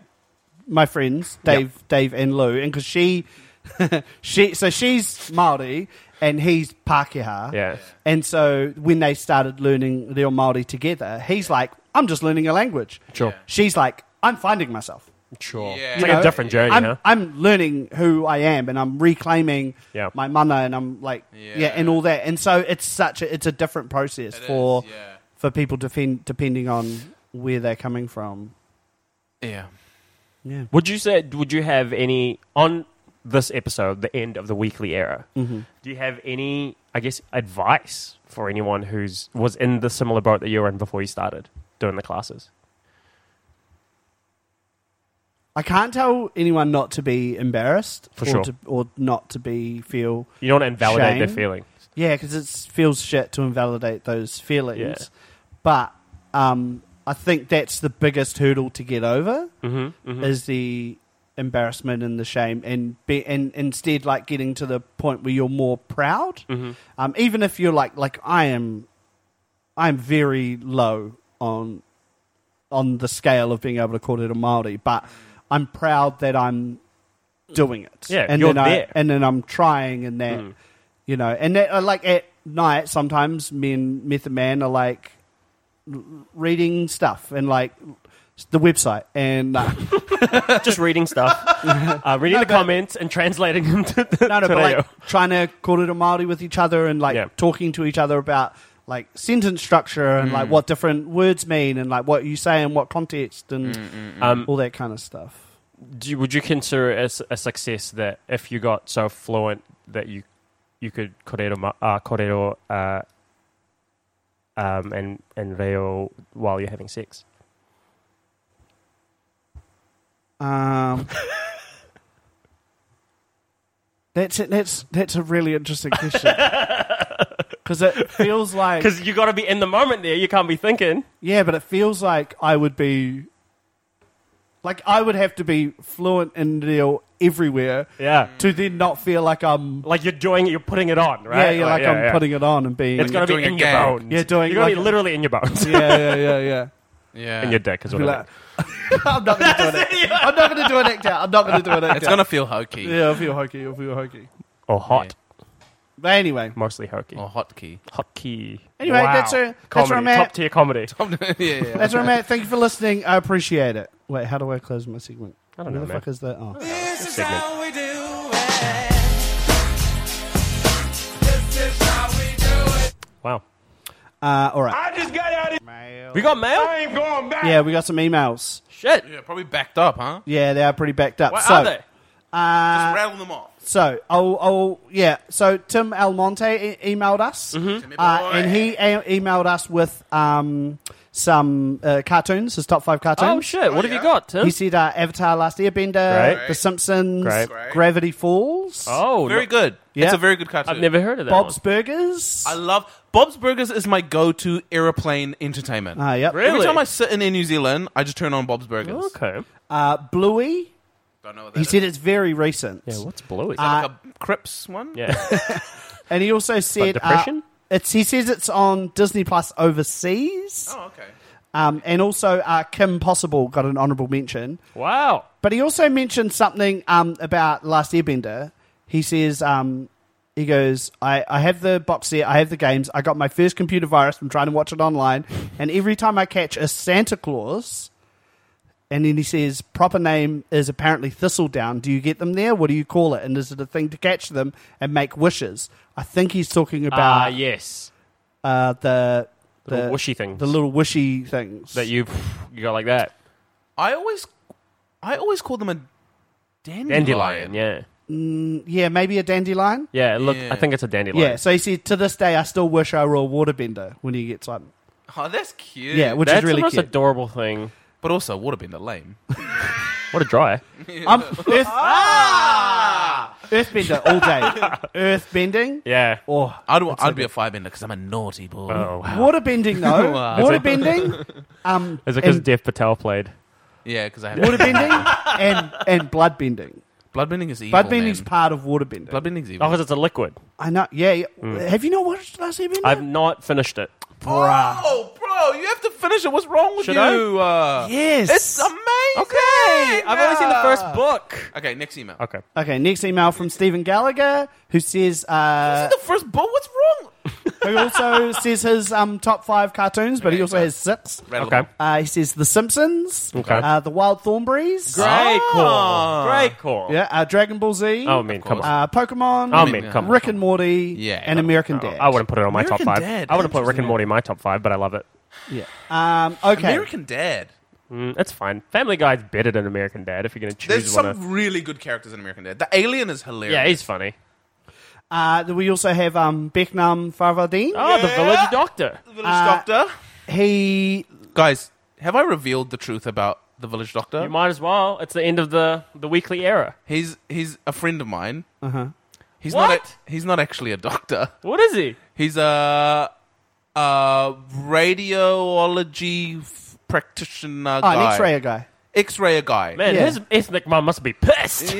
Speaker 1: my friends Dave, Dave and Lou, and because she, she so she's Maori and he's Pakeha,
Speaker 2: Yeah.
Speaker 1: and so when they started learning real Maori together, he's like, I'm just learning a language.
Speaker 2: Sure. Yeah.
Speaker 1: She's like, I'm finding myself.
Speaker 2: sure.
Speaker 1: You
Speaker 2: It's like
Speaker 1: know,
Speaker 2: a different journey.
Speaker 1: I'm,
Speaker 2: huh?
Speaker 1: I'm learning who I am, and I'm reclaiming
Speaker 2: Yeah.
Speaker 1: my mana, and I'm like, yeah. and all that. And so it's such a, it's a different process for for people defend, depending on where they're coming from.
Speaker 3: Yeah.
Speaker 1: Yeah.
Speaker 2: Would you say? Would you have any on this episode, the end of the weekly era?
Speaker 1: Mhm.
Speaker 2: Do you have any, I guess, advice for anyone who's was in the similar boat that you were in before you started doing the classes?
Speaker 1: I can't tell anyone not to be embarrassed
Speaker 2: For
Speaker 1: or,
Speaker 2: sure.
Speaker 1: to, or not to be feel.
Speaker 2: You don't wanna invalidate
Speaker 1: shame.
Speaker 2: their feelings.
Speaker 1: Yeah, because it feels shit to invalidate those feelings.
Speaker 2: Yeah.
Speaker 1: But um, I think that's the biggest hurdle to get over
Speaker 2: Mhm, mhm.
Speaker 1: is the embarrassment and the shame, and be, and instead like getting to the point where you're more proud.
Speaker 2: Mhm.
Speaker 1: Um, even if you're like like I am, I'm very low on on the scale of being able to call it a Maori, but I'm proud that I'm doing it.
Speaker 2: Yeah,
Speaker 1: and
Speaker 2: you're
Speaker 1: then
Speaker 2: there.
Speaker 1: I, and then I'm trying, and that
Speaker 2: Mm.
Speaker 1: you know, and that uh, like at night sometimes me and Method Man are like l- reading stuff and like s- the website and uh,
Speaker 2: just reading stuff, uh, reading the comments and translating them to the
Speaker 1: no, no, but
Speaker 2: tornado.
Speaker 1: like trying to call it a Maori with each other and like talking to each other about like sentence structure and like
Speaker 2: Mm.
Speaker 1: what different words mean and like what you say in what context and
Speaker 2: Um,
Speaker 1: all that kind of stuff.
Speaker 2: Do you, would you consider it as a success that if you got so fluent that you you could korero, ma- uh, korero uh, um, and and reo while you're having sex?
Speaker 1: Um, that's it. That's that's a really interesting question because it feels like
Speaker 2: Because you got to be in the moment there. You can't be thinking.
Speaker 1: yeah, but it feels like I would be like I would have to be fluent in Reo everywhere.
Speaker 2: Yeah.
Speaker 1: To then not feel like I'm
Speaker 2: like you're doing it. You're putting it on, right?
Speaker 1: Yeah, yeah, like, I'm putting it on and being.
Speaker 2: It's gonna be in your bones.
Speaker 1: Yeah, doing.
Speaker 2: You're gonna
Speaker 1: like
Speaker 2: be
Speaker 1: a-
Speaker 2: literally in your bones.
Speaker 1: Yeah, yeah, yeah, yeah.
Speaker 3: Yeah.
Speaker 2: In your dick is
Speaker 1: Be
Speaker 2: what.
Speaker 1: like, I'm not going to do it. I'm not going to do an act out. I'm not going to do an act
Speaker 3: It's
Speaker 1: out.
Speaker 3: gonna feel hokey.
Speaker 1: Yeah, it'll feel hokey. It'll feel hokey.
Speaker 2: Or hot.
Speaker 1: But anyway,
Speaker 2: mostly hokey.
Speaker 3: Or hotkey.
Speaker 2: Hotkey.
Speaker 1: Anyway,
Speaker 2: Wow.
Speaker 1: that's a that's
Speaker 2: comedy.
Speaker 1: where I'm at.
Speaker 2: Top tier comedy.
Speaker 1: That's where I'm at. Thank you for listening. I appreciate it. Wait, how do I close my segment?
Speaker 2: I don't
Speaker 1: Where
Speaker 2: know,
Speaker 1: the
Speaker 2: man.
Speaker 1: fuck is that? Oh.
Speaker 7: This is
Speaker 2: Segment.
Speaker 7: how we do it. This is how we do it.
Speaker 2: Wow.
Speaker 1: Uh, all right.
Speaker 7: I just got out of
Speaker 2: We got mail.
Speaker 7: I ain't going back.
Speaker 1: Yeah, we got some emails.
Speaker 2: Shit.
Speaker 3: Yeah, probably backed up, huh?
Speaker 1: Yeah, they are pretty backed up.
Speaker 3: What
Speaker 1: so,
Speaker 3: are they?
Speaker 1: Uh,
Speaker 3: Just rattle them off.
Speaker 1: So, oh, oh, yeah. So Tim Almonte e- emailed us,
Speaker 2: Mm-hmm.
Speaker 1: uh, and he e- emailed us with um, some uh, cartoons, his top five cartoons.
Speaker 2: Oh shit! What have you got, Tim?
Speaker 1: He said uh, Avatar, Last Airbender,
Speaker 2: Great.
Speaker 1: The Simpsons,
Speaker 2: Great.
Speaker 1: Gravity Falls.
Speaker 2: oh,
Speaker 3: Very
Speaker 2: no-
Speaker 3: good.
Speaker 1: Yeah.
Speaker 3: It's a very good cartoon.
Speaker 2: I've never heard of that.
Speaker 1: Bob's
Speaker 2: one.
Speaker 1: Burgers.
Speaker 3: I love Bob's Burgers is my go-to aeroplane entertainment.
Speaker 1: Ah, yep.
Speaker 3: Every
Speaker 2: Really?
Speaker 3: time I sit in, in New Zealand, I just turn on Bob's Burgers.
Speaker 2: Okay.
Speaker 1: Uh, Bluey.
Speaker 3: Don't know what that
Speaker 1: He
Speaker 3: is.
Speaker 1: said it's very recent.
Speaker 2: Yeah. What's Bluey?
Speaker 1: Uh,
Speaker 3: like a Crips one.
Speaker 2: yeah.
Speaker 1: And he also said uh,
Speaker 2: depression?
Speaker 1: it's he says it's on Disney Plus overseas.
Speaker 3: Oh, okay.
Speaker 1: Um, and also uh, Kim Possible got an honourable mention.
Speaker 2: wow.
Speaker 1: But he also mentioned something um, about Last Airbender. He says, um, he goes, I, I have the box set, I have the games, I got my first computer virus from trying to watch it online, and every time I catch a Santa Claus, and then he says, proper name is apparently Thistledown. Do you get them there? What do you call it? And is it a thing to catch them and make wishes? I think he's talking
Speaker 2: Ah,
Speaker 1: about
Speaker 2: yes.
Speaker 1: uh, the, the
Speaker 2: Little wishy things.
Speaker 1: the little wishy things.
Speaker 2: that you you got like that
Speaker 3: I always, I always call them a dandelion.
Speaker 2: dandelion. Yeah.
Speaker 1: yeah, maybe a dandelion.
Speaker 2: Yeah. Look,
Speaker 3: Yeah.
Speaker 2: I think it's a dandelion.
Speaker 1: Yeah, so he said, to this day, I still wish I were a waterbender when he gets one.
Speaker 3: Oh, that's cute.
Speaker 1: Yeah, which
Speaker 2: That's
Speaker 1: is really
Speaker 2: the most
Speaker 1: cute.
Speaker 2: adorable thing.
Speaker 3: but also waterbender lame.
Speaker 2: What a dry.
Speaker 1: I'm earth, Ah! earthbender all day. earthbending.
Speaker 2: Yeah.
Speaker 1: Or
Speaker 3: I'd, I'd be a firebender because I'm a naughty boy.
Speaker 2: Oh wow.
Speaker 1: waterbending, though.
Speaker 2: ah.
Speaker 3: Wow.
Speaker 1: waterbending. Um,
Speaker 2: Is it because
Speaker 1: and
Speaker 2: Dev Patel played?
Speaker 3: Yeah, because I have
Speaker 1: waterbending and, and bloodbending.
Speaker 3: bloodbending is evil.
Speaker 1: Bloodbending's
Speaker 3: man.
Speaker 1: part of waterbending.
Speaker 3: bloodbending's evil.
Speaker 2: Oh, because it's a liquid.
Speaker 1: I know. Yeah. yeah. Have you not watched Last Airbender?
Speaker 2: Mm. I've not finished it.
Speaker 3: Oh, bro, you have to finish it. What's wrong with
Speaker 2: Should
Speaker 3: you? Uh,
Speaker 1: Yes.
Speaker 3: It's amazing.
Speaker 2: Okay, I've only seen the first book.
Speaker 3: Okay, next email.
Speaker 2: Okay.
Speaker 1: okay. Next email from Stephen Gallagher, who says uh,
Speaker 3: The first book? What's wrong?
Speaker 1: who also says his um, top five cartoons, but he also has six.
Speaker 3: Rattle
Speaker 2: Okay.
Speaker 3: them.
Speaker 1: Uh, he says The Simpsons,
Speaker 2: Okay.
Speaker 1: uh, The Wild Thornberries,
Speaker 2: Great call. Great call.
Speaker 1: Ah. yeah, uh, Dragon Ball Z,
Speaker 2: Oh man, come on.
Speaker 1: uh, Pokemon,
Speaker 2: Oh, man, come on.
Speaker 1: Rick and Morty,
Speaker 3: Yeah,
Speaker 1: and
Speaker 3: no,
Speaker 1: American
Speaker 2: Oh,
Speaker 1: Dad.
Speaker 2: I wouldn't put it on my
Speaker 3: American
Speaker 2: top five.
Speaker 3: Dad.
Speaker 2: I wouldn't put Rick and Morty in my top five, but I love it.
Speaker 1: Yeah. Um, okay.
Speaker 3: American Dad.
Speaker 2: Mm, it's fine. Family Guy's better than American Dad if you're going to
Speaker 3: There's
Speaker 2: choose one.
Speaker 3: some
Speaker 2: Of,
Speaker 3: really good characters in American Dad. The alien is hilarious.
Speaker 2: yeah, he's funny.
Speaker 1: Uh, then we also have um, Becknam Farvardeen.
Speaker 2: Oh, the Village Doctor.
Speaker 3: the village
Speaker 2: uh,
Speaker 3: doctor.
Speaker 1: He
Speaker 3: Guys, have I revealed the truth about the village doctor?
Speaker 2: You might as well. It's the end of the, the weekly era.
Speaker 3: he's he's a friend of mine. Uh huh. He's not.
Speaker 2: Uh-huh. What?
Speaker 3: A, he's not actually a doctor.
Speaker 2: What is he?
Speaker 3: He's a, a radiology f- practitioner
Speaker 1: Oh, an
Speaker 3: guy.
Speaker 1: X-rayer guy.
Speaker 3: X-rayer guy.
Speaker 2: Man, his ethnic mum must be pissed.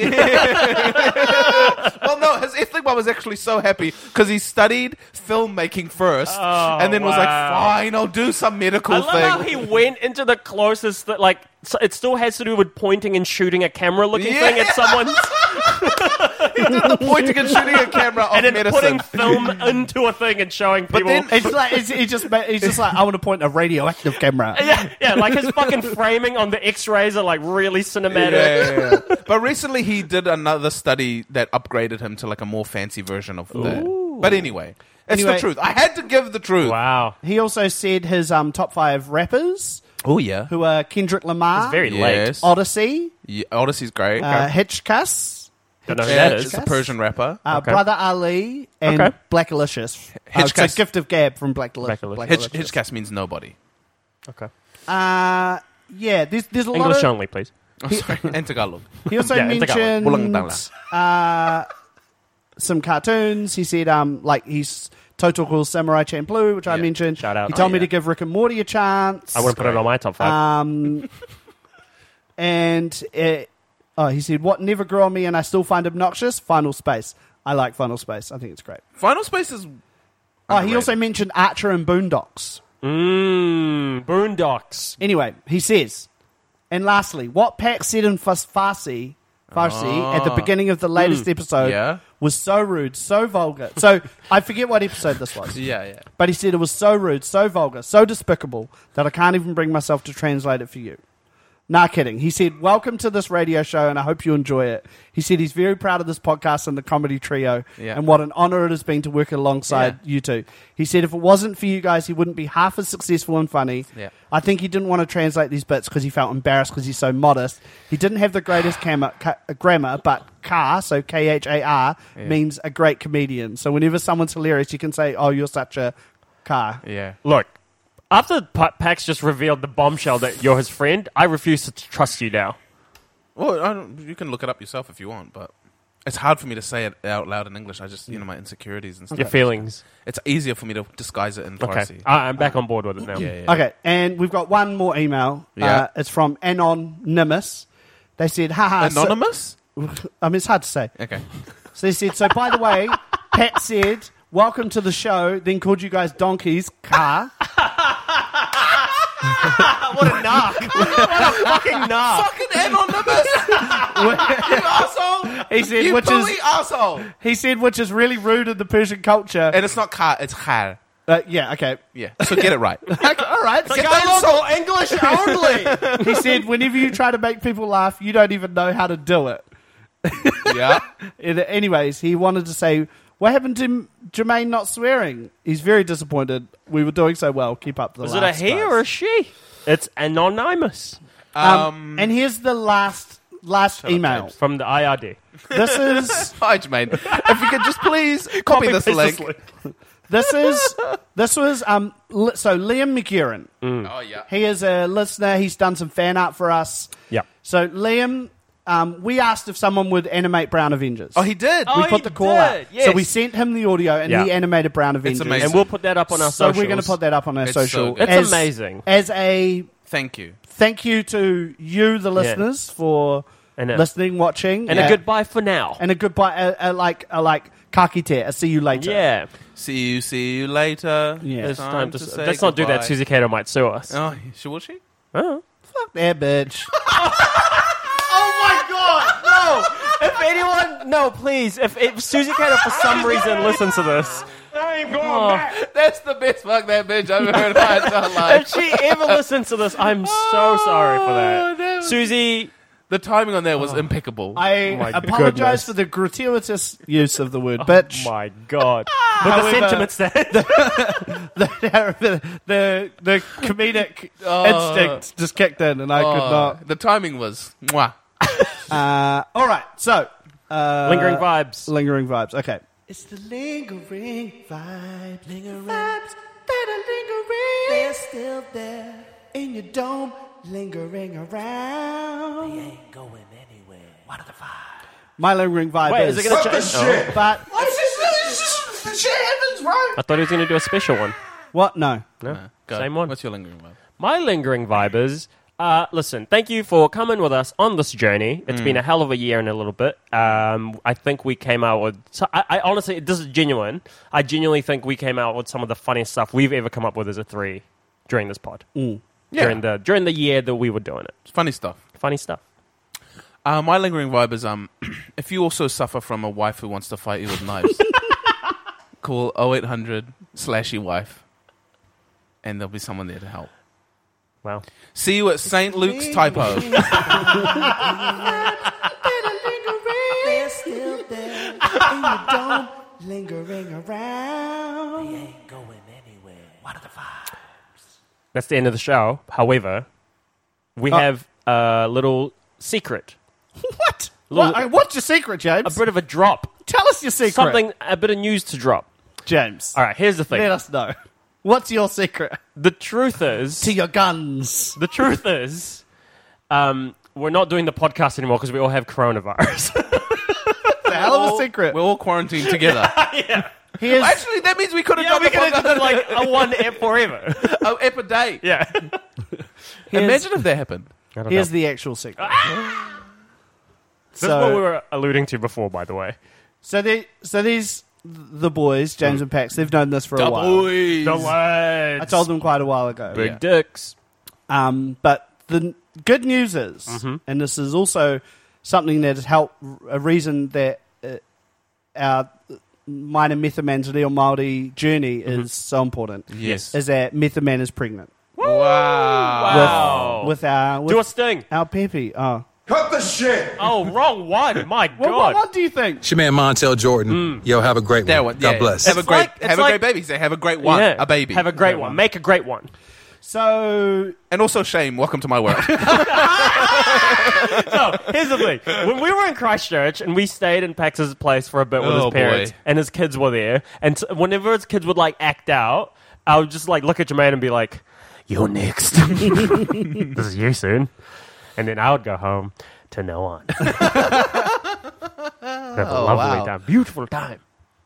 Speaker 3: well, no, his ethnic mum was actually so happy because he studied filmmaking first,
Speaker 2: Oh,
Speaker 3: and then was like,
Speaker 2: wow.
Speaker 3: "Fine, I'll do some medical
Speaker 2: I love
Speaker 3: thing."
Speaker 2: how he went into the closest that like so it still has to do with pointing and shooting a camera looking
Speaker 3: Yeah.
Speaker 2: thing at someone's
Speaker 3: the pointing and shooting a camera of
Speaker 2: and then
Speaker 3: medicine.
Speaker 2: putting film into a thing and showing people.
Speaker 1: it's like it's, it's just ma- it's just like I want to point a radioactive camera.
Speaker 2: yeah, yeah, like his fucking framing on the X-rays are like really cinematic.
Speaker 3: Yeah, yeah, yeah. but recently he did another study that upgraded him to like a more fancy version of that. But anyway, it's the
Speaker 1: Anyway-
Speaker 3: truth. I had to give the truth.
Speaker 2: Wow.
Speaker 1: He also said his um, top five rappers,
Speaker 3: Oh yeah.
Speaker 1: who are Kendrick Lamar,
Speaker 2: It's very late.
Speaker 3: Yes.
Speaker 1: Odyssey,
Speaker 3: Yeah, Odyssey's great.
Speaker 1: uh, Hitchcuss,
Speaker 2: Don't know who
Speaker 3: yeah,
Speaker 2: that
Speaker 3: it's
Speaker 2: is.
Speaker 3: a Persian rapper.
Speaker 1: uh,
Speaker 2: Okay.
Speaker 1: Brother Ali, and
Speaker 2: Okay.
Speaker 1: Blackalicious. Uh, it's
Speaker 3: Hitchcuss.
Speaker 1: a gift of gab from Blackalicious.
Speaker 2: Blackalicious.
Speaker 3: Hitch, Hitchcast means nobody.
Speaker 2: Okay.
Speaker 1: Uh, yeah, there's there's a lot
Speaker 2: English
Speaker 1: of.
Speaker 2: only, please.
Speaker 3: Oh, sorry, and Tagalog.
Speaker 1: He also
Speaker 2: Yeah, in Tagalog.
Speaker 1: mentioned
Speaker 3: Bulangdala.
Speaker 1: uh, some cartoons. He said, um, like he's Total Cool Samurai Champloo, which I
Speaker 3: Yeah,
Speaker 1: mentioned.
Speaker 2: shout out.
Speaker 1: He told
Speaker 2: Oh,
Speaker 1: me
Speaker 2: yeah.
Speaker 1: to give Rick and Morty a chance.
Speaker 2: I wouldn't put it on my top five.
Speaker 3: Uh,
Speaker 1: Um, and uh oh, he said, "What never grew on me, and I still find obnoxious." Final Space. I like Final Space. I think it's great.
Speaker 3: Final Space is.
Speaker 1: Oh, he
Speaker 3: Underrated.
Speaker 1: also mentioned Archer and Boondocks.
Speaker 2: Mmm, Boondocks.
Speaker 1: Anyway, he says, and lastly, what Pac said in Fas- Farsi, Farsi at the beginning of the latest episode
Speaker 3: Ah. Hmm. Yeah.
Speaker 1: was so rude, so vulgar. So I forget what episode this was.
Speaker 3: Yeah, yeah.
Speaker 1: But he said it was so rude, so vulgar, so despicable that I can't even bring myself to translate it for you. Nah, kidding. He said, Welcome to this radio show, and I hope you enjoy it. He said he's very proud of this podcast and the comedy trio,
Speaker 3: Yeah.
Speaker 1: and what an honor it has been to work alongside you two. He said, If it wasn't for you guys, he wouldn't be half as successful and funny.
Speaker 3: Yeah.
Speaker 1: I think he didn't want to translate these bits because he felt embarrassed because he's so modest. He didn't have the greatest cam- ca- uh, grammar, but car, so K H A R, means a great comedian. So whenever someone's hilarious, you can say, "Oh, you're such a car."
Speaker 3: Yeah.
Speaker 2: Look, after Pa- Pax just revealed the bombshell that you're his friend, I refuse to trust you now.
Speaker 3: Well, I don't, you can look it up yourself if you want, but it's hard for me to say it out loud in English. I just, you know, my insecurities and stuff.
Speaker 2: Your feelings.
Speaker 3: It's easier for me to disguise it in
Speaker 2: Okay. Uh,
Speaker 3: Farsi.
Speaker 2: I, I'm back on board with it now.
Speaker 3: Oh, Yeah, yeah.
Speaker 1: Okay, and we've got one more email. uh,
Speaker 3: Yeah.
Speaker 1: it's from anonymous. They said,
Speaker 2: uh,
Speaker 1: "Haha." so-
Speaker 3: Anonymous?
Speaker 1: I mean, it's hard to say.
Speaker 3: okay.
Speaker 1: So they said, so by the way, Pat said, welcome to the show, then called you guys donkeys, car. what a knock.
Speaker 2: Fucking nah.
Speaker 3: Fucking anonymous! you asshole!
Speaker 1: He said,
Speaker 3: you
Speaker 1: which
Speaker 3: bully
Speaker 1: is,
Speaker 3: asshole!
Speaker 1: he said, which is really rude in the Persian culture.
Speaker 3: And it's not car, it's har.
Speaker 1: uh, yeah, okay.
Speaker 3: Yeah. So get it right.
Speaker 1: Okay, All right.
Speaker 3: Get that local
Speaker 1: English only. he said, whenever you try to make people laugh, you don't even know how to do it.
Speaker 3: yeah.
Speaker 1: And anyways, he wanted to say, what happened to M- Jermaine not swearing? He's very disappointed. We were doing so well. Keep up the
Speaker 2: Is it a he or a she? It's anonymous
Speaker 1: Um, and here's the last last email.
Speaker 2: from the IRD.
Speaker 1: This is
Speaker 3: Hi, Jermaine. If you could just please copy, this
Speaker 2: paste
Speaker 3: link.
Speaker 2: this
Speaker 1: this is this was um li- so Liam McEwen.
Speaker 2: Mm.
Speaker 3: Oh, yeah.
Speaker 1: He is a listener. He's done some fan art for us.
Speaker 2: Yeah.
Speaker 1: So Liam, um, we asked if someone would animate Brown Avengers.
Speaker 3: Oh, he did.
Speaker 1: we
Speaker 2: Oh,
Speaker 1: put
Speaker 2: he
Speaker 1: the call
Speaker 2: did,
Speaker 1: out. So
Speaker 2: yes.
Speaker 1: we sent him the audio, and
Speaker 2: Yeah.
Speaker 1: he animated Brown Avengers.
Speaker 3: amazing.
Speaker 2: And we'll put that up on our
Speaker 1: so
Speaker 2: socials.
Speaker 1: we're going to put that up on our
Speaker 3: It's so
Speaker 1: social.
Speaker 3: good. It's
Speaker 1: as-
Speaker 2: amazing.
Speaker 1: As a
Speaker 3: Thank you.
Speaker 1: thank you to you, the listeners, for
Speaker 2: And a-
Speaker 1: listening, watching,
Speaker 2: And
Speaker 1: Yeah.
Speaker 2: a goodbye for now.
Speaker 1: and a goodbye, a, a like a like kakite, a see you later.
Speaker 2: yeah.
Speaker 3: See you, see you later.
Speaker 1: Yeah. It's
Speaker 2: It's time to,
Speaker 3: say
Speaker 2: let's not do that.
Speaker 3: goodbye.
Speaker 2: Susie Kato might sue us.
Speaker 3: Oh, she, will she?
Speaker 1: Fuck that Eh, bitch.
Speaker 2: If anyone, no, please. If, if Susie Kato for some reason listens to this,
Speaker 7: I ain't going back.
Speaker 3: That's the best fuck that bitch I've ever heard in my entire
Speaker 2: if
Speaker 3: life.
Speaker 2: she ever listens to this, I'm so sorry for that.
Speaker 3: Oh,
Speaker 2: Oh.
Speaker 3: that was-
Speaker 2: Susie,
Speaker 3: The timing on that was impeccable.
Speaker 1: I
Speaker 2: my
Speaker 1: apologize
Speaker 2: goodness. Oh
Speaker 1: for the gratuitous use of the word bitch.
Speaker 2: my God. But the
Speaker 1: However-
Speaker 2: sentiments that.
Speaker 1: the, the the comedic
Speaker 2: Uh,
Speaker 1: instinct just kicked in, and I could
Speaker 3: Uh,
Speaker 1: not.
Speaker 3: the timing was mwah.
Speaker 1: Uh, all right, so uh,
Speaker 2: Lingering vibes.
Speaker 1: lingering vibes. Okay,
Speaker 6: It's the lingering vibe, lingering vibes that are lingering. They're still there in your dome, lingering around. They ain't going anywhere. What are the vibes?
Speaker 1: my lingering vibe
Speaker 2: Wait,
Speaker 1: is.
Speaker 2: is it going to change? Oh.
Speaker 1: but
Speaker 6: What is this? This is this shit happens, right?
Speaker 2: I thought he was going to do a special one.
Speaker 1: what? No.
Speaker 2: No,
Speaker 3: Go.
Speaker 2: same one.
Speaker 3: What's your lingering one?
Speaker 2: My lingering vibers. Uh, listen, thank you for coming with us on this journey. It's
Speaker 3: Hmm.
Speaker 10: Mm.
Speaker 2: been a hell of a year and a little bit. Um, I think we came out with. So I, I honestly, this is genuine. I genuinely think we came out with some of the funniest stuff we've ever come up with as a three during this pod.
Speaker 3: Yeah.
Speaker 2: During the during the year that we were doing it.
Speaker 3: Funny stuff.
Speaker 2: Funny stuff.
Speaker 3: Uh, my lingering vibe is um, if you also suffer from a wife who wants to fight you with knives, call 0800 slash your wife, and there'll be someone there to help.
Speaker 2: Wow.
Speaker 3: See you at St. Luke's Typo.
Speaker 6: They're still there, and you don't lingering around. They ain't going anywhere. What the fuck?
Speaker 2: That's the end of the show. However, we
Speaker 1: Oh.
Speaker 2: have a little secret.
Speaker 1: What?
Speaker 2: Little-
Speaker 1: What- I- what's your secret, James?
Speaker 2: A bit of a drop.
Speaker 1: Tell us your secret.
Speaker 2: Something, a bit of news to drop.
Speaker 1: James.
Speaker 2: All right, here's the thing.
Speaker 1: Let us know. What's your secret?
Speaker 2: The truth is. To
Speaker 1: your guns.
Speaker 2: The truth is, um, we're not doing the podcast anymore because we all have coronavirus.
Speaker 1: The hell of a secret.
Speaker 3: We're all quarantined together.
Speaker 1: Here's-
Speaker 3: Actually, that means we could have
Speaker 2: Yeah,
Speaker 3: done
Speaker 2: we
Speaker 3: the
Speaker 2: could've
Speaker 3: podcast-
Speaker 2: done, like, a one ep forever.
Speaker 3: a ep a day.
Speaker 2: Yeah.
Speaker 3: Imagine if that happened.
Speaker 1: Here's the actual secret.
Speaker 2: That's Ah! what we were alluding to before, by the way.
Speaker 1: So they, so these the boys, James
Speaker 2: Mm.
Speaker 1: and Pax, they've known this for
Speaker 2: The
Speaker 1: a while.
Speaker 2: boys. The lads.
Speaker 1: I told them quite a while ago.
Speaker 2: Big dicks.
Speaker 1: Um, but the n- good news is,
Speaker 3: Mm-hmm.
Speaker 2: Mhm.
Speaker 1: and this is also something that has helped a reason that uh, our mine and Method Man's Leo Maori journey is so important.
Speaker 3: Mm-hmm. Yes.
Speaker 1: is that Method Man is pregnant.
Speaker 3: Wow.
Speaker 1: With, with our with
Speaker 2: Do a sting.
Speaker 1: Our Pepe. Oh.
Speaker 2: Cut the shit. Oh, wrong one. My God.
Speaker 1: What, what, what do you think?
Speaker 11: It's your man Montel Jordan. Yo, have a great one. God
Speaker 3: yeah.
Speaker 11: bless.
Speaker 3: Have a great,
Speaker 1: like-
Speaker 3: have
Speaker 1: it's
Speaker 3: a
Speaker 1: like-
Speaker 3: great baby. Say, have a great one,
Speaker 2: Yeah.
Speaker 3: a baby.
Speaker 2: Have a great one. Make a great one.
Speaker 1: So,
Speaker 3: and also shame. Welcome to my world.
Speaker 2: so here's the thing: when we were in Christchurch and we stayed in Pax's place for a bit with
Speaker 3: Oh,
Speaker 2: his parents,
Speaker 3: boy.
Speaker 2: and his kids were there, and t- whenever his kids would like act out, I would just like look at Jermaine and be like, "You're next. this is you soon," and then I would go home to no one. Have a
Speaker 1: Oh,
Speaker 2: lovely
Speaker 1: wow.
Speaker 2: time, beautiful time.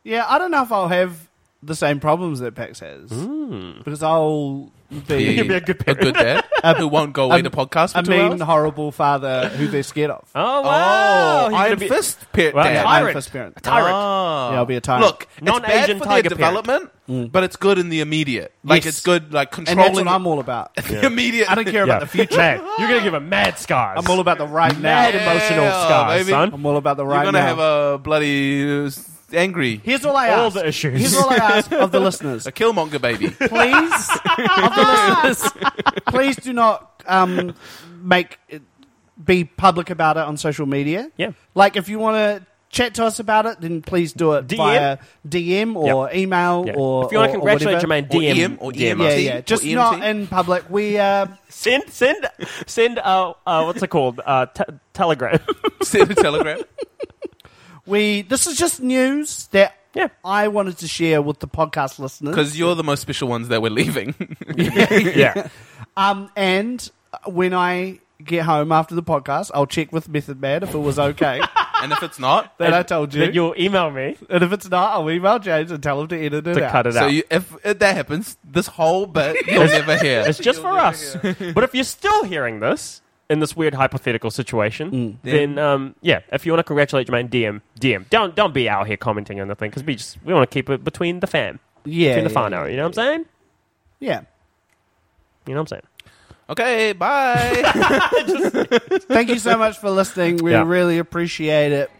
Speaker 1: Yeah, I don't know if I'll have the same problems that Pax has
Speaker 3: Mm.
Speaker 1: because I'll be,
Speaker 3: You'll be a good parent. A good dad
Speaker 1: Um,
Speaker 3: who won't go away to podcast for
Speaker 1: a
Speaker 3: two
Speaker 1: mean,
Speaker 3: hours?
Speaker 1: horrible father who they're scared of.
Speaker 2: Oh
Speaker 3: wow. He's gonna
Speaker 1: Iron
Speaker 3: be-
Speaker 1: Fist
Speaker 3: parent
Speaker 1: Well,
Speaker 3: dad.
Speaker 1: yeah,
Speaker 3: Tyrant.
Speaker 1: Iron Fist parent.
Speaker 3: A tyrant. Ah.
Speaker 1: Yeah, I'll be a tyrant.
Speaker 3: Look, it's bad
Speaker 2: Non-Asian
Speaker 3: for their
Speaker 2: tiger parent.
Speaker 3: development,
Speaker 11: Mm.
Speaker 3: but it's good in the immediate. Like
Speaker 1: Yes.
Speaker 3: it's good, like
Speaker 1: And
Speaker 3: controlling.
Speaker 1: that's what I'm all about.
Speaker 3: The immediate.
Speaker 1: I don't care about the future.
Speaker 2: Man, you're gonna give him mad scars.
Speaker 1: I'm all about the right
Speaker 2: Mad
Speaker 1: now.
Speaker 2: emotional
Speaker 3: Yeah,
Speaker 2: scars,
Speaker 3: baby.
Speaker 2: son.
Speaker 1: I'm all about the right
Speaker 3: You're gonna
Speaker 1: now.
Speaker 3: have a bloody uh, s- angry.
Speaker 1: Here's all I
Speaker 2: All
Speaker 1: ask.
Speaker 2: the issues.
Speaker 1: Here's all I ask of the listeners.
Speaker 3: a Killmonger baby.
Speaker 1: please, of the listeners, please do not um, make be public about it on social media.
Speaker 2: Yeah.
Speaker 1: like if you want to chat to us about it, then please do it
Speaker 2: DM?
Speaker 1: via DM or email
Speaker 2: Yeah.
Speaker 1: or
Speaker 2: If you wanna
Speaker 1: or- or
Speaker 2: congratulate
Speaker 1: whatever.
Speaker 2: Jermaine,
Speaker 3: E
Speaker 2: Or DM. EM or DM.
Speaker 1: yeah,
Speaker 2: EMT.
Speaker 1: yeah,
Speaker 2: Or
Speaker 1: just
Speaker 2: EMT.
Speaker 1: not in public. We uh,
Speaker 2: Send send send uh, uh what's it called uh t- telegram.
Speaker 3: Send a telegram.
Speaker 1: we this is just news that
Speaker 2: yeah.
Speaker 1: I wanted to share with the podcast listeners
Speaker 3: Because you're the most special ones that we're leaving.
Speaker 2: yeah.
Speaker 1: Um, and when I get home after the podcast, I'll check with Method Man if it was okay.
Speaker 3: And if it's not,
Speaker 1: That I told you.
Speaker 2: Then you'll email me
Speaker 1: and if it's not, I'll email James and tell him to edit it
Speaker 2: to
Speaker 1: out.
Speaker 2: cut it
Speaker 3: so
Speaker 2: out.
Speaker 3: you, if, if that happens, this whole bit you'll never hear.
Speaker 2: it's just for us. but if you're still hearing this in this weird hypothetical situation,
Speaker 1: Mm.
Speaker 2: then um, yeah, if you want to congratulate Jermaine, DM DM. Don't don't be out here commenting on the thing because we just we want to keep it between the fam.
Speaker 1: Yeah,
Speaker 2: between the
Speaker 1: yeah,
Speaker 2: whānau, You know what I'm saying?
Speaker 1: Yeah.
Speaker 2: You know what I'm saying?
Speaker 3: Okay, bye.
Speaker 1: Thank you so much for listening. We
Speaker 2: Yeah.
Speaker 1: really appreciate it.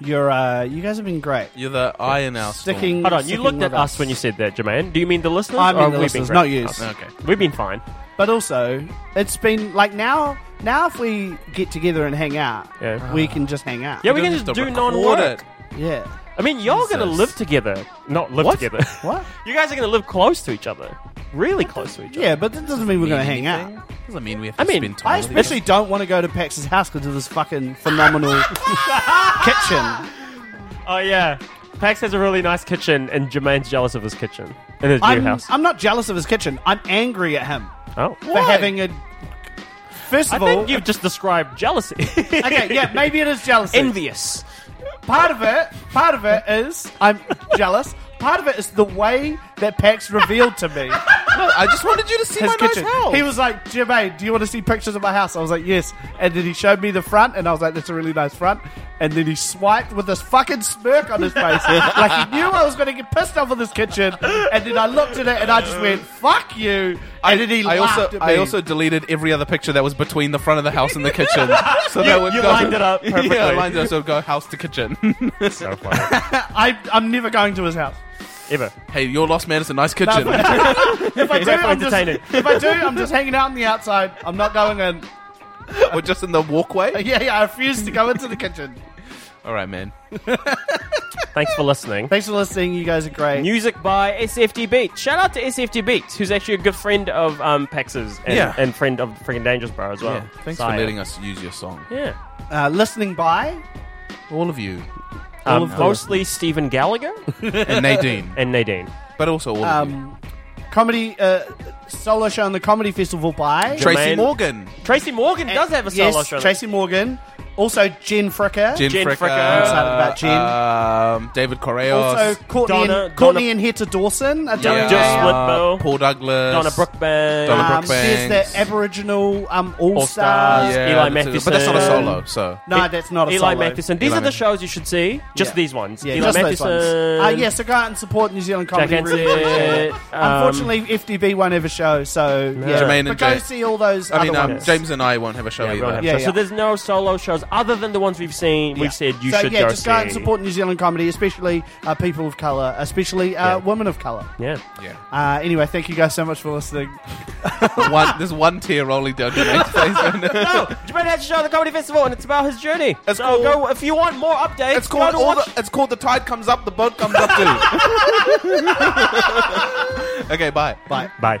Speaker 1: You're, uh, you guys have been great.
Speaker 3: You're the eye in our storm.
Speaker 1: Sticking.
Speaker 2: Hold on, you
Speaker 1: sticking
Speaker 2: looked
Speaker 1: with
Speaker 2: at us when you said that, Jermaine. Do you mean the listeners?
Speaker 1: I mean
Speaker 2: or
Speaker 1: the
Speaker 2: we've been
Speaker 1: listeners,
Speaker 2: great?
Speaker 1: not yous.
Speaker 2: Oh,
Speaker 3: Okay.
Speaker 2: We've been fine.
Speaker 1: But also, it's been like now. Now, if we get together and hang out,
Speaker 2: Yeah.
Speaker 1: we can just hang out.
Speaker 2: Yeah, we
Speaker 3: You
Speaker 2: can
Speaker 3: just
Speaker 2: just do
Speaker 3: record
Speaker 2: non-work.
Speaker 3: it.
Speaker 1: Yeah.
Speaker 2: I mean, y'all gonna
Speaker 3: Jesus.
Speaker 2: live together, not live
Speaker 3: What?
Speaker 2: together.
Speaker 1: What?
Speaker 2: You guys are going to live close to each other. Really close to each other.
Speaker 1: Yeah, but that doesn't mean we're going to hang
Speaker 3: Mean
Speaker 1: out.
Speaker 3: anything? Doesn't mean we have to
Speaker 2: I mean,
Speaker 3: spend
Speaker 1: I
Speaker 3: time. with
Speaker 1: especially don't want to go to Pax's house because of this fucking phenomenal kitchen.
Speaker 2: Oh, yeah. Pax has a really nice kitchen, and Jermaine's jealous of his kitchen in his new
Speaker 1: I'm,
Speaker 2: house.
Speaker 1: I'm not jealous of his kitchen. I'm angry at him
Speaker 2: oh.
Speaker 1: for having a. First
Speaker 2: I
Speaker 1: of all,
Speaker 2: think you've just described jealousy.
Speaker 1: okay, yeah, maybe it is jealousy.
Speaker 2: Envious.
Speaker 1: part of it, part of it is I'm jealous. Part of it is the way that Pax revealed to me
Speaker 3: I just wanted you to see
Speaker 1: His
Speaker 3: my nice
Speaker 1: kitchen.
Speaker 3: house.
Speaker 1: He was like, Jermaine, do you want to see pictures of my house? I was like, yes. And then he showed me the front, and I was like, that's a really nice front. And then he swiped with this fucking smirk on his face, like he knew I was going to get pissed off with this kitchen. And then I looked at it, and I just went, fuck you. And then he
Speaker 3: I
Speaker 1: laughed
Speaker 3: also
Speaker 1: at me.
Speaker 3: I also deleted every other picture that was between the front of the house and the kitchen, so
Speaker 1: You-
Speaker 3: that would
Speaker 1: you
Speaker 3: go,
Speaker 1: lined it up perfectly.
Speaker 3: Yeah, I lined it up so it would go house to kitchen. so funny.
Speaker 1: I, I'm never going to his house.
Speaker 3: Ever. Hey, your lost man is a nice kitchen.
Speaker 1: If I do,
Speaker 3: Exactly,
Speaker 1: I'm just,
Speaker 3: entertaining.
Speaker 1: if I do, I'm just hanging out on the outside. I'm not going in.
Speaker 3: We're just in the walkway.
Speaker 1: Yeah, yeah. I refuse to go into the kitchen.
Speaker 3: All right, man.
Speaker 2: Thanks for listening.
Speaker 1: Thanks for listening. You guys are great.
Speaker 2: Music by SFD Beats. Shout out to SFD Beats, who's actually a good friend of um, Pax's and,
Speaker 3: Yeah.
Speaker 2: and friend of freaking Dangerous Bro as well.
Speaker 3: Yeah, thanks for
Speaker 2: Sire.
Speaker 3: letting us use your song.
Speaker 2: Yeah.
Speaker 1: Uh, listening by
Speaker 3: All of you.
Speaker 2: Um,
Speaker 3: All of
Speaker 2: mostly Stephen Gallagher
Speaker 3: And Nadine.
Speaker 2: and Nadine.
Speaker 3: But also all of you.
Speaker 1: um, comedy uh, solo show on the comedy festival by
Speaker 3: Tracy Morgan.
Speaker 2: Tracy Morgan does have a solo
Speaker 1: yes,
Speaker 2: show.
Speaker 1: Tracy Morgan. Also Jen Fricker.
Speaker 3: Jen,
Speaker 2: Jen
Speaker 3: Fricker.
Speaker 2: Fricker.
Speaker 1: I'm excited about Jen.
Speaker 3: Um, David Correos.
Speaker 1: also Courtney,
Speaker 2: Donna-
Speaker 1: and, Courtney
Speaker 2: Donna-
Speaker 1: and Heta Dawson. Are doing
Speaker 3: Yeah.
Speaker 1: a-
Speaker 2: Bill.
Speaker 3: Paul Douglas.
Speaker 2: Donna Brookbank.
Speaker 3: Donna
Speaker 1: um,
Speaker 3: Brookbank.
Speaker 1: There's the Aboriginal um, All,
Speaker 2: All-Stars.
Speaker 1: Stars.
Speaker 2: Eli
Speaker 3: that's a-
Speaker 2: Matheson.
Speaker 3: But that's not a solo, so.
Speaker 1: No, that's not a
Speaker 2: E- Eli
Speaker 1: solo.
Speaker 2: Matheson. These
Speaker 3: Eli
Speaker 2: are the
Speaker 3: Matheson.
Speaker 2: shows you should see. Just
Speaker 1: Yeah.
Speaker 2: these ones.
Speaker 1: Yeah,
Speaker 2: Eli
Speaker 1: just those
Speaker 2: Matheson.
Speaker 1: ones. Uh, yeah, so go out and support New Zealand comedy.
Speaker 2: Jack
Speaker 1: really
Speaker 2: Anstey,
Speaker 1: appreciate it.
Speaker 2: um,
Speaker 1: Unfortunately, FDB won't have a show, so yeah.
Speaker 3: Jermaine
Speaker 1: but
Speaker 3: and
Speaker 1: go
Speaker 3: Ja-
Speaker 1: see all those.
Speaker 3: I mean,
Speaker 1: other
Speaker 3: um,
Speaker 1: ones.
Speaker 3: James and I won't have a show
Speaker 2: Yeah, we
Speaker 3: either.
Speaker 2: don't have
Speaker 1: Yeah,
Speaker 2: shows.
Speaker 1: yeah.
Speaker 2: So there's no solo shows other than the ones we've seen.
Speaker 1: Yeah.
Speaker 2: We've said you
Speaker 1: so,
Speaker 2: should
Speaker 1: yeah,
Speaker 2: go
Speaker 1: just
Speaker 2: see.
Speaker 1: go out and support New Zealand comedy, especially uh, people of color, especially uh, women of color.
Speaker 2: Yeah.
Speaker 3: Yeah.
Speaker 1: Uh, anyway, thank you guys so much for listening.
Speaker 3: one, there's one tear rolling down your mate's face.
Speaker 1: Oh!
Speaker 2: no, Jermaine Oh, has a show at the comedy festival, and it's about his journey.
Speaker 3: It's
Speaker 2: so
Speaker 3: called-
Speaker 2: go if you want more updates.
Speaker 3: It's called
Speaker 2: go to
Speaker 3: all
Speaker 2: watch-
Speaker 3: the, It's called the tide comes up, the boat comes up too. okay, bye.
Speaker 1: Bye.
Speaker 2: Bye.